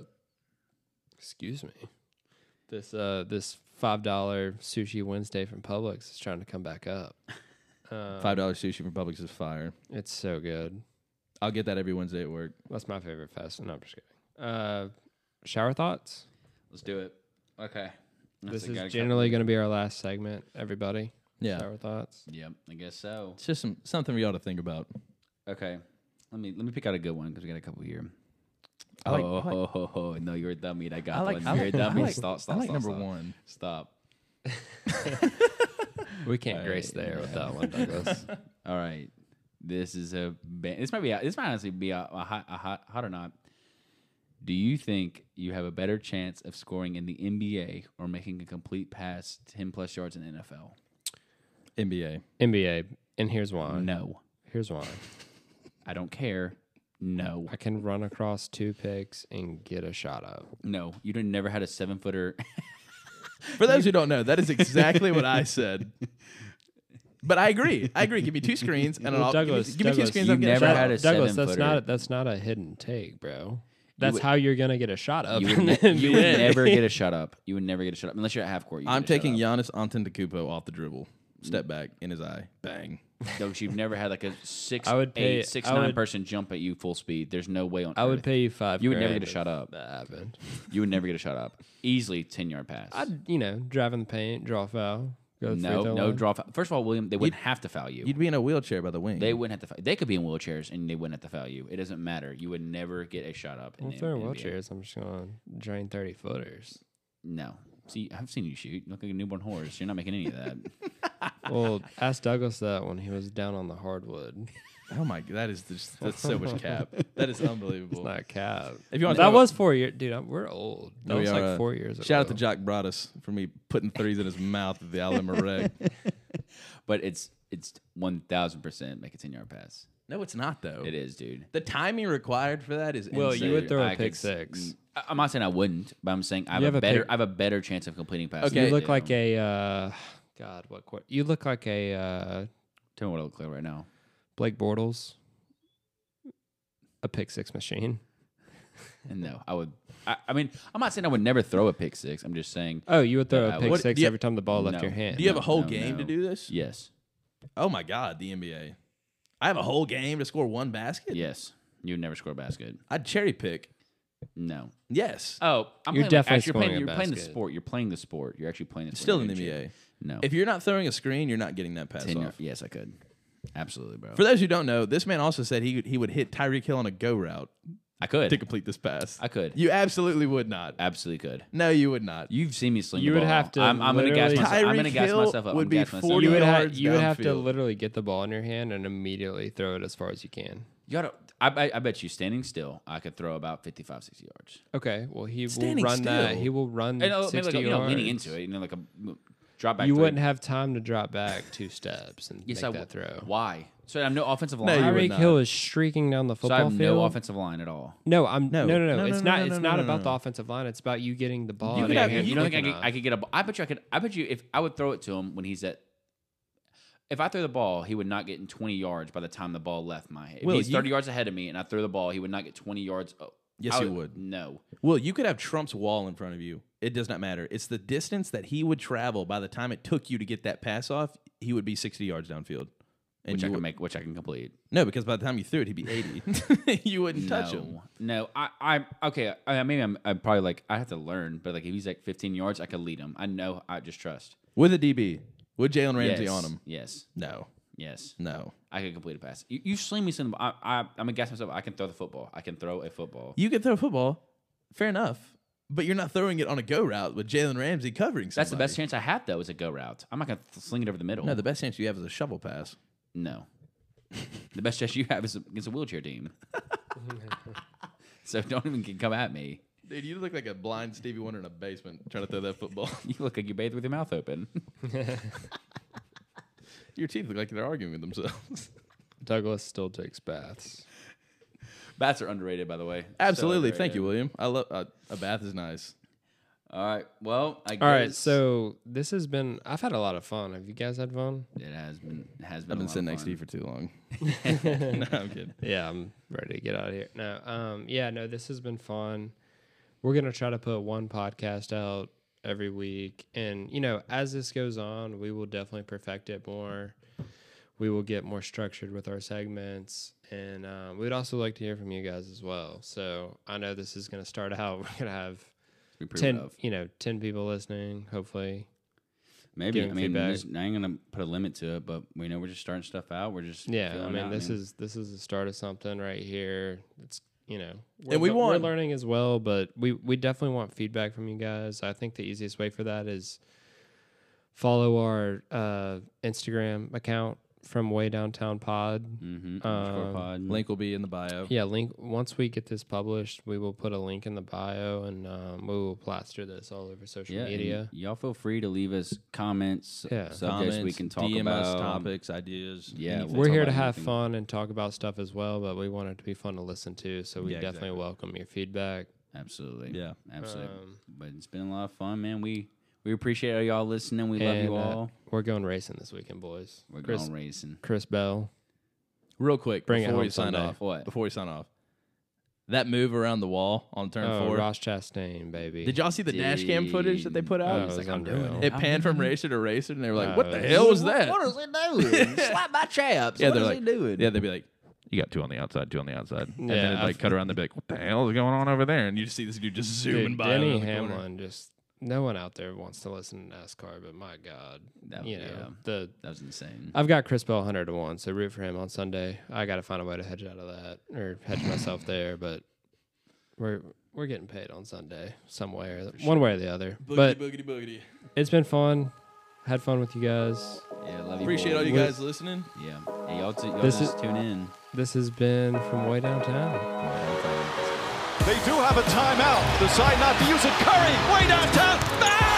Speaker 3: Excuse me. This uh this five dollar sushi Wednesday from Publix is trying to come back [laughs] up. Um,
Speaker 2: Five dollars sushi from Publix is fire.
Speaker 3: It's so good.
Speaker 2: I'll get that every Wednesday at work.
Speaker 3: That's my favorite fast. No, I'm just kidding. Uh, shower thoughts.
Speaker 1: Let's do it. Okay.
Speaker 3: This
Speaker 1: That's a
Speaker 3: is
Speaker 1: good-
Speaker 3: generally going to be our last segment. Everybody.
Speaker 2: Yeah.
Speaker 3: Shower thoughts.
Speaker 1: Yep, I guess so.
Speaker 2: It's just some, something we ought to think about.
Speaker 1: Okay. Let me let me pick out a good one because we got a couple here.
Speaker 2: I like-
Speaker 1: oh, [laughs]
Speaker 2: I like-
Speaker 1: ho, ho, ho. no, you're a dummy. I got
Speaker 2: I like-
Speaker 1: one.
Speaker 2: I
Speaker 1: You're
Speaker 2: like-
Speaker 1: a
Speaker 2: I
Speaker 1: dummy.
Speaker 2: like-
Speaker 1: stop, stop,
Speaker 2: I like
Speaker 1: stop,
Speaker 2: number
Speaker 1: stop.
Speaker 2: one.
Speaker 1: Stop.
Speaker 3: We can't
Speaker 2: Uh,
Speaker 3: grace there with that [laughs] one, Douglas.
Speaker 1: All right. This is a ban- this might be a- this might honestly be a, a hot a hot hot or not. Do you think you have a better chance of scoring in the NBA or making a complete pass ten plus yards in NFL?
Speaker 2: NBA.
Speaker 3: NBA. And here's why.
Speaker 1: No,
Speaker 3: Here's why.
Speaker 1: I don't care. No,
Speaker 3: I can run across two picks and get a shot up.
Speaker 1: no, you done never had a seven
Speaker 3: [laughs]
Speaker 1: footer.
Speaker 2: For those who don't know, that is exactly what I said. But I agree. I agree. Give me two screens and I'll
Speaker 3: Douglas,
Speaker 2: give me, give me two
Speaker 3: Douglas,
Speaker 2: screens.
Speaker 1: you
Speaker 2: I'm getting
Speaker 1: never
Speaker 2: shot.
Speaker 1: had a
Speaker 3: Douglas, that's
Speaker 1: seven-footer.
Speaker 3: not that's not a hidden take, bro. That's
Speaker 1: would-
Speaker 3: how you're gonna get a shot up.
Speaker 1: You
Speaker 3: in
Speaker 1: would,
Speaker 3: the
Speaker 1: ne- you would
Speaker 3: NBA.
Speaker 1: never get a shut up. You would never get a shut up unless you're at half court. you
Speaker 2: I'm
Speaker 1: get a
Speaker 2: taking
Speaker 1: shut
Speaker 2: Giannis Antetokounmpo off the dribble. Step back in his eye. Bang.
Speaker 1: up. No, 'cause you've never had like a six,
Speaker 3: [laughs] I would pay-
Speaker 1: eight, six,
Speaker 3: I
Speaker 1: nine
Speaker 3: would-
Speaker 1: person jump at you full speed. There's no way on.
Speaker 3: I would
Speaker 1: earth.
Speaker 3: pay you five.
Speaker 1: You would never
Speaker 3: grand
Speaker 1: get a
Speaker 3: if
Speaker 1: shot up.
Speaker 3: That happened.
Speaker 1: You would never get a shut up. Easily ten yard pass.
Speaker 3: I'd you know drive in the paint, draw a foul, go to the free
Speaker 1: no,
Speaker 3: throw
Speaker 1: no
Speaker 3: line.
Speaker 1: draw. Foul. First of all, William, they wouldn't have to foul you.
Speaker 2: You'd be in a wheelchair by the wing.
Speaker 1: they wouldn't have to. Foul. They could be in wheelchairs and they wouldn't have to foul you. It doesn't matter. You would never get a shot up. In
Speaker 3: Well,
Speaker 1: the
Speaker 3: if they're in
Speaker 1: NBA.
Speaker 3: wheelchairs, I'm just gonna drain thirty footers.
Speaker 1: No. See, I've seen you shoot. You look like a newborn horse. You're not making any of
Speaker 3: [laughs]
Speaker 1: that. [laughs]
Speaker 3: well, ask Douglas that when he was down on the hardwood.
Speaker 2: oh my god, that
Speaker 1: [laughs]
Speaker 2: is just that's so much cap. That is unbelievable.
Speaker 3: Not cap.
Speaker 2: If you wanna
Speaker 3: that
Speaker 2: talk about-
Speaker 3: was four years, dude. I'm, we're old. That
Speaker 2: No, we
Speaker 3: was
Speaker 2: are, uh,
Speaker 3: like four years.
Speaker 2: Shout out
Speaker 3: ago.
Speaker 2: to Jock Broadus for me putting threes in his mouth at the
Speaker 1: [laughs]
Speaker 2: Island Murray.
Speaker 1: but it's it's one thousand percent make a ten yard pass.
Speaker 2: No, it's not though.
Speaker 1: It is, dude.
Speaker 2: The timing required for that is
Speaker 3: Well,
Speaker 2: insane.
Speaker 3: you would throw a
Speaker 1: I could
Speaker 3: pick
Speaker 1: s-
Speaker 3: six.
Speaker 1: I- I'm not saying I wouldn't, but I'm saying I have,
Speaker 3: You have
Speaker 1: a
Speaker 3: a
Speaker 1: better
Speaker 3: pick-
Speaker 1: I have a better chance of completing passes.
Speaker 2: Okay.
Speaker 1: than
Speaker 3: You
Speaker 2: Hey,
Speaker 3: look
Speaker 1: do.
Speaker 3: like a uh, God. What? Qu- you look like a uh,
Speaker 1: tell me what I look like right now.
Speaker 3: Blake Bortles, a pick six machine.
Speaker 1: And no, I would. I, I mean, I'm not saying I would never throw a pick six. I'm just saying
Speaker 3: Oh, you would throw
Speaker 1: I
Speaker 3: a pick
Speaker 1: would.
Speaker 3: six
Speaker 2: Yeah.
Speaker 3: every time the ball left
Speaker 1: No.
Speaker 3: your hand.
Speaker 2: Do you have a whole
Speaker 1: No,
Speaker 2: game to
Speaker 1: no.
Speaker 2: do this?
Speaker 1: yes,
Speaker 2: Oh my God, the NBA. I have a whole game to score one basket.
Speaker 1: yes. You would never score a basket.
Speaker 2: I'd cherry pick.
Speaker 1: No.
Speaker 2: Yes.
Speaker 1: Oh, I'm
Speaker 3: You're
Speaker 1: playing,
Speaker 3: definitely
Speaker 1: actually, you're,
Speaker 3: scoring
Speaker 1: playing,
Speaker 3: a
Speaker 1: you're playing the
Speaker 3: basket.
Speaker 1: sport. You're playing the sport. You're actually playing the sport.
Speaker 2: Still in
Speaker 1: You're
Speaker 2: the
Speaker 1: getting
Speaker 2: NBA.
Speaker 1: cheated. No.
Speaker 2: If you're not throwing a screen, you're not getting that pass
Speaker 1: Ten year-
Speaker 2: off.
Speaker 1: yes, I could. Absolutely, bro.
Speaker 2: For those who don't know, this man also said he he would hit Tyreek Hill on a go route
Speaker 1: I could.
Speaker 2: to complete this pass.
Speaker 1: I could.
Speaker 2: You absolutely would not.
Speaker 1: Absolutely could.
Speaker 2: No, you would not.
Speaker 1: You've seen me sling.
Speaker 3: You
Speaker 1: the
Speaker 3: would
Speaker 1: ball.
Speaker 3: have to
Speaker 1: I'm, I'm gonna gas
Speaker 3: literally-
Speaker 1: myself. I'm gonna
Speaker 2: Tyreek
Speaker 1: gas
Speaker 2: Hill
Speaker 1: myself up.
Speaker 2: would
Speaker 1: I'm
Speaker 2: be
Speaker 1: gonna gas myself
Speaker 2: 40
Speaker 1: up.
Speaker 3: You would, ha-
Speaker 2: yards
Speaker 3: you would have to
Speaker 2: downfield.
Speaker 3: literally get the ball in your hand and immediately throw it as far as you can.
Speaker 1: You gotta, I, I, I bet you standing still, I could throw about 55, 60 yards.
Speaker 3: Okay, well he
Speaker 2: Standing
Speaker 3: will run that.
Speaker 2: still.
Speaker 3: He will run
Speaker 1: And, uh, maybe
Speaker 3: 60
Speaker 1: like, you know,
Speaker 3: Mm, yards.
Speaker 1: leaning into it, you know, like a m- drop back.
Speaker 3: you
Speaker 1: three.
Speaker 3: wouldn't have time to drop back two steps and
Speaker 1: Yes,
Speaker 3: make
Speaker 1: I
Speaker 3: that
Speaker 1: would.
Speaker 3: throw.
Speaker 1: Why? So I have no offensive
Speaker 2: No,
Speaker 1: line.
Speaker 2: you would
Speaker 3: Tyreek
Speaker 2: not.
Speaker 3: Hill is streaking down the
Speaker 1: so I
Speaker 3: football
Speaker 1: have
Speaker 3: field.
Speaker 1: no offensive line at all.
Speaker 3: No, I'm no, no, no.
Speaker 2: no,
Speaker 3: it's
Speaker 2: no,
Speaker 3: not.
Speaker 2: no,
Speaker 3: it's
Speaker 2: no,
Speaker 3: not
Speaker 2: no,
Speaker 3: about
Speaker 2: no.
Speaker 3: the offensive line. It's about you getting the ball.
Speaker 2: You
Speaker 3: in
Speaker 2: could
Speaker 3: your
Speaker 2: have-
Speaker 3: hand
Speaker 1: you
Speaker 3: and
Speaker 1: don't think I
Speaker 3: picking
Speaker 1: could,
Speaker 3: up.
Speaker 1: I could get a ball? I bet you I could. I bet you if I would throw it to him when he's at. If I threw the ball, he would not get in 20 yards by the time the ball left my head. If
Speaker 2: Will,
Speaker 1: he's
Speaker 2: you-
Speaker 1: 30 yards ahead of me and I threw the ball, he would not get 20 yards. Oh,
Speaker 2: Yes,
Speaker 1: I
Speaker 2: he would.
Speaker 1: No.
Speaker 2: Well, you could have Trump's wall in front of you. It does not matter. It's the distance that he would travel by the time it took you to get that pass off. He would be 60 yards downfield. And
Speaker 1: Which I
Speaker 2: you
Speaker 1: can
Speaker 2: would-
Speaker 1: make, which I can complete.
Speaker 2: No, because by the time you threw it, he'd be 80. [laughs] you wouldn't touch
Speaker 1: no.
Speaker 2: him.
Speaker 1: No, I, I'm okay. I, maybe I'm, I'm probably like I have to learn, but like if he's like 15 yards, I could lead him. I know. I just trust.
Speaker 2: With a DB. With Jalen Ramsey
Speaker 1: yes.
Speaker 2: on him.
Speaker 1: Yes.
Speaker 2: No.
Speaker 1: Yes.
Speaker 2: No.
Speaker 1: I could complete a pass. You, you sling me some. I, I, I'm gonna guess myself. I can throw the football. I can throw a football.
Speaker 2: You can throw a football. Fair enough. But you're not throwing it on a go route with Jalen Ramsey covering somebody.
Speaker 1: That's the best chance I have though. Is a go route. I'm not gonna th- sling it over the middle.
Speaker 2: No, the best chance you have is a shovel pass.
Speaker 1: No. [laughs] the best chance you have is against a wheelchair
Speaker 2: [laughs]
Speaker 1: team. so don't even come at me.
Speaker 2: Dude, you look like a blind Stevie Wonder in a basement trying to throw that football. [laughs]
Speaker 1: You look like you bathed with your mouth open. [laughs]
Speaker 2: Your teeth look like they're arguing with themselves.
Speaker 3: Douglas still takes baths.
Speaker 1: Bats are underrated, by the way.
Speaker 2: Absolutely.
Speaker 1: So
Speaker 2: Thank you,
Speaker 1: underrated.
Speaker 2: William. I love uh, a bath is nice.
Speaker 1: All right. Well, I guess
Speaker 3: All right, so this has been. I've had a lot of fun. Have you guys had fun?
Speaker 1: it has been it has been.
Speaker 2: I've
Speaker 1: a lot
Speaker 2: been
Speaker 1: of
Speaker 2: sitting next to
Speaker 1: fun.
Speaker 2: you for too long. [laughs] no, I'm kidding.
Speaker 3: Yeah, I'm ready to get out of here. No, um, yeah, no, this has been fun. We're gonna try to put one podcast out every week, and you know, as this goes on, we will definitely perfect it more. We will get more structured with our segments, and um, we'd also like to hear from you guys as well. So I know this is gonna start [laughs] out. We're gonna have
Speaker 1: We approve
Speaker 3: ten,
Speaker 1: of.
Speaker 3: you know, ten people listening. Hopefully,
Speaker 1: Maybe I
Speaker 3: giving
Speaker 1: mean,
Speaker 3: feedback.
Speaker 1: there's- I ain't gonna put a limit to it, but we know we're just starting stuff out. We're just
Speaker 3: Yeah, I
Speaker 1: feeling
Speaker 3: mean,
Speaker 1: out,
Speaker 3: this is this is the start of something right here. It's you know, we're,
Speaker 2: we
Speaker 3: le- we're
Speaker 2: want-
Speaker 3: learning as well, but we we definitely want feedback from you guys. I think the easiest way for that is follow our uh, Instagram account from Way Downtown Pod.
Speaker 1: Mhm.
Speaker 3: Um,
Speaker 1: Pod.
Speaker 2: Link will be in the bio.
Speaker 3: Yeah, link. Once we get this published, we will put a link in the bio, and um, we will plaster this all over social
Speaker 1: yeah, and
Speaker 3: media.
Speaker 1: Y'all feel free to leave us comments,
Speaker 3: Yeah.
Speaker 1: subjects we
Speaker 2: Comments,
Speaker 1: can talk
Speaker 2: DM us
Speaker 1: about.
Speaker 2: topics, ideas.
Speaker 1: Yeah,
Speaker 2: anything.
Speaker 1: It's
Speaker 3: We're
Speaker 1: all
Speaker 3: here to
Speaker 1: about
Speaker 3: have
Speaker 1: anything.
Speaker 3: fun and talk about stuff as well, but we want it to be fun to listen to. So we
Speaker 2: Yeah,
Speaker 3: definitely
Speaker 2: exactly.
Speaker 3: welcome your feedback.
Speaker 1: Absolutely.
Speaker 2: Yeah.
Speaker 1: Absolutely.
Speaker 3: Um,
Speaker 1: but it's been a lot of fun, man. We we appreciate all y'all listening. We love you
Speaker 3: And, uh,
Speaker 1: all.
Speaker 3: We're going racing this weekend, boys.
Speaker 1: We're
Speaker 3: Chris,
Speaker 1: going racing.
Speaker 3: Chris Bell.
Speaker 2: Real quick,
Speaker 3: Bring it
Speaker 2: before
Speaker 3: home
Speaker 2: we sign
Speaker 3: Sunday.
Speaker 2: off,
Speaker 1: What?
Speaker 2: before we sign off, that move around the wall on turn
Speaker 3: Oh,
Speaker 2: four.
Speaker 3: Ross Chastain, baby.
Speaker 2: Did y'all see the dash cam footage that they put
Speaker 3: Oh,
Speaker 2: out?
Speaker 3: it
Speaker 1: He's
Speaker 3: was
Speaker 1: like, I'm doing
Speaker 3: unreal.
Speaker 1: it.
Speaker 2: It panned from racer to racer, and they were like, "What the
Speaker 3: Oh.
Speaker 2: hell was that?"
Speaker 1: What is he
Speaker 2: [laughs]
Speaker 1: doing? Slap my chaps.
Speaker 2: Yeah,
Speaker 1: what
Speaker 2: they're
Speaker 1: is
Speaker 2: like,
Speaker 1: he doing?
Speaker 2: Yeah, they'd be like, "You got two on the outside, two on the outside," and
Speaker 3: Yeah,
Speaker 2: then it like
Speaker 3: I've-
Speaker 2: cut around. They'd be like, "What the hell is going on over there?" And you just see this dude just zooming
Speaker 3: Dude,
Speaker 2: by.
Speaker 3: Denny
Speaker 2: around the corner.
Speaker 3: Hamlin? Just no one out there wants to listen to NASCAR, but my God,
Speaker 1: That-
Speaker 3: you know
Speaker 1: yeah.
Speaker 3: the.
Speaker 1: That was insane.
Speaker 3: I've got Chris Bell hundred to one, so root for him on Sunday. I got to find a way to hedge out of that or hedge myself there, but we're we're getting paid on Sunday some way or one way or the other. but
Speaker 2: boogity boogity.
Speaker 3: it's been fun. Had fun with you guys.
Speaker 1: Yeah, love you.
Speaker 2: Appreciate
Speaker 1: boys.
Speaker 2: all you
Speaker 3: We're-
Speaker 2: guys listening.
Speaker 1: Yeah. Hey, y'all, t- y'all
Speaker 3: This
Speaker 1: just
Speaker 3: is-
Speaker 1: tune in.
Speaker 3: This has been from way downtown.
Speaker 4: They do have a timeout. Decide not to use it. Curry, way downtown. Bang!